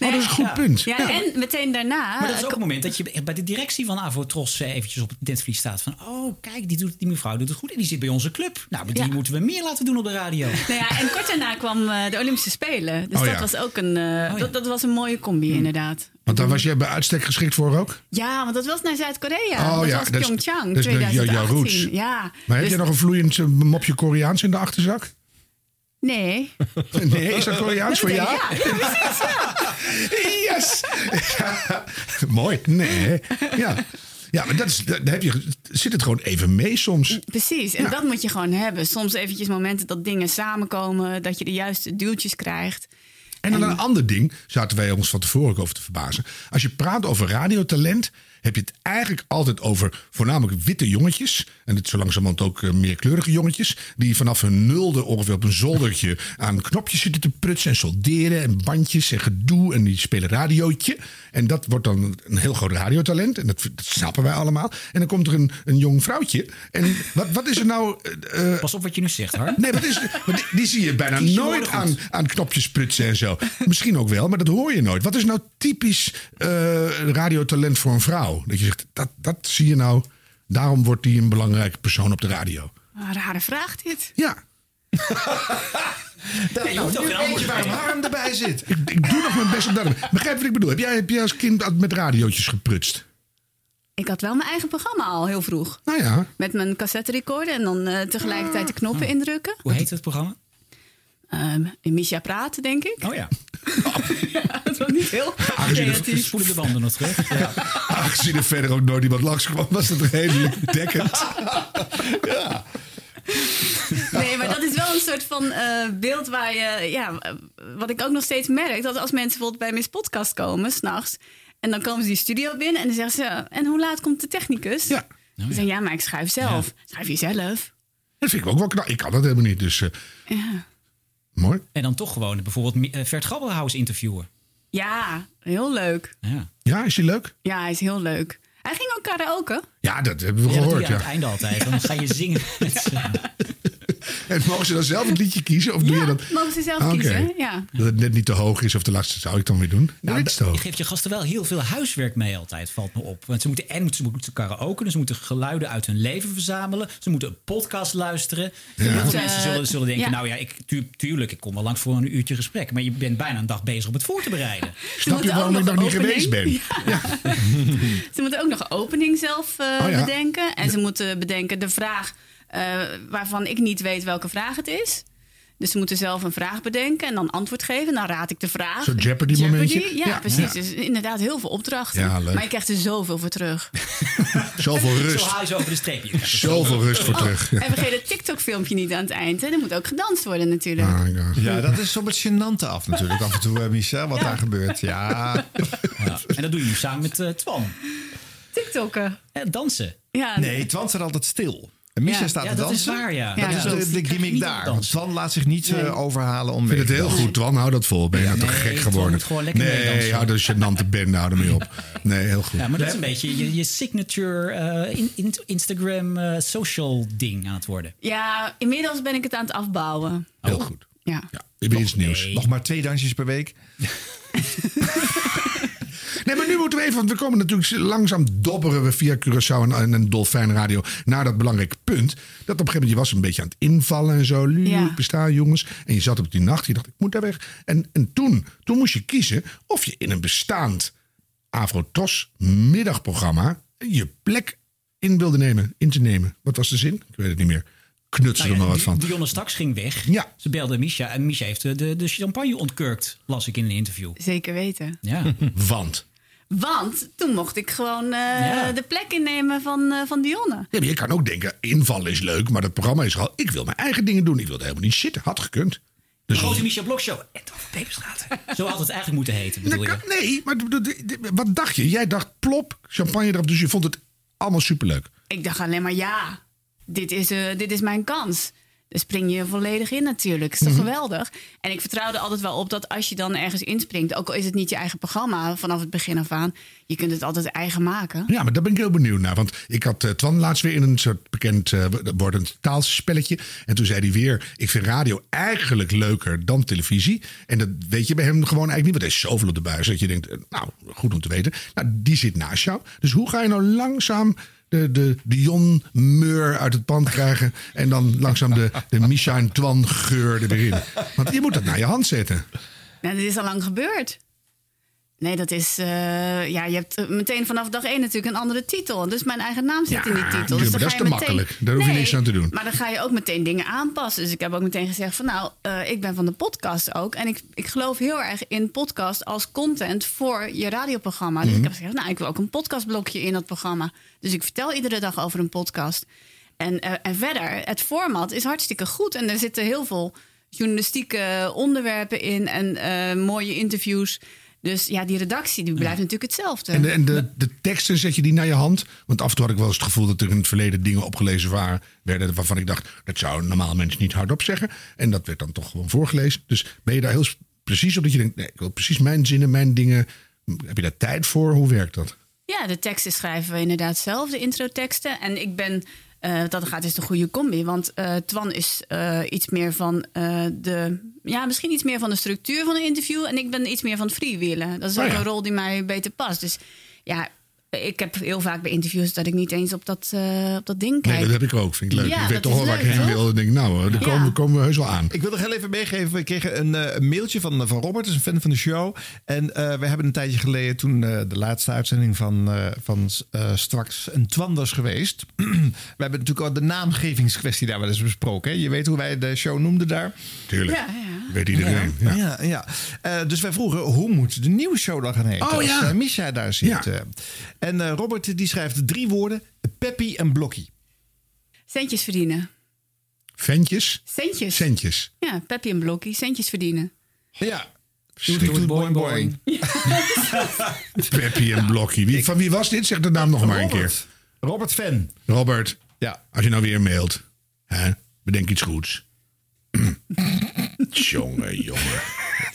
Speaker 2: Oh, dat is een goed
Speaker 7: ja.
Speaker 2: punt.
Speaker 13: Ja,
Speaker 7: Ja.
Speaker 13: en Ah, meteen daarna.
Speaker 7: Maar dat is ook het moment dat je echt bij de directie van Avotros eh, eventjes op het netvlies staat. Van, oh, kijk, die, doet, die mevrouw doet het goed en die zit bij onze club. Nou, maar die moeten we meer laten doen op de radio.
Speaker 13: Nou ja, en kort daarna kwam eh, de Olympische Spelen. Dus
Speaker 2: Oh
Speaker 13: dat
Speaker 2: ja. Hm.
Speaker 13: was ook een, eh, dat, dat was een mooie combi, inderdaad.
Speaker 2: Want daar was jij bij uitstek geschikt voor ook?
Speaker 13: Ja, want dat was naar Zuid-Korea.
Speaker 2: Oh
Speaker 13: dat
Speaker 2: ja,
Speaker 13: was
Speaker 2: dat is-
Speaker 13: Pyeongchang
Speaker 2: dat is de- ja, ja,
Speaker 13: 2018.
Speaker 2: roots.
Speaker 13: Ja,
Speaker 2: Maar heb
Speaker 13: dus-
Speaker 2: jij nog een vloeiend eh, mopje Koreaans in de achterzak?
Speaker 13: Nee.
Speaker 2: Nee, is dat Koreaans voor jou?
Speaker 13: Ja, ja, precies, ja.
Speaker 2: Yes! Mooi. Nee. Ja. Ja, maar dat is, daar heb je, ge- zit het gewoon even mee soms.
Speaker 13: Precies,
Speaker 2: Nou.
Speaker 13: en dat moet je gewoon hebben. Soms eventjes momenten dat dingen samenkomen, dat je de juiste duwtjes krijgt.
Speaker 2: En dan een ander ding, zaten wij ons van tevoren ook over te verbazen. Als je praat over radiotalent, heb je het eigenlijk altijd over voornamelijk witte jongetjes. En het zo langzamerhand ook eh, meerkleurige jongetjes. Die vanaf hun nulde ongeveer op een zoldertje aan knopjes zitten te prutsen en solderen en bandjes en gedoe. En die spelen radiootje. En dat wordt dan een heel groot radiotalent. En dat, dat snappen wij allemaal. En dan komt er een, een jong vrouwtje. En wat, wat is er nou...
Speaker 7: Pas op wat je nu zegt, hoor.
Speaker 2: Nee, wat is, want die, die zie je bijna
Speaker 7: Kies je
Speaker 2: nooit
Speaker 7: woorden goed.
Speaker 2: aan, aan knopjes prutsen en zo. Misschien ook wel, maar dat hoor je nooit. Wat is nou typisch eh, radiotalent voor een vrouw? Dat je zegt, dat, dat zie je nou. Daarom wordt die een belangrijke persoon op de radio.
Speaker 13: Oh, Een rare vraag dit.
Speaker 2: Ja. nou,
Speaker 13: je moet ook
Speaker 1: nu weet je
Speaker 13: een antwoord
Speaker 1: waarom
Speaker 13: geven.
Speaker 1: Harm erbij zit.
Speaker 2: Ik, ik doe nog mijn best om dat Begrijp wat ik bedoel? Heb jij, heb jij als kind met radiootjes geprutst?
Speaker 13: Ik had wel mijn eigen programma al heel vroeg.
Speaker 2: Nou ja. Ah.
Speaker 13: Met mijn cassette recorder en dan eh, tegelijkertijd de knoppen indrukken.
Speaker 7: Hoe heet het programma?
Speaker 13: Ehm Misha praat, denk ik.
Speaker 7: Oh ja.
Speaker 13: dat was niet heel
Speaker 2: Aangezien het-
Speaker 13: creatief.
Speaker 7: Spoelen de banden nog terug. Ja.
Speaker 2: Aangezien er verder ook nooit iemand langskwam, was dat redelijk dekkend. Ja.
Speaker 13: Nee, maar dat is wel een soort van eh, beeld waar je... Ja, eh, wat ik ook nog steeds merk, dat als mensen bijvoorbeeld bij Miss Podcast komen, s'nachts... en dan komen ze die studio binnen en dan zeggen ze... en hoe laat komt de technicus? Ja. Dan zeg je, ja, maar ik schuif zelf. Schuif je zelf.
Speaker 2: Dat vind ik ook wel knap. Ik kan dat helemaal niet, dus... eh,
Speaker 13: Ja.
Speaker 2: Mooi.
Speaker 7: En dan toch gewoon bijvoorbeeld eh, Vert Grabbelhaus interviewen.
Speaker 13: ja, heel leuk.
Speaker 7: Ja.
Speaker 2: ja, is die leuk?
Speaker 13: Ja, hij is heel leuk. Hij ging ook karaoke.
Speaker 2: Ja, dat hebben we
Speaker 7: Ja, dat doe
Speaker 2: gehoord.
Speaker 7: je aan het einde altijd. Dan ga je zingen.
Speaker 2: En mogen ze dan zelf het liedje kiezen? Of doe je dat?
Speaker 13: Mogen ze zelf
Speaker 2: Ah, oké.
Speaker 13: kiezen? Ja.
Speaker 2: Dat het net niet te hoog is of te laag, dat zou ik dan weer doen. Nou,
Speaker 7: Nou,
Speaker 2: dit is te
Speaker 7: je
Speaker 2: hoog.
Speaker 7: geeft je gasten wel heel veel huiswerk mee altijd, valt me op. Want ze moeten en ze moeten karaoke, dus ze moeten geluiden uit hun leven verzamelen. Ze moeten een podcast luisteren.
Speaker 31: Ja.
Speaker 7: Heel
Speaker 31: Moeten,
Speaker 7: veel mensen
Speaker 13: eh,
Speaker 7: zullen, zullen denken,
Speaker 31: ja.
Speaker 7: nou ja, ik, tu- tuurlijk, ik kom wel langs voor een uurtje gesprek. Maar je bent bijna een dag bezig om het voor te bereiden.
Speaker 13: moeten je waarom ook ik nog nog niet opening. geweest ben?
Speaker 7: Ja.
Speaker 13: Ze moeten ook nog een opening zelf eh,
Speaker 7: Oh ja.
Speaker 13: bedenken. En ze moeten bedenken de vraag eh, waarvan ik niet weet welke vraag het is. Dus ze moeten zelf een vraag bedenken en dan antwoord geven. Dan raad ik de vraag.
Speaker 2: Zo'n Jeopardy-momentje.
Speaker 13: Ja,
Speaker 2: Ja.
Speaker 13: precies.
Speaker 2: Ja.
Speaker 13: Dus inderdaad heel veel opdrachten.
Speaker 2: Ja, leuk.
Speaker 13: Maar je krijgt er zoveel voor terug.
Speaker 2: Zoveel
Speaker 7: Zo
Speaker 2: rust.
Speaker 7: haal je ze over de streep.
Speaker 2: Zoveel rust voor
Speaker 13: Oh,
Speaker 2: terug. Ja.
Speaker 13: En vergeet het TikTok-filmpje niet aan het eind. Hè. Er moet ook gedanst worden natuurlijk.
Speaker 2: Ah,
Speaker 1: Ja, dat is op het gênante af natuurlijk. Af en toe, eh, Michel, wat
Speaker 13: Ja.
Speaker 1: daar gebeurt. Ja.
Speaker 7: En dat doe je nu samen met eh, Twan.
Speaker 13: TikTokken.
Speaker 7: Eh, dansen.
Speaker 13: Ja,
Speaker 1: Nee, Twan staat altijd stil. En Misha
Speaker 7: Ja.
Speaker 1: staat
Speaker 7: Ja,
Speaker 1: te
Speaker 7: dat
Speaker 1: dansen.
Speaker 7: is waar, ja.
Speaker 1: Dat
Speaker 7: Ja.
Speaker 1: is
Speaker 7: Ja.
Speaker 1: de, de gimmick daar. Want Twan laat zich niet eh, overhalen om
Speaker 2: Ik vind
Speaker 1: mee
Speaker 2: het
Speaker 1: te
Speaker 2: heel
Speaker 1: dansen.
Speaker 2: goed, Twan. Hou dat vol. Ben je nou toch gek
Speaker 7: Twan
Speaker 2: geworden?
Speaker 7: moet gewoon lekker
Speaker 2: nee,
Speaker 7: meedansen.
Speaker 2: hou dat gênante bende. Hou ermee op. Nee, heel goed.
Speaker 7: Ja, maar dat is een beetje je, je signature eh, in, in- Instagram eh, social ding aan het worden.
Speaker 13: Ja, inmiddels ben ik het aan het afbouwen.
Speaker 2: Heel goed.
Speaker 13: Ja.
Speaker 2: Ik ben iets nieuws.
Speaker 1: Nog maar twee dansjes per week.
Speaker 2: Nee, maar nu moeten we even, want we komen natuurlijk langzaam dobberen we via Curaçao en, en, en Dolfijnradio naar dat belangrijke punt. Dat op een gegeven moment, je was een beetje aan het invallen en zo. Lu,
Speaker 23: Ja.
Speaker 2: ik besta jongens. En je zat op die nacht, je dacht, ik moet daar weg. En, en toen, toen moest je kiezen of je in een bestaand Avrotros middagprogramma je plek in wilde nemen, in te nemen. Wat was de zin? Ik weet het niet meer. Knutsel er
Speaker 7: Nou ja,
Speaker 2: maar wat
Speaker 7: Di-
Speaker 2: van.
Speaker 7: Dionne Staks ging weg. Ze belde Misha en Misha heeft de, de, de champagne ontkurkt, las ik in een interview.
Speaker 13: Zeker weten.
Speaker 7: Ja.
Speaker 2: Want?
Speaker 13: Want toen mocht ik gewoon eh,
Speaker 2: Ja.
Speaker 13: de plek innemen van, eh, van Dionne.
Speaker 2: Ja, maar je kan ook denken, invallen is leuk, maar dat programma is al. Ik wil mijn eigen dingen doen. Ik wilde helemaal niet zitten. Had gekund.
Speaker 7: De
Speaker 2: Dus
Speaker 7: grote Misha Blokshow. En dan Peperstraat. Zo had het eigenlijk moeten heten, bedoel je?
Speaker 2: Nee, maar d- d- d- wat dacht je? Jij dacht plop, champagne erop. Dus je vond het allemaal superleuk.
Speaker 13: Ik dacht alleen maar ja, dit is, eh, dit is mijn kans. Dan spring je volledig in natuurlijk. Is
Speaker 2: Mhm.
Speaker 13: toch geweldig? En ik vertrouwde altijd wel op dat als je dan ergens inspringt... ook al is het niet je eigen programma vanaf het begin af aan... je kunt het altijd eigen maken.
Speaker 2: Ja, maar daar ben ik heel benieuwd naar. Want ik had eh, Twan laatst weer in een soort bekend eh, wordend taalspelletje. En toen zei hij weer, ik vind radio eigenlijk leuker dan televisie. En dat weet je bij hem gewoon eigenlijk niet. Want er is zoveel op de buis dat je denkt, eh, nou, goed om te weten. Nou, die zit naast jou. Dus hoe ga je nou langzaam de, de Dion Meur uit het pand krijgen... en dan langzaam de, de Misha en Twan geur er weer in? Want je moet dat naar je hand zetten.
Speaker 13: Nou, dit is al lang gebeurd. Nee, dat is... eh, ja, je hebt eh, meteen vanaf dag één natuurlijk een andere titel. Dus mijn eigen naam zit in die titel.
Speaker 2: tuurlijk,
Speaker 13: Dus
Speaker 2: Ah, maar
Speaker 13: dan
Speaker 2: dat is
Speaker 13: ga je
Speaker 2: te
Speaker 13: meteen-
Speaker 2: makkelijk. Daar hoef je niks aan te doen.
Speaker 13: Maar dan ga je ook meteen dingen aanpassen. Dus ik heb ook meteen gezegd van... nou, eh, ik ben van de podcast ook. En ik, ik geloof heel erg in podcast als content voor je radioprogramma. Dus
Speaker 2: Mhm.
Speaker 13: ik heb gezegd, nou, ik wil ook een podcastblokje in dat programma. Dus ik vertel iedere dag over een podcast. En, eh, en verder, het format is hartstikke goed. En er zitten heel veel journalistieke onderwerpen in... en eh, mooie interviews... Dus ja, die redactie die blijft natuurlijk hetzelfde.
Speaker 2: En, de, en de, de teksten zet je die naar je hand? Want af en toe had ik wel eens het gevoel dat er in het verleden dingen opgelezen waren, werden waarvan ik dacht, dat zou een normaal mens niet hardop zeggen. En dat werd dan toch gewoon voorgelezen. Dus ben je daar heel s- precies op dat je denkt, nee, ik wil precies mijn zinnen, mijn dingen. hm, Heb je daar tijd voor? Hoe werkt dat?
Speaker 13: Ja, de teksten schrijven we inderdaad zelf, de introteksten. En ik ben, eh, dat gaat is de goede combi. Want eh, Twan is eh, iets meer van eh, de, ja, misschien iets meer van de structuur van een interview. En ik ben iets meer van het freewheelen. Dat is
Speaker 12: Oh
Speaker 13: ook
Speaker 12: ja.
Speaker 13: een rol die mij beter past. Dus ja, ik heb heel vaak bij interviews dat ik niet eens op dat, eh, op dat ding kijk.
Speaker 2: Nee, dat heb ik ook. Vind ik leuk.
Speaker 13: Ja,
Speaker 2: ik
Speaker 13: dat
Speaker 2: weet toch
Speaker 13: is
Speaker 2: wel waar ik
Speaker 13: leuk,
Speaker 2: heen
Speaker 13: toch?
Speaker 2: wil. En denk, nou, hoor, daar
Speaker 13: Ja.
Speaker 2: komen, we- komen we heus wel aan.
Speaker 1: Ik wil nog heel even meegeven. We kregen een eh, een mailtje van, eh, van Robert, is een fan van de show. En eh, we hebben een tijdje geleden, toen eh, de laatste uitzending van, eh, van eh, Straks een Twan was geweest. we hebben natuurlijk al de naamgevingskwestie daar wel eens besproken. Hè? Je weet hoe wij de show noemden daar.
Speaker 2: Tuurlijk.
Speaker 13: Ja, ja.
Speaker 2: Weet iedereen.
Speaker 1: Ja, ja. ja. Eh, dus wij vroegen, hoe moet de nieuwe show dan gaan heten?
Speaker 2: Oh,
Speaker 1: als
Speaker 2: ja.
Speaker 1: eh, Misha daar zit. eh. En eh, Robert die schrijft drie woorden. Peppy en Blokkie.
Speaker 13: Centjes verdienen.
Speaker 2: Ventjes?
Speaker 13: Centjes.
Speaker 2: Centjes.
Speaker 13: Ja, Peppy en Blokkie, centjes verdienen.
Speaker 1: Ja.
Speaker 2: Doet boing boing. Peppy en Blokkie. Wie, van wie was dit? Zeg de naam nog maar een keer.
Speaker 1: Robert Fan.
Speaker 2: Robert.
Speaker 1: Ja.
Speaker 2: Als je nou weer mailt. Hè, bedenk iets goeds. jongen, jongen.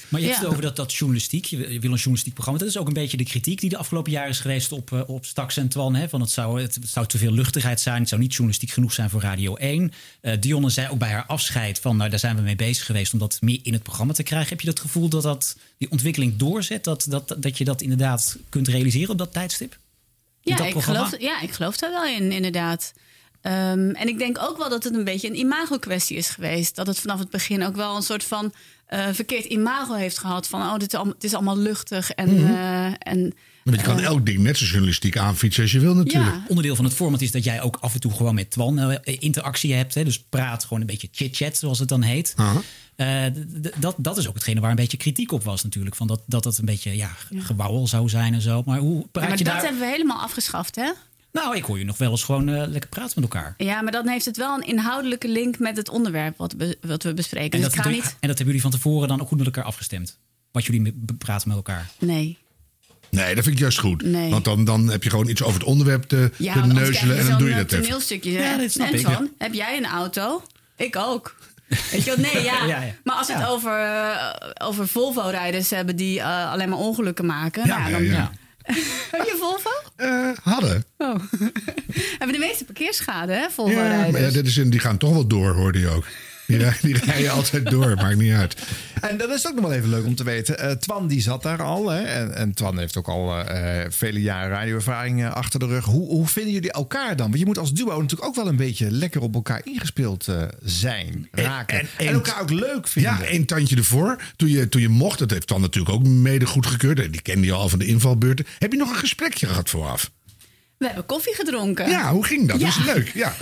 Speaker 7: Maar je hebt
Speaker 13: Ja.
Speaker 7: het over dat, dat journalistiek. Je wil je wil een journalistiek programma. Dat is ook een beetje de kritiek die de afgelopen jaren is geweest op, eh, op Stax en Twan. Hè? Van het, zou, het, het zou te veel luchtigheid zijn. Het zou niet journalistiek genoeg zijn voor Radio 1. Eh Dionne zei ook bij haar afscheid van nou, daar zijn we mee bezig geweest om dat meer in het programma te krijgen. Heb je dat gevoel dat, dat die ontwikkeling doorzet? Dat, dat, dat je dat inderdaad kunt realiseren op dat tijdstip?
Speaker 13: Ja,
Speaker 7: dat
Speaker 13: ik
Speaker 7: programma?
Speaker 13: geloof, ja, ik geloof daar wel in, inderdaad. Ehm, en ik denk ook wel dat het een beetje een imago-kwestie is geweest. Dat het vanaf het begin ook wel een soort van eh, verkeerd imago heeft gehad. Van, oh, dit is allemaal, het is allemaal luchtig en...
Speaker 2: Mhm.
Speaker 13: eh, en eh,
Speaker 2: Maar je kan elk ding net zo journalistiek aanfietsen als je wil natuurlijk.
Speaker 13: Ja.
Speaker 7: Onderdeel van het format is dat jij ook af en toe gewoon met Twan eh, interactie hebt. Hè? Dus praat gewoon een beetje chit-chat, zoals het dan heet. Eh, d- d- dat, dat is ook hetgene waar een beetje kritiek op was natuurlijk. Van dat, dat het een beetje ja, g-
Speaker 13: Ja.
Speaker 7: gewauwel zou zijn en zo. Maar hoe
Speaker 13: ja,
Speaker 7: praat
Speaker 13: maar
Speaker 7: je
Speaker 13: dat
Speaker 7: daar...
Speaker 13: hebben we helemaal afgeschaft, hè?
Speaker 7: Nou, ik hoor je nog wel eens gewoon eh, lekker praten met elkaar.
Speaker 13: Ja, maar dan heeft het wel een inhoudelijke link met het onderwerp wat, be- wat we bespreken.
Speaker 7: En
Speaker 13: Dus
Speaker 7: dat,
Speaker 13: ik ga
Speaker 7: natuurlijk-
Speaker 13: niet...
Speaker 7: en dat hebben jullie van tevoren dan ook goed met elkaar afgestemd. Wat jullie me- be- praten met elkaar.
Speaker 13: Nee.
Speaker 2: Nee, dat vind ik juist goed.
Speaker 13: Nee.
Speaker 2: Want dan, dan heb je gewoon iets over het onderwerp te,
Speaker 13: Ja,
Speaker 2: te
Speaker 13: want anders krijg
Speaker 2: neuzelen en dan
Speaker 13: zo'n,
Speaker 2: doe je
Speaker 13: eh,
Speaker 2: dat even.
Speaker 13: toneelstukje.
Speaker 7: Ja,
Speaker 13: hè?
Speaker 7: dat snap
Speaker 13: en
Speaker 2: ik.
Speaker 13: Twan, heb jij een auto? Ik ook. Weet je wel, nee, ja.
Speaker 7: Ja, ja.
Speaker 13: Maar als we
Speaker 7: Ja.
Speaker 13: het over, eh, over Volvo-rijders hebben die eh, alleen maar ongelukken maken.
Speaker 2: Ja,
Speaker 13: nou,
Speaker 2: ja,
Speaker 13: dan,
Speaker 2: ja. Eh.
Speaker 13: Heb je een Volvo?
Speaker 2: Hadden.
Speaker 13: Oh. hebben de meeste parkeerschade, hè,
Speaker 2: Ja, maar ja,
Speaker 13: Volvo-rijders?
Speaker 2: dit is, een- die gaan toch wel door, hoorde je ook. Die, rij- die rijden altijd door, maakt niet uit.
Speaker 1: En dat is ook nog wel even leuk om te weten. Eh, Twan die zat daar al. Hè? En, en Twan heeft ook al eh, eh, vele jaren radioervaring eh, achter de rug. Hoe, hoe vinden jullie elkaar dan? Want je moet als duo natuurlijk ook wel een beetje lekker op elkaar ingespeeld eh, zijn, raken. En, elkaar ook leuk vinden.
Speaker 2: Ja, één tandje ervoor. Toen je, toen je mocht, dat heeft dan natuurlijk ook mede goedgekeurd. Die kende je al van de invalbeurten. Heb je nog een gesprekje gehad vooraf?
Speaker 13: We hebben koffie gedronken.
Speaker 2: Ja, hoe ging dat?
Speaker 13: Ja.
Speaker 2: Was leuk? Ja.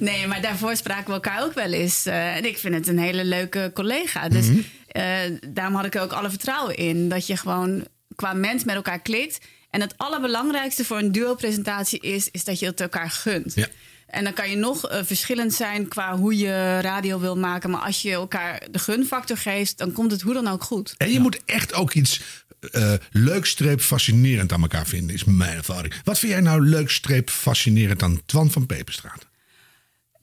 Speaker 13: Nee, maar daarvoor spraken we elkaar ook wel eens. Eh, en ik vind het een hele leuke collega. Dus
Speaker 2: Mhm.
Speaker 13: eh, daarom had ik er ook alle vertrouwen in. Dat je gewoon qua mens met elkaar klikt. En het allerbelangrijkste voor een duo-presentatie is, is dat je het elkaar gunt. En dan kan je nog eh, verschillend zijn qua hoe je radio wil maken. Maar als je elkaar de gunfactor geeft, dan komt het hoe dan ook goed.
Speaker 2: En je moet echt ook iets eh, leuk streep fascinerend aan elkaar vinden, is mijn ervaring. Wat vind jij nou leuk streep fascinerend aan Twan van Peperstraat?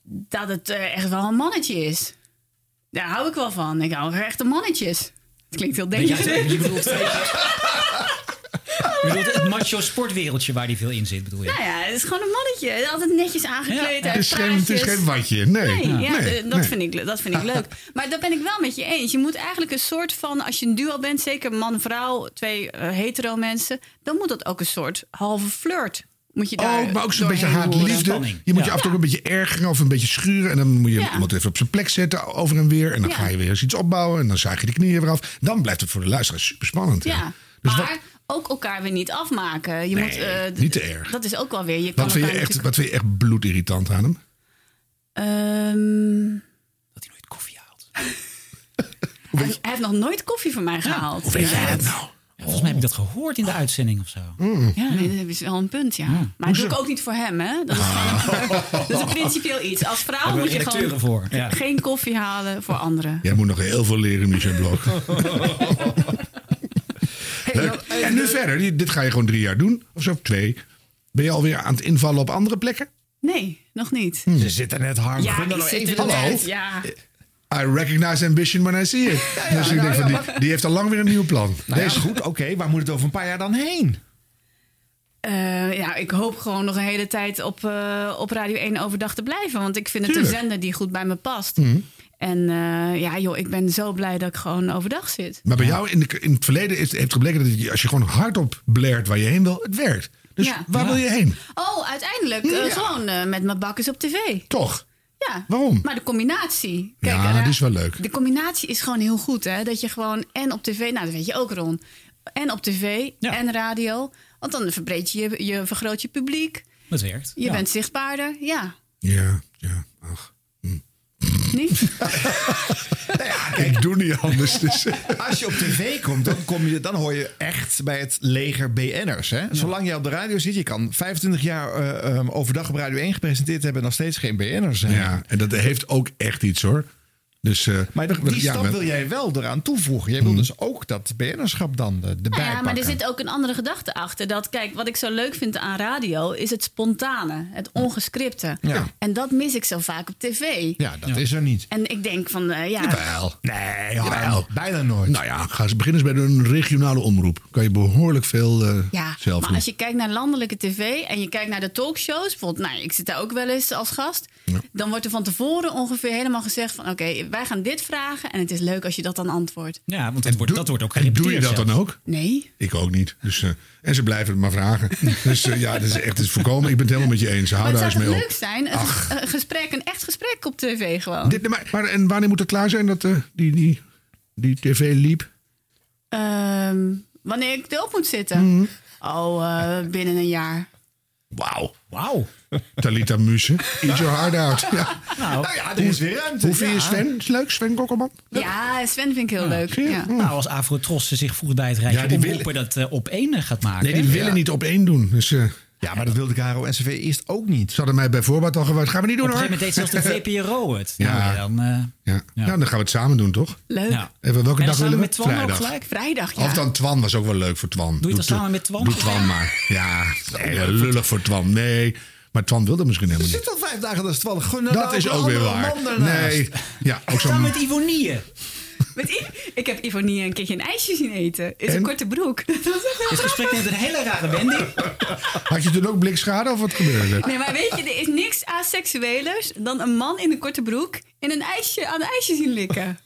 Speaker 13: Dat het eh, echt wel een mannetje is. Daar hou ik wel van. Ik hou van echte mannetjes. Het klinkt heel
Speaker 7: Weet je,
Speaker 13: degelijk.
Speaker 7: je bedoelt- Je bedoelt het macho sportwereldje waar die veel in zit, bedoel je?
Speaker 13: Nou ja, het is gewoon een mannetje. Altijd netjes aangekleed.
Speaker 2: het,
Speaker 13: uit
Speaker 2: is geen, het is
Speaker 13: praatjes.
Speaker 2: geen watje. Nee,
Speaker 13: Nee, ja,
Speaker 2: Nee,
Speaker 13: eh, dat,
Speaker 2: nee.
Speaker 13: Vind ik, le- dat vind ik leuk. Maar dat ben ik wel met je eens. Je moet eigenlijk een soort van, als je een duo bent, zeker man-vrouw, twee eh, hetero mensen, dan moet dat ook een soort halve flirt. Moet je daar
Speaker 2: Oh, maar ook zo'n
Speaker 13: doorheen
Speaker 2: beetje haatliefde.
Speaker 13: roeren.
Speaker 2: Je moet je af en toe ook een beetje ergeren of een beetje schuren. En dan moet je
Speaker 13: Ja.
Speaker 2: iemand even op zijn plek zetten over en weer. En dan
Speaker 13: Ja.
Speaker 2: ga je weer eens iets opbouwen. En dan zaag je de knieën weer af. Dan blijft het voor de luisteraar super spannend.
Speaker 13: Ja,
Speaker 2: Dus
Speaker 13: maar ook elkaar weer niet afmaken. Je
Speaker 2: Nee,
Speaker 13: moet, eh, d-
Speaker 2: niet te erg.
Speaker 13: Dat is ook wel weer. Je kan
Speaker 2: Wat vind, je
Speaker 13: elkaar
Speaker 2: echt,
Speaker 13: natuurlijk- Nou,
Speaker 2: wat vind je echt bloedirritant aan hem?
Speaker 13: Ehm, hij, hij heeft nog nooit koffie van mij gehaald.
Speaker 7: Hoe weet jij
Speaker 13: Ja.
Speaker 7: dat nou? Volgens mij heb ik dat gehoord in de uitzending of zo.
Speaker 13: Ja, nee, dat is wel een punt, ja. Maar dat doe ik ook niet voor hem, hè? Dat is, gewoon een, dat is principieel iets. Als
Speaker 7: Daar
Speaker 13: vrouw
Speaker 7: hebben
Speaker 13: moet
Speaker 7: we
Speaker 13: je gewoon
Speaker 7: redacteuren voor, ja.
Speaker 13: geen koffie halen voor anderen.
Speaker 2: Jij moet nog heel veel leren, Michel Blok. Leuk. en nu verder. Die- Dit ga je gewoon drie jaar doen. Of zo, twee. Ben je alweer aan het invallen op andere plekken? Hmm.
Speaker 13: Nee, nog niet.
Speaker 2: Ze zitten net hard.
Speaker 13: Ja, ik
Speaker 1: nou,
Speaker 13: zit er net, Ja.
Speaker 2: I recognize ambition when I see it. dus ik
Speaker 1: nou
Speaker 2: denk van,
Speaker 1: ja,
Speaker 2: die,
Speaker 1: maar-
Speaker 2: die heeft al lang weer een nieuw plan.
Speaker 1: Nou ja,
Speaker 2: Deze-
Speaker 1: goed, oké. waar moet het over een paar jaar dan heen?
Speaker 13: Eh, ja, ik hoop gewoon nog een hele tijd op, eh, op Radio 1 overdag te blijven. Want ik vind het
Speaker 2: Tuurlijk.
Speaker 13: een zender die goed bij me past.
Speaker 2: Mhm.
Speaker 13: En eh, ja, joh, ik ben zo blij dat ik gewoon overdag zit.
Speaker 2: Maar bij jou in, de, in het verleden heeft, heeft gebleken dat je- als je gewoon hardop blert waar je heen wil, het werkt. Dus
Speaker 13: Ja.
Speaker 2: waar
Speaker 13: Ja.
Speaker 2: wil je heen?
Speaker 13: Oh, uiteindelijk eh,
Speaker 2: Ja.
Speaker 13: gewoon eh, met mijn bakkers op tv.
Speaker 2: Toch?
Speaker 13: Ja.
Speaker 2: Waarom?
Speaker 13: Maar de combinatie. Kijk,
Speaker 2: ja,
Speaker 13: eh,
Speaker 2: dat is wel leuk.
Speaker 13: De combinatie is gewoon heel goed, hè? Dat je gewoon en op tv, nou dat weet je ook Ron, en op tv en radio. Want dan verbreed je, je, je vergroot je publiek.
Speaker 7: Dat werkt.
Speaker 13: Je
Speaker 7: Ja.
Speaker 13: bent zichtbaarder, ja.
Speaker 2: Ja.
Speaker 13: Niet?
Speaker 2: Ik doe niet anders. Dus.
Speaker 1: Als je op tv komt, dan, kom je, dan hoor je echt bij het leger BN'ers. Hè? Zolang je op de radio zit, je kan 25 jaar eh, ehm, overdag op Radio 1 gepresenteerd hebben... en nog steeds geen BN'er zijn.
Speaker 2: Ja, en dat heeft ook echt iets hoor. Dus, eh,
Speaker 1: Maar die
Speaker 2: we- ja, Hmm.
Speaker 1: stap
Speaker 2: we-
Speaker 1: wil jij wel eraan toevoegen. Jij wil dus ook dat BN'erschap dan eh, erbij
Speaker 13: Nou ja, maar er
Speaker 1: pakken.
Speaker 13: zit ook een andere gedachte achter. Dat, kijk, wat ik zo leuk vind aan radio is het spontane, het ongescripte.
Speaker 1: Ja.
Speaker 13: En dat mis ik zo vaak op tv.
Speaker 1: Ja, dat is er niet.
Speaker 13: En ik denk van, eh, ja,
Speaker 2: Jawel. Nee,
Speaker 1: Jawel. bijna nooit.
Speaker 2: Nou ja, ga eens beginnen eens bij een regionale omroep. Kan je behoorlijk veel eh,
Speaker 13: Ja,
Speaker 2: zelf
Speaker 13: maar
Speaker 2: doen.
Speaker 13: als je kijkt naar landelijke tv en je kijkt naar de talkshows, bijvoorbeeld, nou, ik zit daar ook wel eens als gast, dan wordt er van tevoren ongeveer helemaal gezegd van, oké, wij gaan dit vragen en het is leuk als je dat dan antwoordt.
Speaker 7: Ja, want het wordt, dat wordt ook
Speaker 2: En
Speaker 7: gerepeteerd.
Speaker 2: doe je dat
Speaker 7: zelfs.
Speaker 2: dan ook?
Speaker 13: Nee.
Speaker 2: Ik ook niet. Dus, eh, en ze blijven het maar vragen. dus eh, ja, dat is echt het is voorkomen. Ik ben het helemaal met je eens. Hou
Speaker 13: maar het
Speaker 2: Ah, daar
Speaker 13: zou
Speaker 2: eens
Speaker 13: toch
Speaker 2: mee op.
Speaker 13: leuk zijn, een, ges- een gesprek, een echt gesprek op tv gewoon.
Speaker 2: Dit, maar, maar, en wanneer moet het klaar zijn dat eh, die, die, die tv liep?
Speaker 13: Ehm, wanneer ik erop moet zitten?
Speaker 2: Mhm.
Speaker 13: Oh, eh, binnen een jaar.
Speaker 2: Wauw. Wauw. Talita Muse. Eat your heart out. Ja.
Speaker 7: Nou,
Speaker 2: ja,
Speaker 7: er is weer ruimte.
Speaker 2: Hoe vind je
Speaker 7: Ja.
Speaker 2: Sven? Is leuk, Sven Kokkelman?
Speaker 13: Ja, Sven vind ik heel leuk. Ja.
Speaker 7: Nou, als Afrotros zich voegt bij het rijtje
Speaker 2: Ja,
Speaker 7: ja,
Speaker 2: die
Speaker 7: dat eh, op één eh, gaat maken.
Speaker 2: Nee, die willen niet op één doen. Dus,
Speaker 1: ja, maar dat wilde KRO NCV eerst ook niet.
Speaker 2: Ze hadden mij bij voorbaat al gewaarschuwd. Gaan we niet
Speaker 7: Op
Speaker 2: doen
Speaker 7: een
Speaker 2: hoor.
Speaker 7: gegeven moment deed zelfs de VPRO het.
Speaker 2: Ja.
Speaker 7: Nou, dan, eh,
Speaker 2: Ja. Ja, dan gaan we het samen doen, toch?
Speaker 13: Leuk.
Speaker 7: Ja.
Speaker 2: Even, welke
Speaker 7: En dan
Speaker 2: dag
Speaker 7: samen
Speaker 2: willen we?
Speaker 7: met Twan ook
Speaker 2: Vrijdag.
Speaker 7: gelijk?
Speaker 13: Vrijdag, ja.
Speaker 2: Of dan Twan was ook wel leuk voor Twan. Doe
Speaker 7: het dan samen met Twan?
Speaker 2: Doe Twan maar. Ja, nee, lullig voor Twan. Nee, maar Twan wilde misschien helemaal niet.
Speaker 1: zit al vijf dagen naast Twan. Gun er
Speaker 2: Dat
Speaker 1: nou
Speaker 2: is
Speaker 1: een
Speaker 2: ook weer
Speaker 1: andere
Speaker 2: waar.
Speaker 1: man daarnaast.
Speaker 2: Nee, ja, ook
Speaker 13: Samen
Speaker 2: zo'n...
Speaker 13: met
Speaker 7: Ivonie.
Speaker 13: Met I- ik heb Ivonie een keertje een ijsje zien eten. Is een korte broek. Dat was echt
Speaker 7: Dit gesprek neemt een hele rare wending.
Speaker 2: Had je toen ook blikschade of wat gebeurde?
Speaker 13: Nee, maar weet je, er is niks aseksuelers dan een man in een korte broek in een ijsje aan een ijsje zien likken.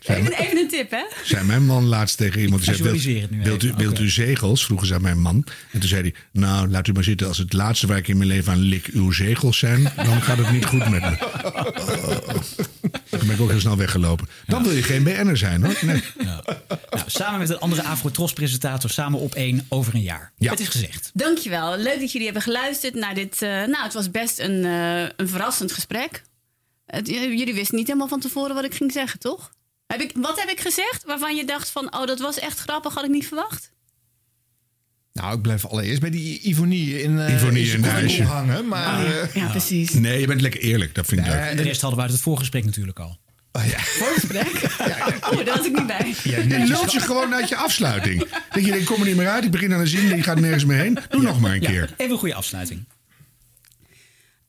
Speaker 13: Even, even een tip, hè?
Speaker 2: Zei mijn man laatst tegen iemand. die zei,
Speaker 7: Visualiseer het
Speaker 2: wilt,
Speaker 7: nu
Speaker 2: wilt, u,
Speaker 7: even,
Speaker 2: wilt
Speaker 7: oké.
Speaker 2: u zegels? Vroegen ze aan mijn man. En toen zei hij, nou laat u maar zitten. Als het laatste waar ik in mijn leven aan lik uw zegels zijn... dan gaat het niet goed met me. Toen ben ik ook heel snel weggelopen. Dan wil je geen BN'er zijn hoor. Nee.
Speaker 7: Nou, samen met een andere Afrotros-presentator, samen op één over een jaar. Het is gezegd.
Speaker 13: Dankjewel. Leuk dat jullie hebben geluisterd naar dit. eh, nou, het was best een, eh, een verrassend gesprek. Het- j- jullie wisten niet helemaal van tevoren wat ik ging zeggen, toch? Heb ik, wat heb ik gezegd waarvan je dacht van, oh, dat was echt grappig, had ik niet verwacht?
Speaker 1: Nou, ik blijf allereerst bij die Ivonie in, eh
Speaker 2: Ivonie
Speaker 1: in
Speaker 2: in
Speaker 1: zijn
Speaker 2: de
Speaker 1: koekenboel
Speaker 2: ijsje.
Speaker 1: hangen. Maar,
Speaker 2: Ah,
Speaker 1: eh,
Speaker 13: Oh, ja, precies.
Speaker 2: nee, je bent lekker eerlijk. Dat vind ik leuk.
Speaker 7: En de rest hadden we uit het voorgesprek natuurlijk al.
Speaker 13: Oh, daar was ik niet bij.
Speaker 2: Je lult je gewoon uit je afsluiting. Dat je denkt, kom er niet meer uit. Ik begin aan een zin, die gaat nergens meer heen. Doe nog maar een keer.
Speaker 7: Even een goede afsluiting.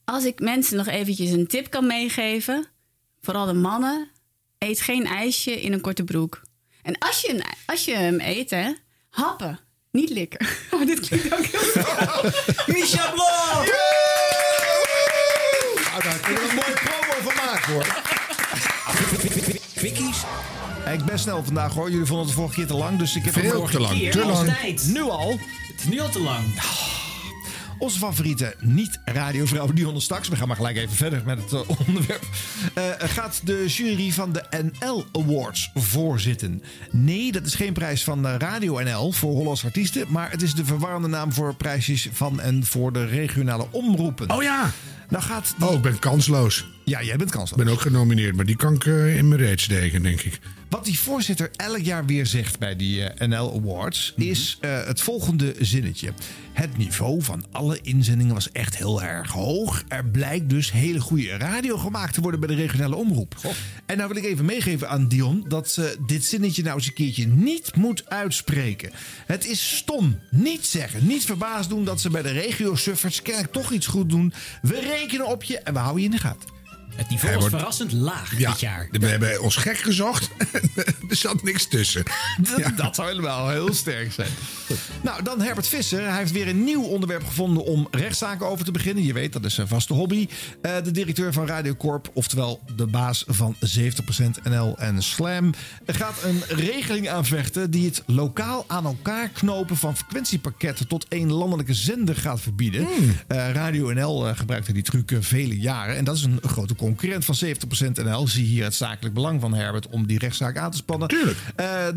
Speaker 13: Als ik mensen nog eventjes een tip kan meegeven, vooral de mannen, eet geen ijsje in een korte broek. En als je, een- als je hem eet, hè, happen, niet likken. Oh, dit klinkt ook heel
Speaker 7: Micha Blok!
Speaker 1: Nou, daar kunnen we een mooie promo van maken, hoor.
Speaker 7: Quickies?
Speaker 1: Ik ben snel vandaag, hoor. Jullie vonden het de vorige keer te lang, dus ik heb...
Speaker 2: Veel
Speaker 1: hem-
Speaker 2: te lang, te lang.
Speaker 7: Altijd.
Speaker 1: Nu al.
Speaker 7: Het is nu al te lang.
Speaker 1: Ah, Onze favoriete niet-radiovrouw Dionne Staks, we gaan maar gelijk even verder met het eh, onderwerp, eh, gaat de jury van de NL Awards voorzitten. Nee, dat is geen prijs van eh, Radio NL voor Hollandse artiesten, maar het is de verwarrende naam voor prijsjes van en voor de regionale omroepen.
Speaker 2: Oh ja!
Speaker 1: Nou gaat
Speaker 2: Oh, ik ben kansloos.
Speaker 1: Ja, jij bent kansloos.
Speaker 2: Ik ben ook genomineerd, maar die kan ik eh, in mijn reeds deken, denk ik.
Speaker 1: Wat die voorzitter elk jaar weer zegt bij die eh, NL Awards
Speaker 2: Mhm.
Speaker 1: is eh, het volgende zinnetje. Het niveau van alle inzendingen was echt heel erg hoog. Er blijkt dus hele goede radio gemaakt te worden bij de regionale omroep. En nou wil ik even meegeven aan Dion dat ze dit zinnetje nou eens een keertje niet moet uitspreken. Het is stom. Niet zeggen, niet verbaasd doen dat ze bij de regio-suffers kennelijk toch iets goed doen. We rekenen op je en we houden je in de gaten.
Speaker 7: Het niveau
Speaker 2: Hij
Speaker 7: was
Speaker 2: wordt-
Speaker 7: verrassend laag dit jaar.
Speaker 2: We hebben ons gek gezocht. er zat niks tussen.
Speaker 1: Dat, dat zou helemaal heel sterk zijn. Nou, dan Herbert Visser. Hij heeft weer een nieuw onderwerp gevonden om rechtszaken over te beginnen. Je weet, dat is zijn vaste hobby. Eh, de directeur van Radiocorp, oftewel de baas van 70% NL en Slam... gaat een regeling aanvechten die het lokaal aan elkaar knopen... van frequentiepakketten tot één landelijke zender gaat verbieden. Eh, Radio NL eh, gebruikte die truc eh, vele jaren. En dat is een grote concurrent van 70% NL. Zie hier het zakelijk belang van Herbert om die rechtszaak aan te spannen. Tuurlijk.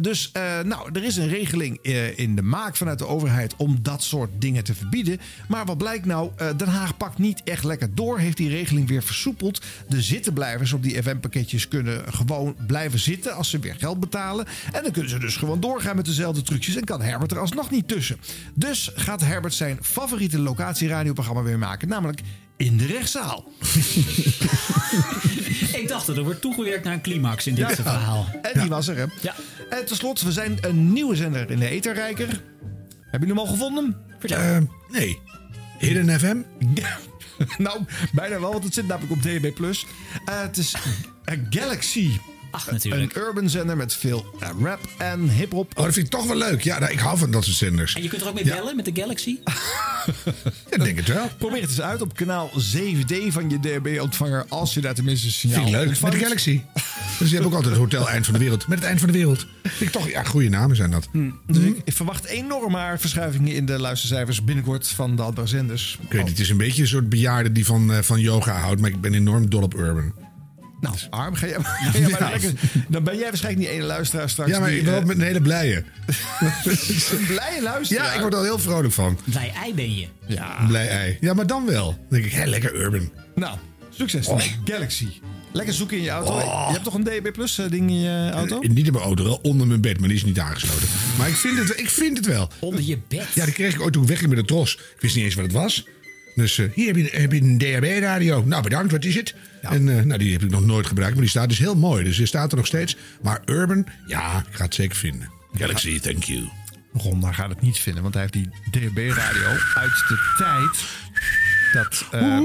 Speaker 1: dus eh, nou, er is een regeling eh, in de maak vanuit de overheid om dat soort dingen te verbieden. Maar wat blijkt nou? Eh, Den Haag pakt niet echt lekker door. Heeft die regeling weer versoepeld. De zittenblijvers op die FM-pakketjes kunnen gewoon blijven zitten als ze weer geld betalen. En dan kunnen ze dus gewoon doorgaan met dezelfde trucjes. En kan Herbert er alsnog niet tussen. Dus gaat Herbert zijn favoriete locatieradioprogramma weer maken. Namelijk in de rechtszaal.
Speaker 7: Ik dacht dat er wordt toegewerkt naar een climax in dit
Speaker 1: Ja.
Speaker 7: verhaal.
Speaker 1: En die was er, hè? Ja. En tenslotte, we zijn een nieuwe zender in de Eterrijker. Hebben jullie hem al gevonden?
Speaker 2: Eh, nee. Hidden FM?
Speaker 1: nou, bijna wel, want het zit namelijk op DB+. Eh, het is eh, Galaxy.
Speaker 7: Ach,
Speaker 2: natuurlijk.
Speaker 1: Een urban zender met veel eh, rap en hip-hop.
Speaker 2: Oh, dat vind ik toch wel leuk. Ja, nou, ik hou van dat soort zenders.
Speaker 7: En je kunt er ook mee
Speaker 2: Ja.
Speaker 7: bellen met de Galaxy?
Speaker 2: Ik denk het wel.
Speaker 1: Probeer het eens uit op kanaal 7D van je DB-ontvanger. Als je daar tenminste een signaal
Speaker 2: Vind ik leuk. Met
Speaker 1: ontvangt.
Speaker 2: de Galaxy. Dus je hebt ook altijd het hotel Eind van de Wereld. Met het Eind van de Wereld. Vind ik toch, ja, goede namen zijn dat.
Speaker 1: Dus ik, ik verwacht enorme verschuivingen in de luistercijfers binnenkort van de andere zenders.
Speaker 2: Ik weet niet, het is een beetje een soort bejaarde die van, eh, van yoga houdt. Maar ik ben enorm dol op urban.
Speaker 1: Nou, arm, ga jij maar, ga jij maar
Speaker 2: Ja.
Speaker 1: lekker- Dan ben jij waarschijnlijk die ene luisteraar straks.
Speaker 2: ja, maar
Speaker 1: die,
Speaker 2: ik ben wel
Speaker 1: eh,
Speaker 2: met een hele blije.
Speaker 1: een blije luisteraar.
Speaker 2: Ja, ik word er al heel vrolijk van.
Speaker 7: Blij ei ben je.
Speaker 1: Ja.
Speaker 2: Een blij ei. Ja, maar dan wel. Dan denk ik, hé, lekker urban.
Speaker 1: Nou, succes
Speaker 2: Oh.
Speaker 1: dan. Galaxy. Lekker zoeken in je auto. Je hebt toch een DB Plus eh, ding in je auto?
Speaker 2: Eh, Niet in mijn auto, wel onder mijn bed, maar die is niet aangesloten. Maar ik vind het, ik vind het wel.
Speaker 7: Onder je bed?
Speaker 2: Ja, die kreeg ik ooit toen ik wegging met de tros. Ik wist niet eens wat het was. Dus eh, hier heb je, heb je een DHB-radio. Nou, bedankt, wat is het? En eh, nou, die heb ik nog nooit gebruikt, maar die staat dus heel mooi. Dus die staat er nog steeds. Maar Urban, ja, ik ga het zeker vinden. Galaxy, thank you.
Speaker 1: Ron, daar gaat het niet vinden, want hij heeft die DB-radio uit de tijd dat. eh,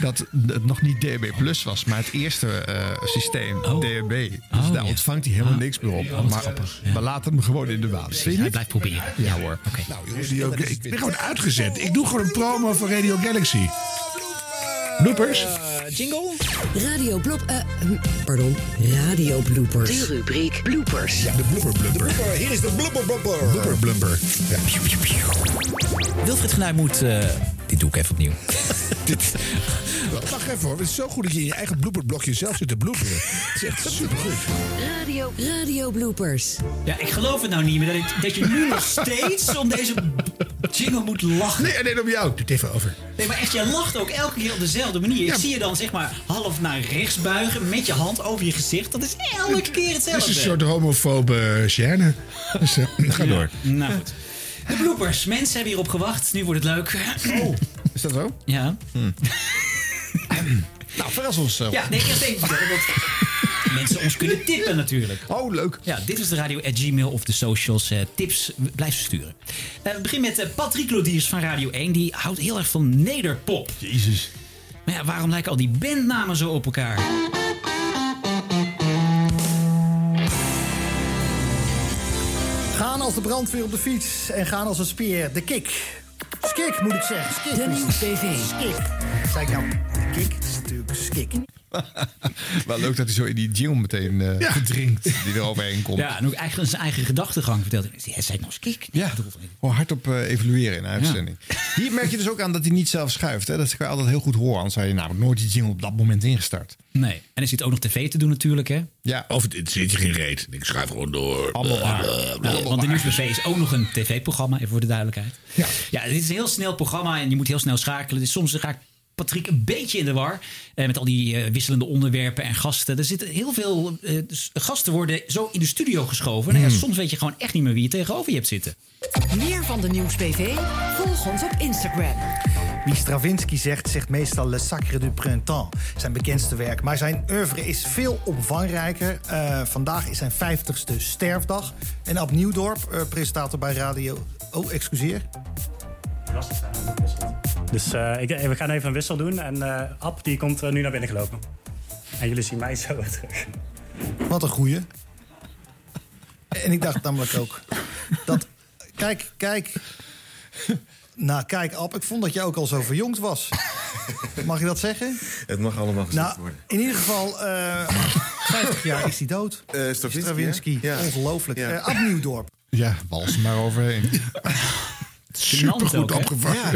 Speaker 1: dat het nog niet DB Plus was, maar het eerste eh, systeem,
Speaker 7: Oh.
Speaker 1: DB. Dus daar ontvangt hij
Speaker 7: Ah.
Speaker 1: helemaal niks meer op. maar we laten hem gewoon in de waan. Vind je
Speaker 7: Blijf proberen.
Speaker 1: Ja hoor.
Speaker 2: Nou jongens, die ook- ik ben gewoon uitgezet. Ik doe gewoon een promo voor Radio Galaxy. Bloopers.
Speaker 23: jingle? Radio blop... eh, hm, pardon, radio bloopers.
Speaker 2: De
Speaker 23: rubriek bloopers.
Speaker 2: Ja, de blooper blumper.
Speaker 23: Hier is de blooper blooper.
Speaker 2: Blooper blumper. Ja.
Speaker 8: Wilfried Genuij moet... eh, dit doe ik even opnieuw.
Speaker 2: Wacht even hoor, het is zo goed dat je in je eigen blooperblokje zelf zit te bloeperen. Het is echt supergoed.
Speaker 23: Radio, radio bloopers.
Speaker 7: Ja, ik geloof het nou niet meer dat, ik- dat je nu nog steeds om deze jingle moet lachen.
Speaker 2: Nee, nee, om jou. Doe het even over.
Speaker 7: Nee, maar echt, jij lacht ook elke keer op dezelfde manier. Ik
Speaker 2: Ja.
Speaker 7: zie je dan zeg maar half naar rechts buigen met je hand over je gezicht. Dat is elke keer
Speaker 2: Het is
Speaker 7: hetzelfde.
Speaker 2: een soort homofobe scène. Dus eh, ga door.
Speaker 7: Nou goed. De bloopers. Mensen hebben hierop gewacht. Nu wordt het leuk. Oh.
Speaker 1: Is dat zo? Hm.
Speaker 7: Ja.
Speaker 1: nou, verras ons
Speaker 8: Oh.
Speaker 1: zo.
Speaker 7: Ja, nee, eerst even vertellen, want mensen ons kunnen tippen natuurlijk.
Speaker 1: Oh, leuk.
Speaker 7: Ja, dit is de radio at Gmail of de socials. eh, tips, blijf ze sturen. Eh, we beginnen met eh, Patrick Lodiers van Radio 1. Die houdt heel erg van nederpop. Jezus. Maar ja, waarom lijken al die bandnamen zo op elkaar?
Speaker 12: Gaan als de brandweer op de fiets en gaan als een speer. De kick. Skik moet ik zeggen. Skik.
Speaker 23: De nieuwsbv.
Speaker 12: Skik. Zei ik nou, de kick? Het is natuurlijk skik.
Speaker 1: Wel leuk dat hij zo in die jingle meteen eh, verdrinkt die er overheen komt.
Speaker 7: Ja, nou, en ook eigenlijk zijn eigen gedachtegang vertelt. Hij zei nog skik.
Speaker 1: Ja, gewoon hardop eh, evalueren in de uitzending. Hier merk je dus ook aan dat hij niet zelf schuift. Hè? Dat kan je altijd heel goed horen. Anders had je namelijk nooit die jingle op dat moment ingestart.
Speaker 7: Nee. En er zit ook nog tv te doen natuurlijk, hè?
Speaker 1: Ja.
Speaker 2: Of het, het zit je geen reet. Ik schuif gewoon door. Eh,
Speaker 7: Allemaal waar. Ja, want de Nieuwsbv is ook nog een tv-programma, even voor de duidelijkheid. Ja. dit is een heel snel programma en je moet heel snel schakelen. Dus soms raakt Patrick een beetje in de war. eh, met al die eh, wisselende onderwerpen en gasten. Er zitten heel veel eh, dus gasten worden zo in de studio geschoven. Nou ja, soms weet je gewoon echt niet meer wie je tegenover je hebt zitten.
Speaker 23: Meer van de nieuwsbv? Volg ons op Instagram.
Speaker 12: Wie Stravinsky zegt, zegt meestal Le Sacre du Printemps, zijn bekendste werk. Maar zijn oeuvre is veel omvangrijker. Eh, vandaag is zijn 50ste sterfdag. En Ab Nieuwdorp, eh, presentator bij Radio... Oh, excuseer.
Speaker 15: Dus eh, ik, we gaan even een wissel doen. En eh Ab die komt eh, nu naar binnen gelopen. En jullie zien mij Dus zo weer terug.
Speaker 12: Wat een goeie. En ik dacht namelijk ook dat... Kijk, kijk... Nou, kijk, Ab, ik vond dat jij ook al zo verjongd was. Mag je dat zeggen?
Speaker 20: Het mag allemaal gezegd
Speaker 12: Nou,
Speaker 20: worden.
Speaker 12: in ieder geval, eh 50 jaar is hij dood.
Speaker 20: Eh, Stravinsky,
Speaker 12: Stravinsky,
Speaker 20: hè? Ja.
Speaker 12: ongelooflijk.
Speaker 20: Ja.
Speaker 12: Eh Ab Nieuwdorp.
Speaker 1: Ja, wals maar overheen.
Speaker 7: Gênant ook, hè?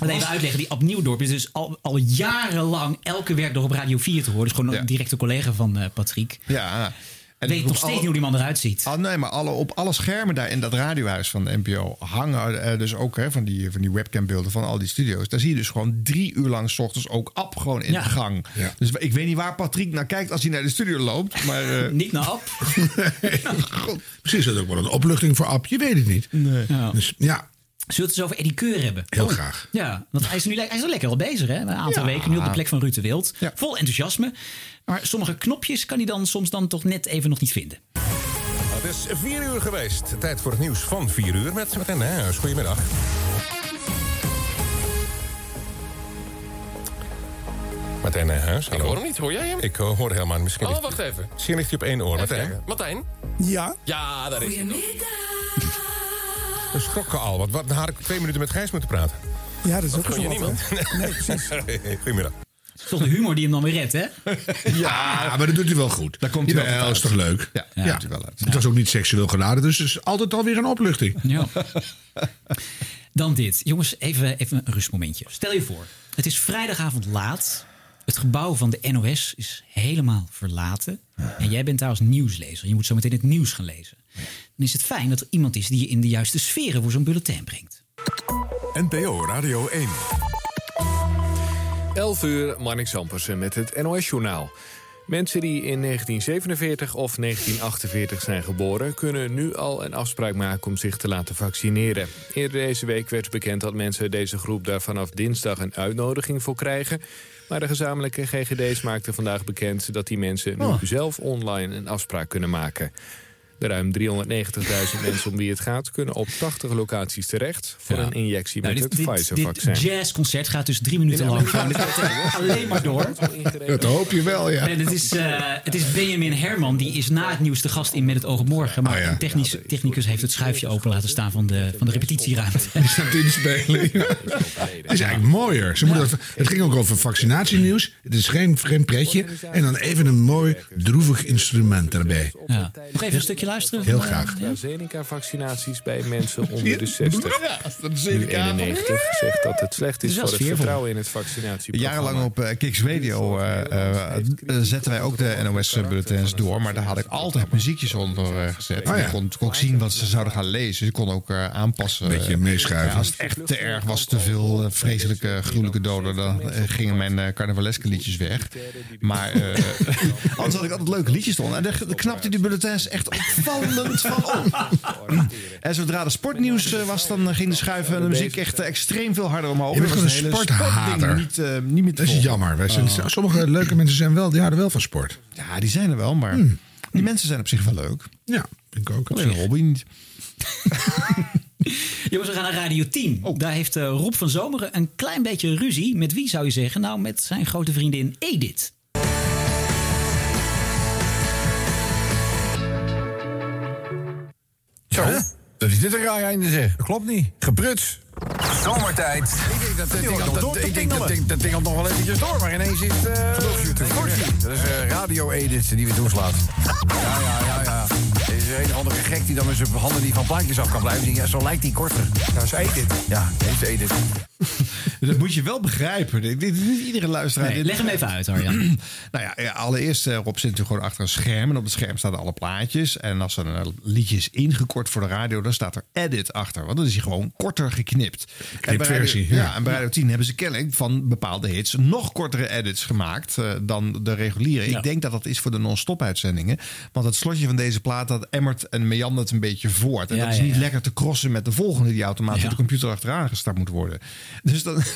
Speaker 7: Alleen even uitleggen, die Ab Nieuwdorp is dus al, al jarenlang elke werkdag op Radio 4 te horen. Dus gewoon een directe collega van eh, Patrick.
Speaker 1: Ja.
Speaker 7: Weet nog steeds niet hoe die man eruit ziet.
Speaker 1: Ah, nee, maar alle, op alle schermen daar in dat radiohuis van de NPO hangen eh, dus ook hè, van, die, van die webcambeelden van al die studio's. Daar zie je dus gewoon drie uur lang 's ochtends ook Ab gewoon in
Speaker 7: Ja.
Speaker 1: de gang.
Speaker 7: Ja.
Speaker 1: Dus ik weet niet waar Patrick naar kijkt als hij naar de studio loopt. Maar, eh,
Speaker 7: niet naar Ab.
Speaker 2: Precies, dat is ook wel een opluchting voor Ab. Je weet het niet. Dus ja,
Speaker 7: Zullen we het eens over Eddie Keur hebben?
Speaker 2: Heel graag.
Speaker 7: Ja, want hij is, nu, le- hij is al lekker al bezig, hè? Een aantal
Speaker 2: Ja.
Speaker 7: weken nu op de plek van Ruud de Wild. Vol enthousiasme. Maar sommige knopjes kan hij dan soms dan toch net even nog niet vinden.
Speaker 8: Het is 4 uur geweest. Tijd voor het nieuws van 4 uur met Martijn Nijhuis. Goedemiddag. Martijn Nijhuis, hallo.
Speaker 6: Ik hoor hem niet, hoor jij hem?
Speaker 8: Ik eh, hoor helemaal niet. Misschien
Speaker 6: Oh,
Speaker 8: ligt-
Speaker 6: wacht even.
Speaker 8: Misschien ligt hij op één oor.
Speaker 6: Even
Speaker 8: Martijn,
Speaker 6: kijken. Martijn?
Speaker 33: Ah,
Speaker 8: Ja?
Speaker 6: Ja, daar is hij.
Speaker 8: we schrokken al. Wat, wat dan had ik twee minuten met Gijs moeten praten.
Speaker 34: Ja, dat is
Speaker 8: dat
Speaker 34: ook
Speaker 8: kon je
Speaker 34: zo wat,
Speaker 8: niemand. Nee, precies. Goedemiddag.
Speaker 7: Het is toch de humor die hem dan weer redt, hè?
Speaker 2: Ja, Ah, maar dat doet hij wel goed. Daar komt hij wel Dat is toch leuk? Ja,
Speaker 7: komt hij wel uit.
Speaker 2: Het was ook niet seksueel geladen, dus het is altijd alweer een opluchting.
Speaker 7: Ja. Dan dit. Jongens, even, even een rustmomentje. Stel je voor, het is vrijdagavond laat. Het gebouw van de NOS is helemaal verlaten. En jij bent daar als nieuwslezer. Je moet zo meteen het nieuws gaan lezen. Dan is het fijn dat er iemand is die je in de juiste sferen voor zo'n bulletin brengt.
Speaker 35: NPO Radio 1.
Speaker 36: 11 uur, Marnix Ampersen met het NOS-journaal. Mensen die in 1947 of 1948 zijn geboren... kunnen nu al een afspraak maken om zich te laten vaccineren. Eerder deze week werd bekend dat mensen uit deze groep... daar vanaf dinsdag een uitnodiging voor krijgen. Maar de gezamenlijke GGD's maakten vandaag bekend... dat die mensen nu
Speaker 32: Oh.
Speaker 36: zelf online een afspraak kunnen maken. De ruim 390.000 mensen om wie het gaat... kunnen op 80 locaties terecht voor
Speaker 7: Ja.
Speaker 36: een injectie
Speaker 7: Nou,
Speaker 36: met
Speaker 7: dit,
Speaker 36: het
Speaker 7: dit,
Speaker 36: Pfizer-vaccin.
Speaker 7: dit jazzconcert gaat dus drie minuten
Speaker 36: Ja,
Speaker 7: lang.
Speaker 36: maar-
Speaker 7: Gaan. Dit gaat alleen maar door.
Speaker 36: Dat hoop je
Speaker 6: Oh
Speaker 36: wel, ja.
Speaker 7: Nee, dit is, eh, het is Benjamin Herman. Die is na het nieuws de gast in Met het Oog op Morgen. Maar een technisch, technicus heeft het schuifje open laten staan van de, van de repetitieruimte.
Speaker 2: Die staat in te spelen. Ja. Het is eigenlijk mooier. Ze moeten dat- het ging ook over vaccinatienieuws. Het is geen, geen pretje. En dan even een mooi droevig instrument erbij.
Speaker 7: Ja. Nog even een stukje luisteren.
Speaker 2: Heel graag.
Speaker 36: AstraZeneca-vaccinaties bij mensen onder de 60.
Speaker 2: Ja,
Speaker 36: Nu 91 zegt dat het slecht is
Speaker 1: Dat is wel
Speaker 36: voor het
Speaker 1: sfeervol.
Speaker 36: vertrouwen in het vaccinatieprogramma.
Speaker 1: Jarenlang op eh, Kiks Radio eh, eh, eh, zetten wij ook de NOS-bulletins door. Maar daar had ik altijd muziekjes onder eh, gezet.
Speaker 2: Oh ja.
Speaker 1: Ik kon, kon ook zien wat ze zouden gaan lezen. Dus ik kon ook eh, aanpassen.
Speaker 2: Beetje
Speaker 1: Eh,
Speaker 2: meeschuiven.
Speaker 1: ja, als het echt te erg was, te veel eh, vreselijke, gruwelijke doden... dan eh, gingen mijn eh carnavaleske liedjes weg. Maar eh, anders had ik altijd leuke liedjes eronder. En daar ge- knapte die bulletins echt opvallend van om. En zodra de sportnieuws eh, was, dan eh, ging de schuiven en de muziek echt eh, extreem veel harder omhoog.
Speaker 2: Je bent
Speaker 1: Dan was
Speaker 2: gewoon
Speaker 1: het
Speaker 2: een
Speaker 1: hele sportding
Speaker 2: sporthater.
Speaker 1: Niet, eh, niet meer te
Speaker 2: Dat is
Speaker 1: volgen.
Speaker 2: jammer. Wij zijn,
Speaker 1: Oh.
Speaker 2: Sommige leuke mensen zijn wel, die houden wel van sport.
Speaker 1: Ja, die zijn er wel, maar die mensen zijn op zich wel leuk.
Speaker 2: Ja, vind ik ook.
Speaker 1: Alleen Robby niet.
Speaker 7: Jongens, we gaan naar Radio 10. Daar heeft eh, Rob van Zomeren een klein beetje ruzie. Met wie zou je zeggen? Nou, met zijn grote vriendin Edith.
Speaker 36: Zo. Dat is dit een raar einde zeg. Klopt niet. Gepruts. Zomertijd. Ik denk dat, dat, ding- dat, dat, ik denk dat, ding- dat ding had nog wel eventjes door, maar ineens is het... eh, Kortje. Dat is eh, Radio Edith die weer toeslaat. Ja, ja, ja, ja. Er is een of andere gek die dan met zijn handen niet van plaatjes af kan blijven. Ja, zo lijkt die korter. Dat is Edith. Ja, dat is Edith.
Speaker 1: Dat moet je wel begrijpen. Dit dit is niet iedere luisteraar.
Speaker 36: Nee,
Speaker 1: dit
Speaker 36: leg hem
Speaker 1: begrijpt.
Speaker 36: even uit, Arjan.
Speaker 1: nou ja, ja, allereerst, eh, Rob zit natuurlijk gewoon achter een scherm. En op het scherm staan alle plaatjes. En als er een liedje is ingekort voor de radio, dan staat er edit achter. Want dan is hij gewoon korter geknipt. En bij Radio,
Speaker 2: Knipversie,
Speaker 1: ja.
Speaker 2: ja.
Speaker 1: en bij Radio 10 hebben ze kennelijk van bepaalde hits nog kortere edits gemaakt eh, dan de reguliere. Ik denk dat dat is voor de non-stop uitzendingen. Want het slotje van deze plaat, dat emmert en meandert een beetje voort. En
Speaker 2: Ja,
Speaker 1: dat is
Speaker 2: ja,
Speaker 1: niet
Speaker 2: ja.
Speaker 1: lekker te crossen met de volgende die automatisch
Speaker 2: Ja.
Speaker 1: op de computer achteraan gestart moet worden. Dus dan...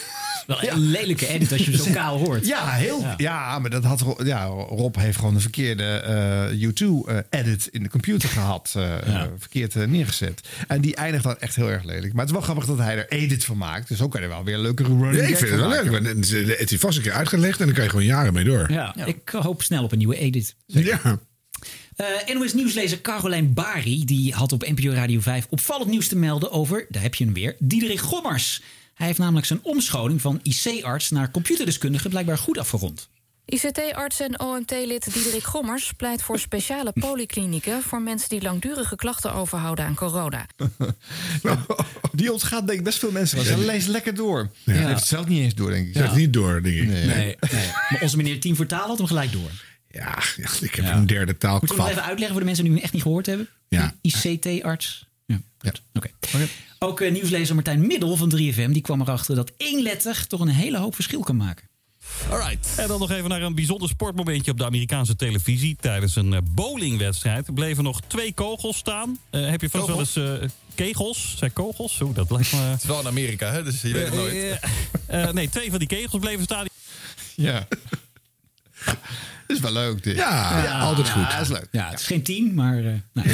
Speaker 7: Wel een lelijke edit als je hem zo kaal hoort.
Speaker 1: Ja, heel. Ja, maar dat had Ro- ja, Rob heeft gewoon de verkeerde eh U2 eh, edit in de computer gehad, eh, eh, verkeerd eh, neergezet. En die eindigt dan echt heel erg lelijk. Maar het is wel grappig dat hij er edit van maakt. Dus ook kan er wel weer een leukere running
Speaker 2: Nee, ik
Speaker 1: gag
Speaker 2: vind
Speaker 1: van
Speaker 2: het wel leuk.
Speaker 1: maken.
Speaker 2: want Het is- het is vast een keer uitgelegd en dan kan je gewoon jaren mee door.
Speaker 7: Ja, ik hoop snel op een nieuwe Edith.
Speaker 2: Ja.
Speaker 7: Eh NOS nieuwslezer Carolijn Bari die had op NPO Radio 5 opvallend nieuws te melden over, daar heb je hem weer, Diederik Gommers. Hij heeft namelijk zijn omscholing van IC-arts naar computerdeskundige blijkbaar goed afgerond.
Speaker 30: ICT-arts en OMT-lid Diederik Gommers pleit voor speciale polyklinieken voor mensen die langdurige klachten overhouden aan corona.
Speaker 1: Die ontgaat denk ik best veel mensen.
Speaker 2: Ja,
Speaker 1: Ze
Speaker 2: die-
Speaker 1: leest lekker door.
Speaker 2: Ja.
Speaker 1: Ja. Hij heeft het zelf niet eens door, denk ik.
Speaker 2: Ja. Zet niet door, denk ik.
Speaker 1: Nee. Nee.
Speaker 7: Maar onze meneer Tien Vertaal had hem gelijk door.
Speaker 2: Ja, ik heb een derde taal
Speaker 7: Moeten we nog even uitleggen voor de mensen die hem echt niet gehoord hebben?
Speaker 2: Ja.
Speaker 7: ICT-arts. Ja. goed. Oké.
Speaker 1: Oh,
Speaker 7: Ook eh, nieuwslezer Martijn Middel van 3FM die kwam erachter dat één letter toch een hele hoop verschil kan maken.
Speaker 12: Alright. En dan nog even naar een bijzonder sportmomentje op de Amerikaanse televisie. Tijdens een eh, bowlingwedstrijd bleven nog twee kogels staan. Eh, heb je vast wel eens eh, kegels. Zijn kogels? Oeh, dat lijkt me...
Speaker 6: Het is wel in Amerika, hè? dus je weet het nooit.
Speaker 12: Eh, eh, nee, twee van die kegels bleven staan.
Speaker 6: Ja. Dat is wel leuk, dit.
Speaker 12: Ja, altijd goed.
Speaker 6: Ja, dat is leuk.
Speaker 7: Ja, het is geen tien, maar... eh nou,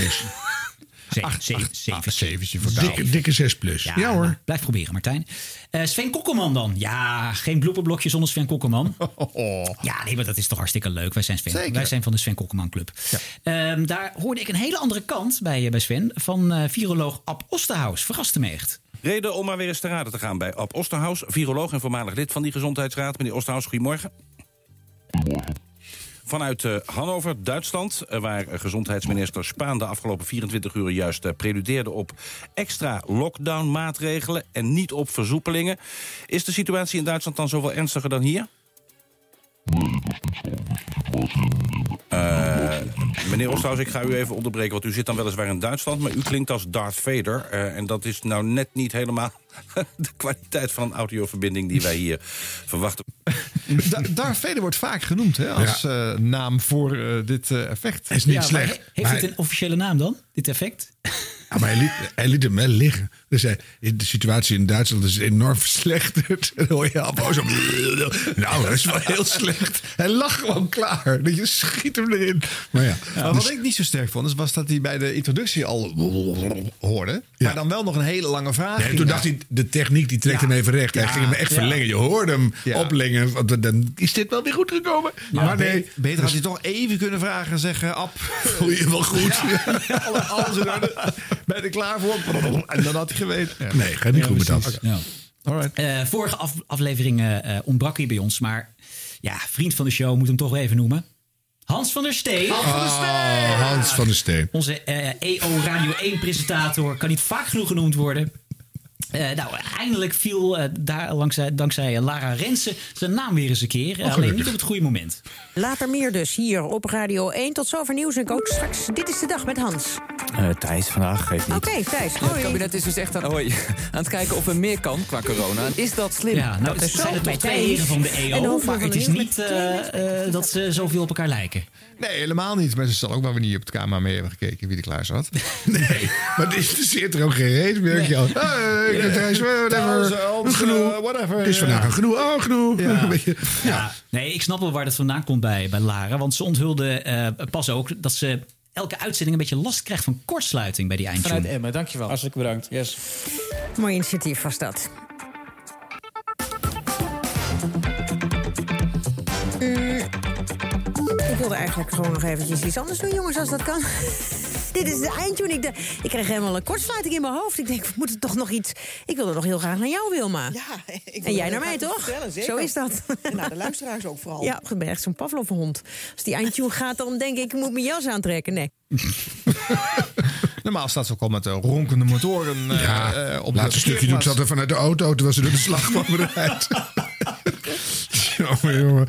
Speaker 7: Zeven, zeven, zeven, Dikke,
Speaker 2: dikke 6 plus.
Speaker 7: Ja, hoor. Blijf proberen, Martijn. Eh, Sven Kokkelman dan. Ja, geen blokje zonder Sven Kokkelman. Ja, nee, maar dat is toch hartstikke leuk. Wij zijn, Sven,
Speaker 6: Oh. Zeker.
Speaker 7: wij zijn van de Sven Kokkelman Club. Ehm, daar hoorde ik een hele andere kant bij, eh, bij Sven van eh, viroloog Ab Osterhaus. Verraste me echt.
Speaker 24: Reden om maar weer eens te raden te gaan bij Ab Osterhaus, viroloog en voormalig lid van die gezondheidsraad. Meneer Osterhaus, goedemorgen. Vanuit eh, Hannover, Duitsland, eh, waar gezondheidsminister Spaan de afgelopen 24 uur juist eh, preludeerde op extra lockdown-maatregelen en niet op versoepelingen. Is de situatie in Duitsland dan zoveel ernstiger dan hier? Eh, meneer Osterhaus, ik ga u even onderbreken, want u zit dan weliswaar in Duitsland... maar u klinkt als Darth Vader. eh, en dat is nou net niet helemaal de kwaliteit van een audioverbinding... die wij hier verwachten.
Speaker 1: Da Darth Vader wordt vaak genoemd hè, als eh, naam voor eh, dit eh, effect.
Speaker 7: Ja, maar he- heeft het een officiële naam dan, dit effect?
Speaker 2: Ja, maar hij liet, hij liet hem wel liggen. Dus hij, de situatie in Duitsland is enorm verslechterd. En dan hoor je Abbo zo... Nou, dat is wel heel slecht. Hij lag gewoon klaar. Dat je schiet hem erin. Maar ja,
Speaker 1: Maar wat ik niet zo sterk vond, is, was dat hij bij de introductie al hoorde. Maar dan wel nog een hele lange vraag.
Speaker 2: Nee,
Speaker 1: ging
Speaker 2: toen
Speaker 1: na-
Speaker 2: dacht hij, de techniek die trekt
Speaker 1: Ja.
Speaker 2: hem even recht. Hij
Speaker 1: Ja.
Speaker 2: ging hem echt
Speaker 1: Ja.
Speaker 2: verlengen. Je hoorde hem
Speaker 1: Ja.
Speaker 2: oplengen. Want Dan is dit wel weer goed gekomen.
Speaker 1: Ja,
Speaker 2: maar nee.
Speaker 1: be- Beter had hij toch even kunnen vragen en zeggen... Ab, voel
Speaker 2: je wel goed?
Speaker 1: alles in orde. Ben je er klaar voor? En dan had hij geweten.
Speaker 2: Nee, gaat niet goed met dat.
Speaker 7: Ja. Eh, vorige af- aflevering eh, eh, ontbrak hij bij ons, maar ja, vriend van de show moet hem toch even noemen. Hans van der Steen.
Speaker 2: Oh, Hans van der Steen.
Speaker 7: Onze eh, EO Radio 1-presentator kan niet vaak genoeg genoemd worden. Eh, nou, eindelijk viel eh, daar langzij, dankzij eh, Lara Rensen zijn naam weer eens een keer. Eh, alleen
Speaker 17: gelukkig.
Speaker 7: niet op het goede moment.
Speaker 17: Later meer dus hier op Radio 1. Tot zover nieuws en coach. Straks, dit is de dag met Hans.
Speaker 14: Eh, Thijs vandaag geeft
Speaker 17: Oké, Thijs.
Speaker 14: Het kabinet is dus echt aan, hoi, aan het kijken of er meer kan qua corona. Is dat slim?
Speaker 7: Ja, nou, het zijn er toch twee heren van de EO, maar het is niet eh, eh, dat ze zoveel op elkaar lijken.
Speaker 6: Nee, helemaal niet. Maar ze zal ook wel weer niet op het camera mee hebben gekeken wie er klaar zat.
Speaker 2: Nee, maar dit interesseert er ook geen reet meer.
Speaker 6: Nee.
Speaker 2: joh. Hey, ik ben Thijs,
Speaker 6: Trouwens,
Speaker 2: whatever.
Speaker 6: Hans,
Speaker 2: genoeg.
Speaker 6: eh, whatever,
Speaker 2: Het is vandaag
Speaker 6: ja.
Speaker 2: een genoeg. Oh, genoeg.
Speaker 7: Ja.
Speaker 2: Weet je.
Speaker 7: Ja. Nee, ik snap wel waar dat vandaan komt bij, bij Lara. Want ze onthulde eh, pas ook dat ze elke uitzending een beetje last krijgt van kortsluiting bij die eindtune.
Speaker 14: Vanuit Emmen, dankjewel. Hartelijk bedankt. Yes.
Speaker 17: Mooi initiatief was dat. Mm, Ik wilde eigenlijk gewoon nog eventjes iets anders doen, jongens, als dat kan. Dit is de eindtune. Ik, de- ik kreeg helemaal een kortsluiting in mijn hoofd. Ik denk, we moeten toch nog iets... Ik wilde nog heel graag naar jou, Wilma. Ja, en jij naar mij, toch? Zo is dat.
Speaker 23: Nou, de luisteraars ook vooral.
Speaker 17: Ja, ik ben echt zo'n Pavlov-hond. Als die eindtune gaat, dan denk ik, ik moet mijn jas aantrekken. Nee.
Speaker 1: Normaal staat ze ook al met eh, ronkende motoren eh, eh, op de
Speaker 2: Laatste stukje toen
Speaker 1: parkeerplaats.
Speaker 2: zat er vanuit de auto. Toen was ze door de slag kwam eruit. jongen, jongen.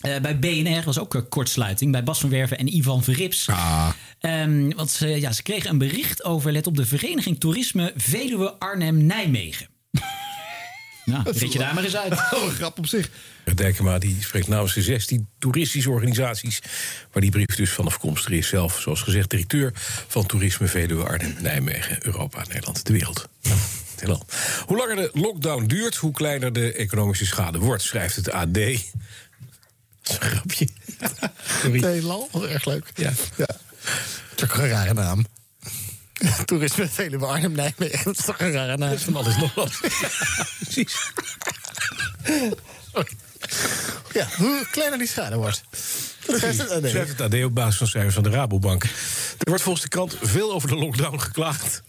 Speaker 7: Eh, bij BNR was ook eh, kortsluiting. Bij Bas van Werven en Ivan Verrips.
Speaker 1: Ah.
Speaker 7: Ehm, want ze, ja, ze kregen een bericht over, let op, de Vereniging Toerisme Veluwe Arnhem-Nijmegen. nou, red je daar maar eens uit.
Speaker 1: Oh, een grap op zich.
Speaker 8: Dijkema die spreekt namens de 16 toeristische organisaties... waar die brief dus van afkomstig is zelf, zoals gezegd... directeur van Toerisme Veluwe Arnhem, Nijmegen, Europa, Nederland, de wereld. Ja, het heelal. Hoe langer de lockdown duurt, hoe kleiner de economische schade wordt, schrijft het AD. Dat is een grapje. Sorry.
Speaker 6: Heel erg leuk.
Speaker 8: Ja.
Speaker 6: ja. Dat is ook een rare naam. Toerisme Veluwe Arnhem Nijmegen. Dat is toch een rare naam.
Speaker 8: Van alles nog wat. Precies.
Speaker 6: Ja, hoe kleiner die schade wordt. Oh,
Speaker 8: Schrijft het AD op basis van cijfers van de Rabobank. Er wordt volgens de krant veel over de lockdown geklaagd.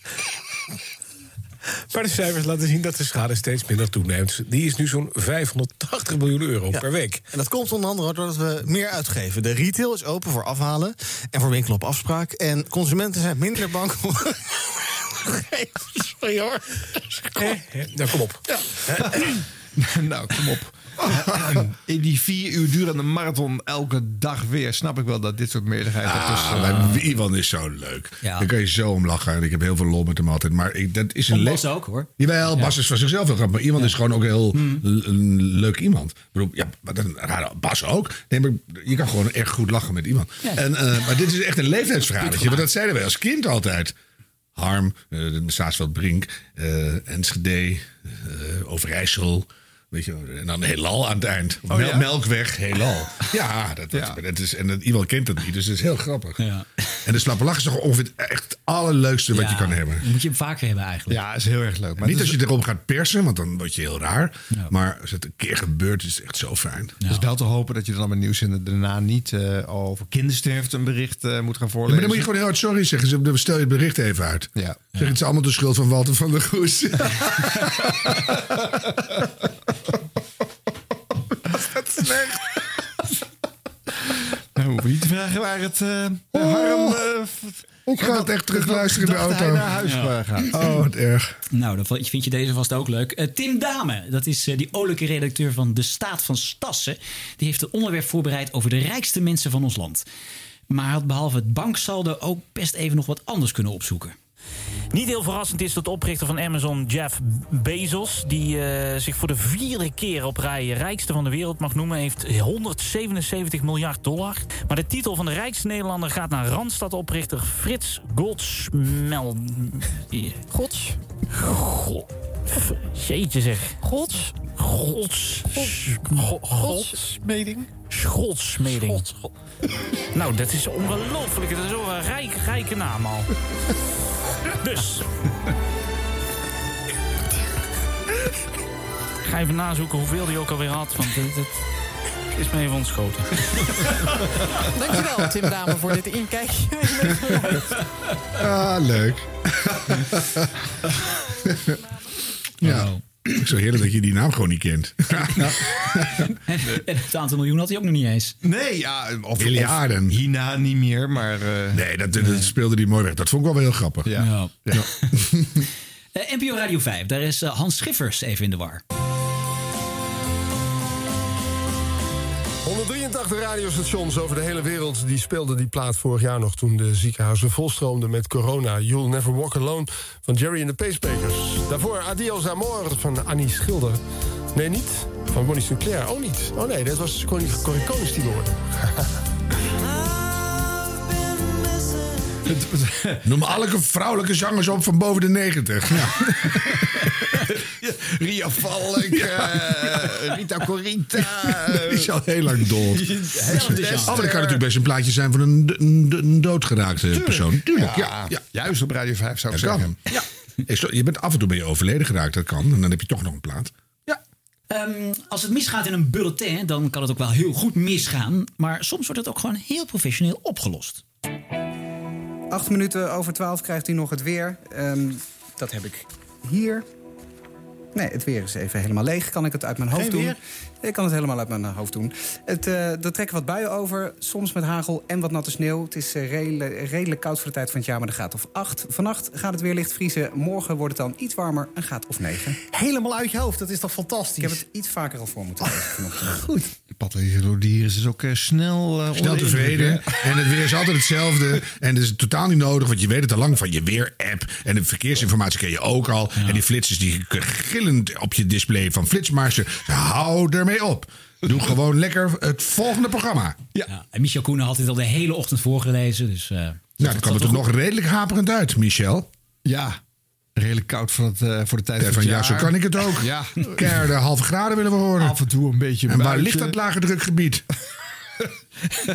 Speaker 8: Maar de cijfers laten zien dat de schade steeds minder toeneemt. Die is nu zo'n 580 miljoen euro per week.
Speaker 6: En dat komt onder andere doordat we meer uitgeven. De retail is open voor afhalen en voor winkel op afspraak. En consumenten zijn minder bang om... Sorry hoor.
Speaker 8: Nou, kom op.
Speaker 1: nou, kom op. In die vier uur durende marathon elke dag weer... snap ik wel dat dus, eh, dit soort meerderheid
Speaker 2: Ah,
Speaker 1: ertussen-
Speaker 2: maar Iwan is zo leuk.
Speaker 1: Ja.
Speaker 2: Daar kan je zo om lachen. En ik heb heel veel lol met hem altijd. Maar ik, dat is een
Speaker 7: En
Speaker 2: le-
Speaker 7: Bas ook, hoor.
Speaker 2: Jawel, Bas
Speaker 7: Ja. Hmm.
Speaker 2: is van zichzelf heel grappig. Maar Iwan is gewoon ook heel l- een leuk iemand. Ik bedoel, ja, maar dan, raar, Bas ook. Nee, maar je kan gewoon echt goed lachen met iemand. En, eh, maar dit is echt een leeftijdsverhaaltje. Want dat zeiden wij als kind altijd. Harm, eh Saasveld Brink, eh, Enschede, eh, Overijssel. Weet je, en dan heelal aan het eind.
Speaker 1: Oh,
Speaker 2: Mel-
Speaker 1: ja?
Speaker 2: Melkweg, heelal. ja, dat, dat, dat is, en dat, iemand kent dat niet, dus dat is heel grappig. En de slappe lach is toch ongeveer echt het allerleukste wat je kan hebben.
Speaker 7: Dat moet je hem vaker hebben eigenlijk.
Speaker 1: Ja, is heel erg leuk. dus
Speaker 2: niet als je erop gaat persen, want dan word je heel raar. Maar als het een keer gebeurt, is het echt zo fijn.
Speaker 1: Dus wel te hopen dat je dan met nieuws in de- daarna niet eh, over kindersterfte een bericht eh, moet gaan voorlezen.
Speaker 2: maar dan moet je gewoon heel hard sorry zeggen. Ze- dan Stel je het bericht even uit.
Speaker 1: Ja.
Speaker 2: Zeg, het is allemaal de schuld van Walter van der Goes.
Speaker 1: dat slecht? Nou, hoef je niet te vragen waar het eh,
Speaker 2: Oh.
Speaker 6: Oh.
Speaker 1: Harm... eh, v-
Speaker 2: ik ga het echt terugluisteren in de
Speaker 1: dacht
Speaker 2: auto.
Speaker 1: hij naar huis
Speaker 7: Ja.
Speaker 1: gaat.
Speaker 2: Oh, wat erg.
Speaker 7: Nou, dan vond- vind je deze vast ook leuk. Eh, Tim Dame, dat is eh, die olijke redacteur van De Staat van Stassen. Die heeft een onderwerp voorbereid over de rijkste mensen van ons land. Maar had behalve het banksaldo ook best even nog wat anders kunnen opzoeken.
Speaker 12: Niet heel verrassend is dat de oprichter van Amazon, Jeff Bezos, die eh, zich voor de vierde keer op rij rijkste van de wereld mag noemen, heeft 177 miljard dollar. Maar de titel van de rijkste Nederlander gaat naar Randstad-oprichter Frits Godsmel. Gods? God. Jeetje zeg. Gods? Gods. Go- Godsmeding? Godsmeding. Nou, dat is ongelooflijk. Dat is wel een rijk, rijke naam al. Dus. Ik ga even nazoeken hoeveel die ook alweer had, want dit, dit is me even ontschoten.
Speaker 6: Dankjewel, Tim Dame, voor dit inkijkje.
Speaker 2: Ah, leuk. ja. Ik zo heerlijk dat je die naam gewoon niet kent.
Speaker 7: En het aantal miljoen had hij ook nog niet eens.
Speaker 1: Nee, ja, of,
Speaker 2: Miljarden.
Speaker 1: of hierna niet meer, maar... eh,
Speaker 2: Nee, dat, dat speelde die mooi weg. Dat vond ik wel weer heel grappig.
Speaker 7: Ja. Eh, NPO Radio 5, daar is eh, Hans Schiffers even in de war.
Speaker 15: 183 radiostations over de hele wereld die speelden die plaat vorig jaar nog toen de ziekenhuizen volstroomden met corona. You'll Never Walk Alone van Jerry and the Pacemakers. Daarvoor Adios Amor van Annie Schilder. Nee, niet. Van Bonnie Sinclair. Oh, niet. Oh nee, dat was Corrie Corrie Konings die we hoorden.
Speaker 2: Noem alle vrouwelijke zangers op van boven de 90. Ja.
Speaker 1: Ria Valk, eh, Rita Corita.
Speaker 2: Die is al heel lang dood.
Speaker 1: Hester.
Speaker 2: Oh, maar dat kan natuurlijk best een plaatje zijn van een, een, een doodgeraakte persoon. Tuurlijk, ja.
Speaker 1: Ja,
Speaker 2: Juist op Radio 5 zou
Speaker 1: ik zeggen.
Speaker 2: Ja. Ik stel- Je bent af en toe ben je overleden geraakt, dat kan. En dan heb je toch nog een plaat.
Speaker 7: Ehm, als het misgaat in een bulletin, dan kan het ook wel heel goed misgaan. Maar soms wordt het ook gewoon heel professioneel opgelost.
Speaker 37: Acht minuten over twaalf krijgt u nog het weer. Ehm, dat heb ik hier. Nee, het weer is even helemaal leeg. Kan ik het uit mijn hoofd
Speaker 38: Geen
Speaker 37: doen?
Speaker 38: weer?
Speaker 37: Ik kan het helemaal uit mijn eh, hoofd doen. Het, eh, er trekken wat buien over, soms met hagel en wat natte sneeuw. Het is eh, redelijk, redelijk koud voor de tijd van het jaar, maar de gaat of acht. Vannacht gaat het weer licht vriezen. Morgen wordt het dan iets warmer, een gaat of negen.
Speaker 38: Helemaal uit je hoofd, dat is toch fantastisch?
Speaker 37: Ik heb het iets vaker al voor moeten lezen.
Speaker 1: Goed. Patrice Lodiers is ook eh, snel... eh,
Speaker 2: Snel
Speaker 1: onder de
Speaker 2: tevreden.
Speaker 1: indruk,
Speaker 2: En het weer is altijd hetzelfde. En dat is totaal niet nodig, want je weet het al lang van je weer-app. En de verkeersinformatie ken je ook al. En die flitsers die gillend op je display van flitsmarsen. Hou ermee op. Doe gewoon lekker het volgende programma. Nou,
Speaker 7: Ja. en Michel Koenen had dit al de hele ochtend voorgelezen. Dus, eh,
Speaker 2: Nou, dan kwam het er nog redelijk haperend uit, Michel.
Speaker 1: Ja, redelijk koud voor, het, eh, voor de tijd
Speaker 2: Ja,
Speaker 1: van,
Speaker 2: van
Speaker 1: het
Speaker 2: ja,
Speaker 1: jaar.
Speaker 2: zo kan ik het ook.
Speaker 1: Ja.
Speaker 2: Keiharde halve graden willen we horen.
Speaker 1: Af en toe een beetje
Speaker 2: En waar
Speaker 1: buitje.
Speaker 2: ligt dat lage drukgebied?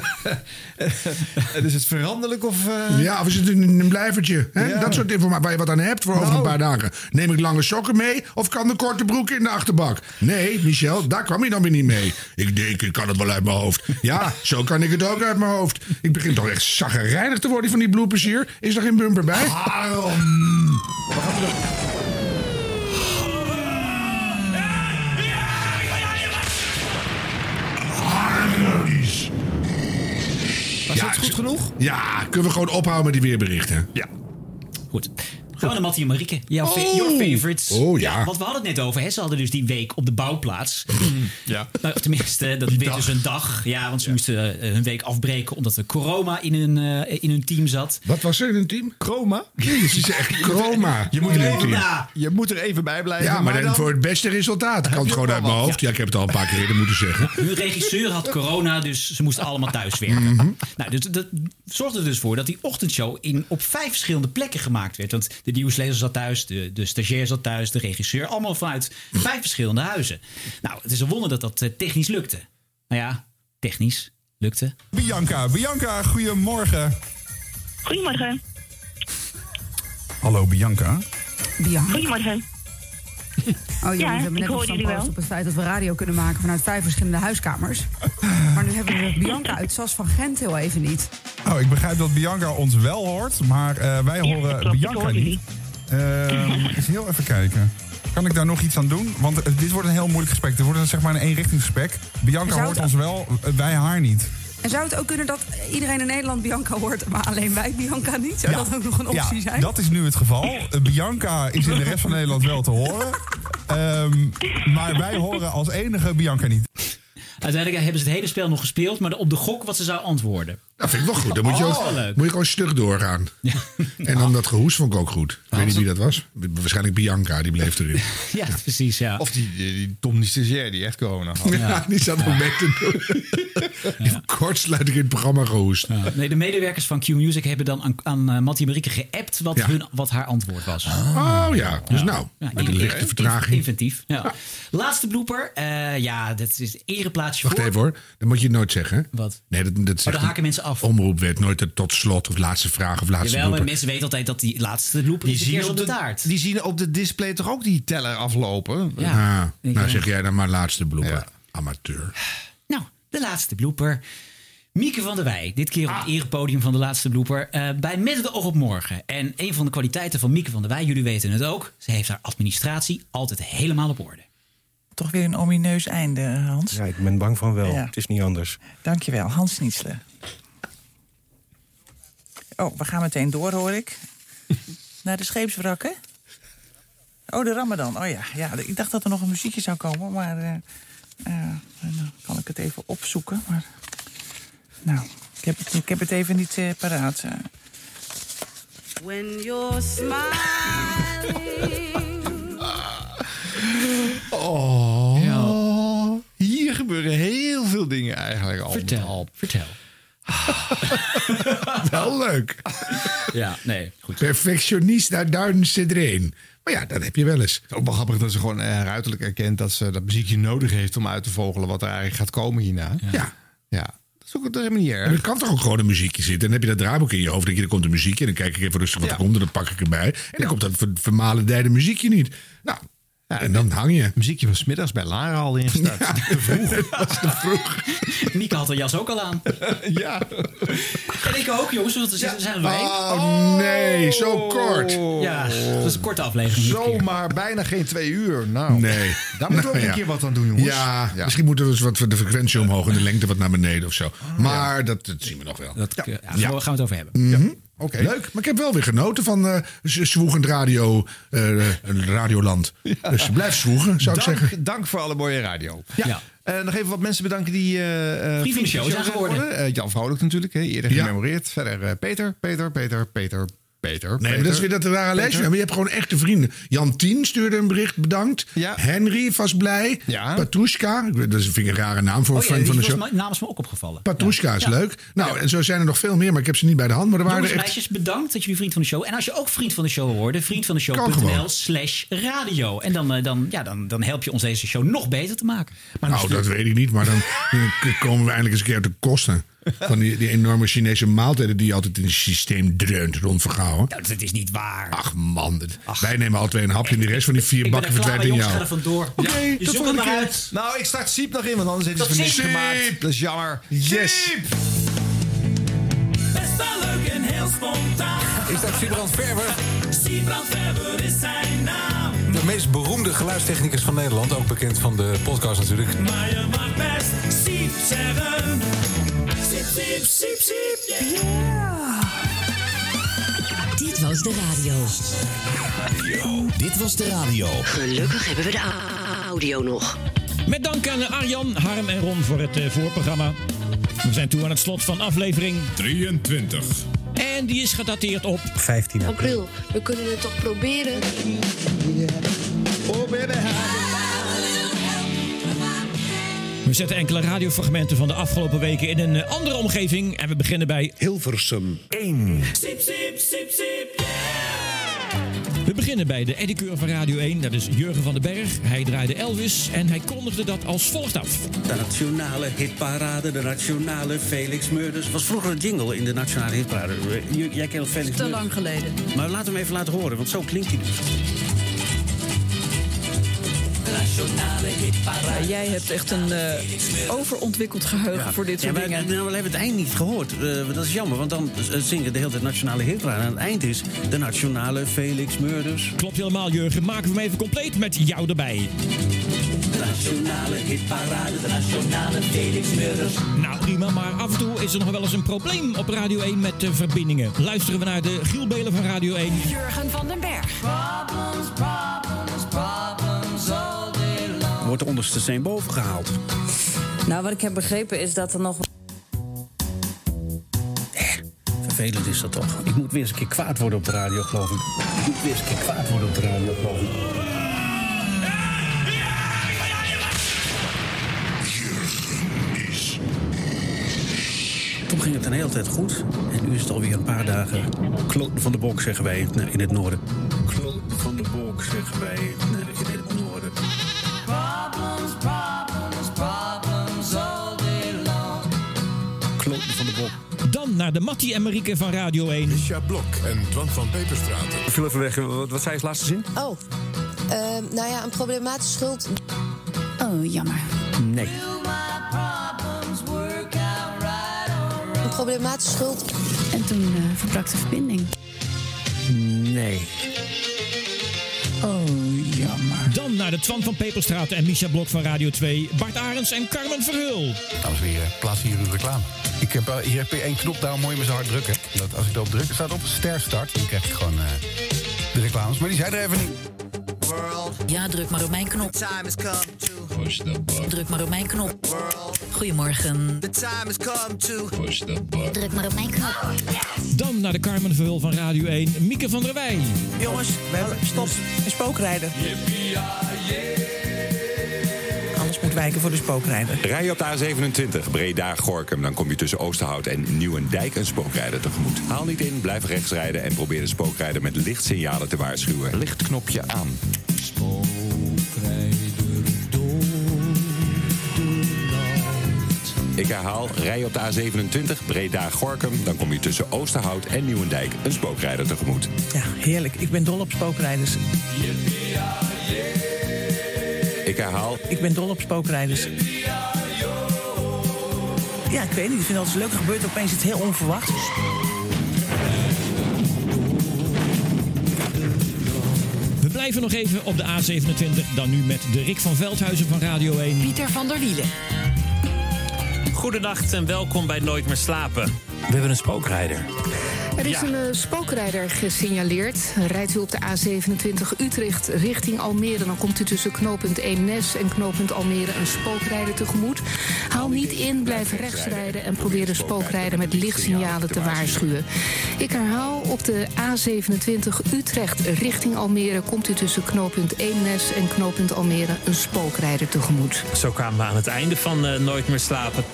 Speaker 1: En is het veranderlijk of... eh,
Speaker 2: Ja, of is het een, een blijvertje? Hè?
Speaker 1: Ja.
Speaker 2: Dat soort informatie waar je wat aan hebt voor over een paar dagen. Neem ik lange sokken mee of kan de korte broek in de achterbak? Nee, Michel, daar kwam je dan weer niet mee. Ik denk, ik kan het wel uit mijn hoofd. Ja, zo kan ik het ook uit mijn hoofd. Ik begin toch echt zaggerijnig te worden van die bloepers hier. Is er geen bumper bij?
Speaker 1: Was dat goed genoeg?
Speaker 2: Ja, kunnen we gewoon ophouden met die weerberichten? Ja.
Speaker 7: Goed. Gaan we naar Mattie en Marieke. Jouw fa-
Speaker 39: Oh.
Speaker 7: your favorites.
Speaker 39: Oh, ja.
Speaker 7: Want we hadden het net over. Hè? Ze hadden dus die week op de bouwplaats.
Speaker 39: Ja.
Speaker 7: Nou, of tenminste, dat werd dus een dag. Ja, want ze moesten eh, hun week afbreken omdat er corona in hun, eh, in hun team zat.
Speaker 2: Wat was er in hun team?
Speaker 1: Chroma?
Speaker 2: Jezus, echt chroma.
Speaker 1: Je moet, er
Speaker 2: in
Speaker 1: even,
Speaker 2: het team.
Speaker 1: na. je moet er even bij blijven.
Speaker 2: Ja, maar dan voor het beste resultaat. Ik kan het gewoon uit mijn hoofd. Ja, ik heb het al een paar keer eerder moeten zeggen.
Speaker 7: Hun regisseur had corona, dus ze moesten allemaal thuiswerken. Nou, dus, dat zorgde er dus voor dat die ochtendshow in, op vijf verschillende plekken gemaakt werd. Want de nieuwslezer zat thuis, de, de stagiair zat thuis, de regisseur. Allemaal vanuit vijf verschillende huizen. Nou, het is een wonder dat dat eh, technisch lukte. Nou ja, technisch lukte.
Speaker 27: Bianca, Bianca, goedemorgen.
Speaker 30: Goedemorgen.
Speaker 27: Hallo Bianca.
Speaker 28: Bianca.
Speaker 30: Goedemorgen.
Speaker 28: Oh jongens,
Speaker 30: Ja,
Speaker 28: we hebben
Speaker 30: ik
Speaker 28: net
Speaker 30: hoor
Speaker 28: nog zo'n
Speaker 30: jullie wel.
Speaker 28: post op het feit dat we radio kunnen maken vanuit vijf verschillende huiskamers. Maar nu hebben we Bianca uit Sas van Gent heel even niet.
Speaker 27: Nou, ik begrijp dat Bianca ons wel hoort, maar eh, wij horen
Speaker 28: klopt, ik
Speaker 27: Bianca
Speaker 28: hoor jullie.
Speaker 27: niet. Ehm, eens heel even kijken. Kan ik daar nog iets aan doen? Want eh, dit wordt een heel moeilijk gesprek. Dit wordt een, zeg maar een eenrichtingsgesprek. Bianca
Speaker 28: Zou
Speaker 27: hoort
Speaker 28: het-
Speaker 27: ons wel, eh, wij haar niet.
Speaker 28: En zou het ook kunnen dat iedereen in Nederland Bianca hoort, maar alleen wij Bianca niet? Zou dat ook nog een optie
Speaker 27: ja,
Speaker 28: zijn?
Speaker 27: dat is nu het geval. Eh, Bianca is in de rest van Nederland wel te horen. Ehm, maar wij horen als enige Bianca niet.
Speaker 7: Uiteindelijk hebben ze het hele spel nog gespeeld, maar op de gok wat ze zou antwoorden. Oh.
Speaker 2: Dat vind ik wel goed. Dan moet je, ook, moet je gewoon stug doorgaan. En dan dat gehoes vond ik ook goed. Ik weet niet wie dat was. Waarschijnlijk Bianca, die bleef erin.
Speaker 7: Ja, precies, ja.
Speaker 1: Of die, die, die Tom die stagiair die echt corona had.
Speaker 2: Ja, die zat nog mee te doen. Kortsluiting in het programma gehoest.
Speaker 7: Nee, de medewerkers van Q Music hebben dan aan, aan eh, Mattie Marieke geappt wat,
Speaker 2: Ja.
Speaker 7: hun, wat haar antwoord was.
Speaker 2: Oh ja, dus nou, met een lichte vertraging.
Speaker 7: Inventief. Ja. Laatste blooper. Eh, ja, dat is ereplaatsje
Speaker 2: Wacht
Speaker 7: voor.
Speaker 2: even hoor, dat moet je nooit zeggen.
Speaker 7: Wat? Oh,
Speaker 2: Nee, dat, dat zegt
Speaker 7: dan haken mensen af.
Speaker 2: Omroep werd nooit het tot slot of laatste vraag of laatste
Speaker 7: Jawel, maar
Speaker 2: blooper.
Speaker 7: mensen weten altijd dat die laatste blooper is de kerst op de taart.
Speaker 1: die zien op de display toch ook die teller aflopen?
Speaker 7: Ja.
Speaker 2: Ah, nou zeg jij dan maar laatste blooper. Amateur.
Speaker 7: Nou, de laatste blooper. Mieke van der Wij, dit keer op
Speaker 2: Ah.
Speaker 7: het erepodium van de laatste blooper. eh, bij Met het oog op morgen. En een van de kwaliteiten van Mieke van der Wij, jullie weten het ook. Ze heeft haar administratie altijd helemaal op orde.
Speaker 8: Toch weer een omineus einde, eh, Hans.
Speaker 40: Ja, ik ben bang van wel.
Speaker 8: Ja.
Speaker 40: Het is niet anders.
Speaker 8: Dankjewel, Hans Nietselen. Oh, we gaan meteen door, hoor ik. Naar de scheepswrakken. Oh, de Ramadan. Oh ja, ja, ik dacht dat er nog een muziekje zou komen, maar eh, eh, dan kan ik het even opzoeken. Maar... Nou, ik heb, het, ik heb het even niet eh, paraat. eh.
Speaker 41: When you're smiling.
Speaker 1: Oh. Hier gebeuren heel veel dingen eigenlijk al.
Speaker 7: Vertel, vertel.
Speaker 2: Wel leuk.
Speaker 7: Ja, nee, goed.
Speaker 2: Perfectionist uit Duinen Cedreen. Maar ja, dat heb je wel eens.
Speaker 1: Ook wel grappig dat ze gewoon eh, ruiterlijk erkent dat ze dat muziekje nodig heeft om uit te vogelen wat er eigenlijk gaat komen hierna.
Speaker 2: Ja.
Speaker 1: Ja. Dat is ook dat is helemaal niet erg.
Speaker 2: En er kan toch ook gewoon een muziekje zitten. Dan heb je dat draaiboek in je hoofd. Dan denk je, er komt een muziekje. En dan kijk ik even rustig wat er komt. En dan pak ik erbij. En dan komt dat ver- vermalendijde muziekje niet. Nou, en dan hang je.
Speaker 1: Muziekje van smiddags bij Lara al ingestart.
Speaker 2: Te vroeg. Dat is te vroeg.
Speaker 7: Mieke had haar jas ook al aan.
Speaker 1: ja.
Speaker 7: En ik ook, jongens, want we zijn- we zijn er doorheen.
Speaker 2: Ah,
Speaker 1: Oh nee, zo kort.
Speaker 7: Ja, dat is een korte aflevering.
Speaker 1: Zomaar bijna geen twee uur. Nou,
Speaker 2: Nee.
Speaker 1: daar moeten
Speaker 2: Nou,
Speaker 1: we ook
Speaker 2: ja.
Speaker 1: een keer wat aan doen, jongens.
Speaker 2: Ja, misschien moeten we eens wat voor de frequentie omhoog en de lengte wat naar beneden of zo.
Speaker 1: Ah,
Speaker 2: Maar dat, dat zien we nog wel.
Speaker 7: Dat,
Speaker 1: eh,
Speaker 7: ja. daar gaan we het over hebben.
Speaker 2: Mhm. Leuk, maar ik heb wel weer genoten van eh z- zwoegend radio, eh, radioland. Dus blijf zwoegen, zou ik
Speaker 1: dank,
Speaker 2: zeggen.
Speaker 1: Dank voor alle mooie radio.
Speaker 7: Ja.
Speaker 1: Eh, nog even wat mensen bedanken die... eh eh,
Speaker 7: Vriend van de show zijn geworden.
Speaker 1: Eh, Jan Vrolijk natuurlijk, hè, eerder
Speaker 2: Ja.
Speaker 1: gememoreerd. Verder eh, Peter, Peter, Peter, Peter, Peter.
Speaker 2: Nee, maar dat is weer dat rare lijstje. Maar je hebt gewoon echte vrienden. Jan Tien stuurde een bericht, bedankt. Henry was blij.
Speaker 1: Ja.
Speaker 2: Patouska, ik weet- dat is- vind ik een rare naam voor een
Speaker 7: Oh ja,
Speaker 2: fan
Speaker 7: die
Speaker 2: van de
Speaker 7: was
Speaker 2: show.
Speaker 7: mij- naam is me ook opgevallen.
Speaker 2: Patouska is
Speaker 7: Ja.
Speaker 2: leuk. Nou, en zo zijn er nog veel meer, maar ik heb ze niet bij de hand. Maar er waren
Speaker 7: Jongens,
Speaker 2: er echt
Speaker 7: meisjes, bedankt dat jullie vriend van de show. En als je ook vriend van de show wil worden,
Speaker 2: Kan
Speaker 7: vriendvandeshow.nl
Speaker 2: gewoon.
Speaker 7: slash radio. En dan, eh, dan, ja, dan, dan help je ons deze show nog beter te maken.
Speaker 2: nou, dat weet ik niet, maar dan, dan k- komen we eindelijk eens een keer uit de kosten. Van die, die enorme Chinese maaltijden die je altijd in het systeem dreunt rond vergouwen.
Speaker 7: Nou, dat is niet waar.
Speaker 2: Ach man, dit- wij nemen altijd een hapje en de rest van die vier
Speaker 7: Ik ben er
Speaker 2: bakken
Speaker 7: klaar
Speaker 2: verdwijnt
Speaker 7: mee,
Speaker 2: in
Speaker 7: jongens, ga
Speaker 2: jou.
Speaker 7: er vandoor.
Speaker 1: Oké,
Speaker 7: je
Speaker 1: tot
Speaker 7: zoekt
Speaker 1: volgende
Speaker 7: het maar
Speaker 1: keer.
Speaker 7: uit.
Speaker 1: Nou, ik start Siep nog in, want anders heeft
Speaker 7: Tot
Speaker 1: hij het
Speaker 7: ziens.
Speaker 1: niet gemaakt. Dat is jammer. Yes.
Speaker 6: Best wel leuk en heel spontaan.
Speaker 10: Is dat Sibrand Verber?
Speaker 6: Siebrand Weber is zijn naam.
Speaker 10: De meest beroemde geluidstechnicus van Nederland. Ook bekend van de podcast natuurlijk.
Speaker 6: Maar je mag best Siep zeggen. Siep, siep, siep, siep, yeah.
Speaker 42: Dit
Speaker 43: Dit was de radio.
Speaker 44: Dit was de radio.
Speaker 43: Gelukkig hebben we de a- audio nog.
Speaker 8: Met dank aan Arjan, Harm en Ron voor het eh, voorprogramma. We zijn toe aan het slot van aflevering 23. En die is gedateerd op 15
Speaker 30: April, we kunnen het toch proberen?
Speaker 6: Oh,
Speaker 8: We zetten enkele radiofragmenten van de afgelopen weken in een eh, andere omgeving. En we beginnen bij Hilversum 1.
Speaker 6: Sip, sip, sip, sip,
Speaker 8: We beginnen bij de ediceur van Radio 1, dat is Jurgen van den Berg. Hij draaide Elvis en hij kondigde dat als volgt af.
Speaker 10: De nationale hitparade, de nationale Felix Meurders. was vroeger een jingle in de nationale hitparade. J- Jij kent Felix
Speaker 30: Te
Speaker 10: Meurders.
Speaker 30: lang geleden.
Speaker 10: Maar laat hem even laten horen, want zo klinkt hij dus.
Speaker 30: Ja, jij hebt echt een eh, overontwikkeld geheugen voor dit soort
Speaker 10: Ja, maar,
Speaker 30: dingen.
Speaker 10: nou, we hebben het eind niet gehoord. Eh, dat is jammer, want dan eh, zingen de hele tijd nationale hitparade. En het eind is de nationale Felix Meurders.
Speaker 8: Klopt helemaal, Jurgen. Maken we hem even compleet met jou erbij.
Speaker 10: Nationale hitparade, de nationale Felix Meurders.
Speaker 8: Nou prima, maar af en toe is er nog wel eens een probleem op Radio 1 met de verbindingen. Luisteren we naar de Gielbelen van Radio 1.
Speaker 30: Jurgen van den Berg.
Speaker 6: Problems, problems, problems oh. all day long.
Speaker 10: Wordt de onderste steen boven gehaald.
Speaker 13: Nou, wat ik heb begrepen is dat er nog.
Speaker 10: Vervelend is dat toch? Ik moet weer eens een keer kwaad worden op de radio, geloof ik. Ik moet weer eens een keer kwaad worden op de radio, geloof ik. Toen ging het een hele tijd goed. En nu is het alweer een paar dagen. Kloten van de bok, zeggen wij nou, in het noorden. Kloten van de bok, zeggen wij nou, in het noorden.
Speaker 6: Problems, problems, problems all day long.
Speaker 10: Kloten van de bok.
Speaker 8: Dan naar de Mattie en Marieke van Radio 1. Misha Blok en Twan van Peperstraat.
Speaker 45: Ik viel even weg. Wat, wat zei je als laatste zin?
Speaker 23: Oh, Ehm, nou ja, een problematische schuld.
Speaker 13: Oh, jammer.
Speaker 45: Nee.
Speaker 23: Een problematische schuld.
Speaker 13: En toen eh, verbrak de verbinding.
Speaker 45: Nee.
Speaker 8: Oh, jammer. Dan naar de Twan van Peperstraat en Misha Blok van Radio 2. Bart Arends en Carmen Verhul.
Speaker 11: Dames en heren, plaats hier uw reclame. Ik heb, eh, hier heb je één knop, daarom moet je me zo hard drukken. Dat als ik erop druk, staat op sterstart. Dan krijg ik gewoon eh, de reclames. Maar die zijn er even niet.
Speaker 43: Ja, druk maar op mijn knop.
Speaker 11: Push the
Speaker 43: Druk maar op mijn knop. Goedemorgen. The time has come to. Druk maar op mijn knop.
Speaker 8: Dan naar de Carmen Verhul van Radio 1. Mieke van der Wij.
Speaker 13: Jongens, we hebben stop. Een spookrijder. Alles moet wijken voor de spookrijder.
Speaker 14: Rij je op de A27 Breda-Gorkum, dan kom je tussen Oosterhout en Nieuwendijk een spookrijder tegemoet. Haal niet in, blijf rechts rijden en probeer de spookrijder met lichtsignalen te waarschuwen. Lichtknopje aan. Ik herhaal, rij je op de A27 Breda-Gorkum, dan kom je tussen Oosterhout en Nieuwendijk een spookrijder tegemoet.
Speaker 13: Ja, heerlijk. Ik ben dol op spookrijders.
Speaker 14: Ik herhaal,
Speaker 13: Ik ben dol op spookrijders. Ja, ik weet niet. Ik vind dat het leuk gebeurt. Opeens iets heel onverwachts.
Speaker 8: We blijven nog even op de A27. Dan nu met de Rick van Veldhuizen van Radio 1.
Speaker 30: Pieter van der Wielen.
Speaker 12: Goedenacht en welkom bij Nooit meer slapen. We hebben een spookrijder.
Speaker 30: Er is
Speaker 12: Ja.
Speaker 30: een eh, spookrijder gesignaleerd. Rijdt u op de A27 Utrecht richting Almere... dan komt u tussen knooppunt Eemnes en knooppunt Almere een spookrijder tegemoet. Haal niet in, blijf rechts rijden... en probeer de spookrijder met lichtsignalen te waarschuwen. Ik herhaal, op de A27 Utrecht richting Almere... komt u tussen knooppunt Eemnes en knooppunt Almere een spookrijder tegemoet.
Speaker 12: Zo kwamen we aan het einde van eh, Nooit meer slapen.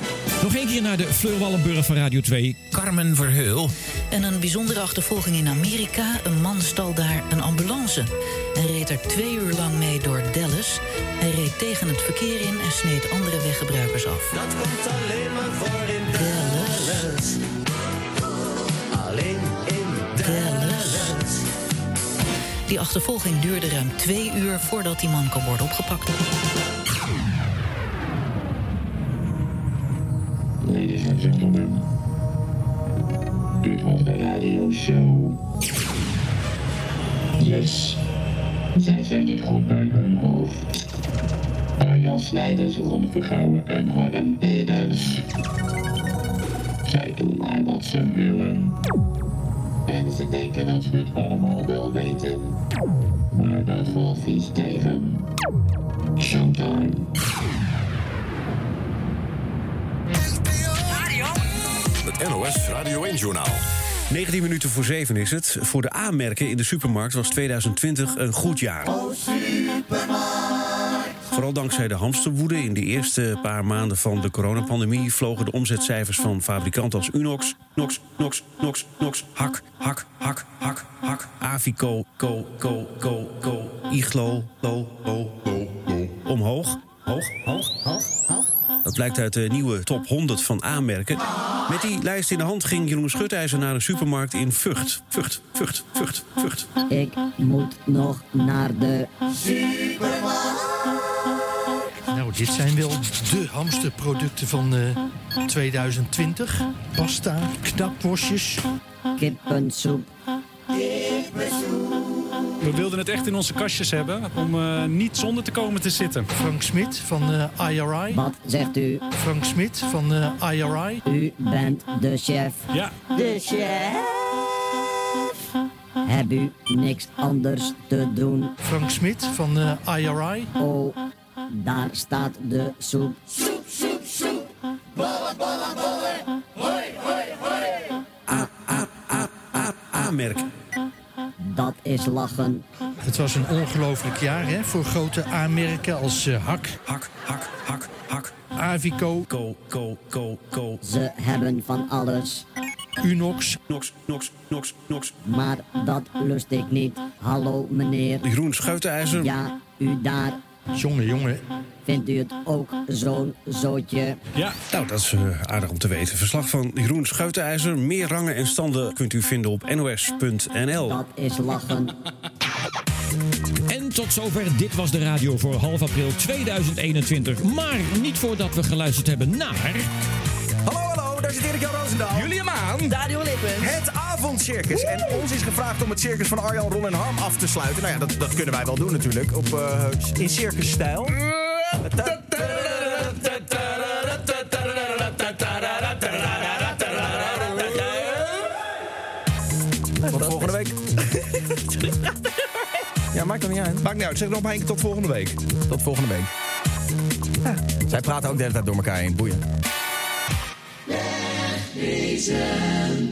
Speaker 8: Nog één keer naar de Fleur Wallenburg van Radio 2. Carmen Verheul.
Speaker 14: En een bijzondere achtervolging in Amerika. Een man stal daar een ambulance. En reed er twee uur lang mee door Dallas. Hij reed tegen het verkeer in en sneed andere weggebruikers af.
Speaker 11: Dat komt alleen maar voor in Dallas. Alleen in Dallas.
Speaker 14: Die achtervolging duurde ruim twee uur voordat die man kon worden opgepakt.
Speaker 12: Ladies and gentlemen, dit was de radio show. Yes, zij zijn het goed bij mijn hoofd. Arjan Snijders, Ron Vergouwen en Harren Edens. Zij doen aan wat ze willen.
Speaker 20: En ze denken dat ze het allemaal wel weten. Maar dat valt vies tegen. Showtime.
Speaker 46: Het NOS Radio 1-journaal.
Speaker 10: 19 minuten voor 7 is het. Voor de aanmerken in de supermarkt was 2020 een goed jaar. Vooral dankzij de hamsterwoede in de eerste paar maanden van de coronapandemie vlogen de omzetcijfers van fabrikanten als Unox, Nox, Nox, Nox, Nox, Hak, Hak, Hak, Hak, Hak, Avico, Co, Co, Co, Co, Iglo, Lo, Lo, Lo, Lo, omhoog, hoog, hoog, hoog, hoog. Dat blijkt uit de nieuwe top 100 van aanmerken. Met die lijst in de hand ging Jeroen Schutijzer naar de supermarkt in Vught. Vught, Vught, Vught, Vught.
Speaker 18: Ik moet nog naar de
Speaker 47: Nou, dit zijn wel de hamsterproducten van eh, 2020. Pasta, knapworstjes.
Speaker 18: kippensoep.
Speaker 6: We wilden het echt in onze kastjes hebben om eh, niet zonder te komen te zitten.
Speaker 47: Frank Smit van eh, IRI.
Speaker 18: Wat zegt u?
Speaker 47: Frank Smit van eh, IRI.
Speaker 18: U bent de chef.
Speaker 6: Ja.
Speaker 18: De chef. Heb u niks anders te doen?
Speaker 47: Frank Smit van eh, IRI.
Speaker 18: Oh, daar staat de soep.
Speaker 10: Aanmerk.
Speaker 18: Dat is lachen.
Speaker 47: Het was een ongelooflijk jaar hè, voor grote aanmerken als eh, Hak.
Speaker 10: Hak, Hak, Hak, Hak.
Speaker 47: Avico.
Speaker 10: Co, Co, Co, Co.
Speaker 18: Ze hebben van alles.
Speaker 47: Unox.
Speaker 10: Nox, Nox, Nox, Nox.
Speaker 18: Maar dat lust ik niet. Hallo meneer.
Speaker 10: Jeroen Schuitenijzer.
Speaker 18: Ja, u daar.
Speaker 47: Jongen, jongen.
Speaker 18: Vindt u het ook zo'n zootje?
Speaker 10: Ja. Nou, dat is eh, aardig om te weten. Verslag van Jeroen Schuitenijzer. Meer rangen en standen kunt u vinden op nos.nl.
Speaker 18: Dat is lachen.
Speaker 48: En tot zover, dit was de radio voor half april 2021. Maar niet voordat we geluisterd hebben naar...
Speaker 8: Hallo, hallo, daar zit Erik Jan Roosendaal. Julia Maan. Dario Lippens. Het avondcircus. En ons is gevraagd om het circus van Arjan, Ron en Harm af te sluiten. Nou ja, dat, dat kunnen wij wel doen natuurlijk. Op, eh, in circusstijl. Tot volgende week. Ja, maakt er niet uit. Maakt niet uit. Zeg nog maar één keer tot volgende week. Tot volgende week. Ja, Zij praten ook de hele tijd door elkaar heen. Boeien.
Speaker 49: Wegwezen.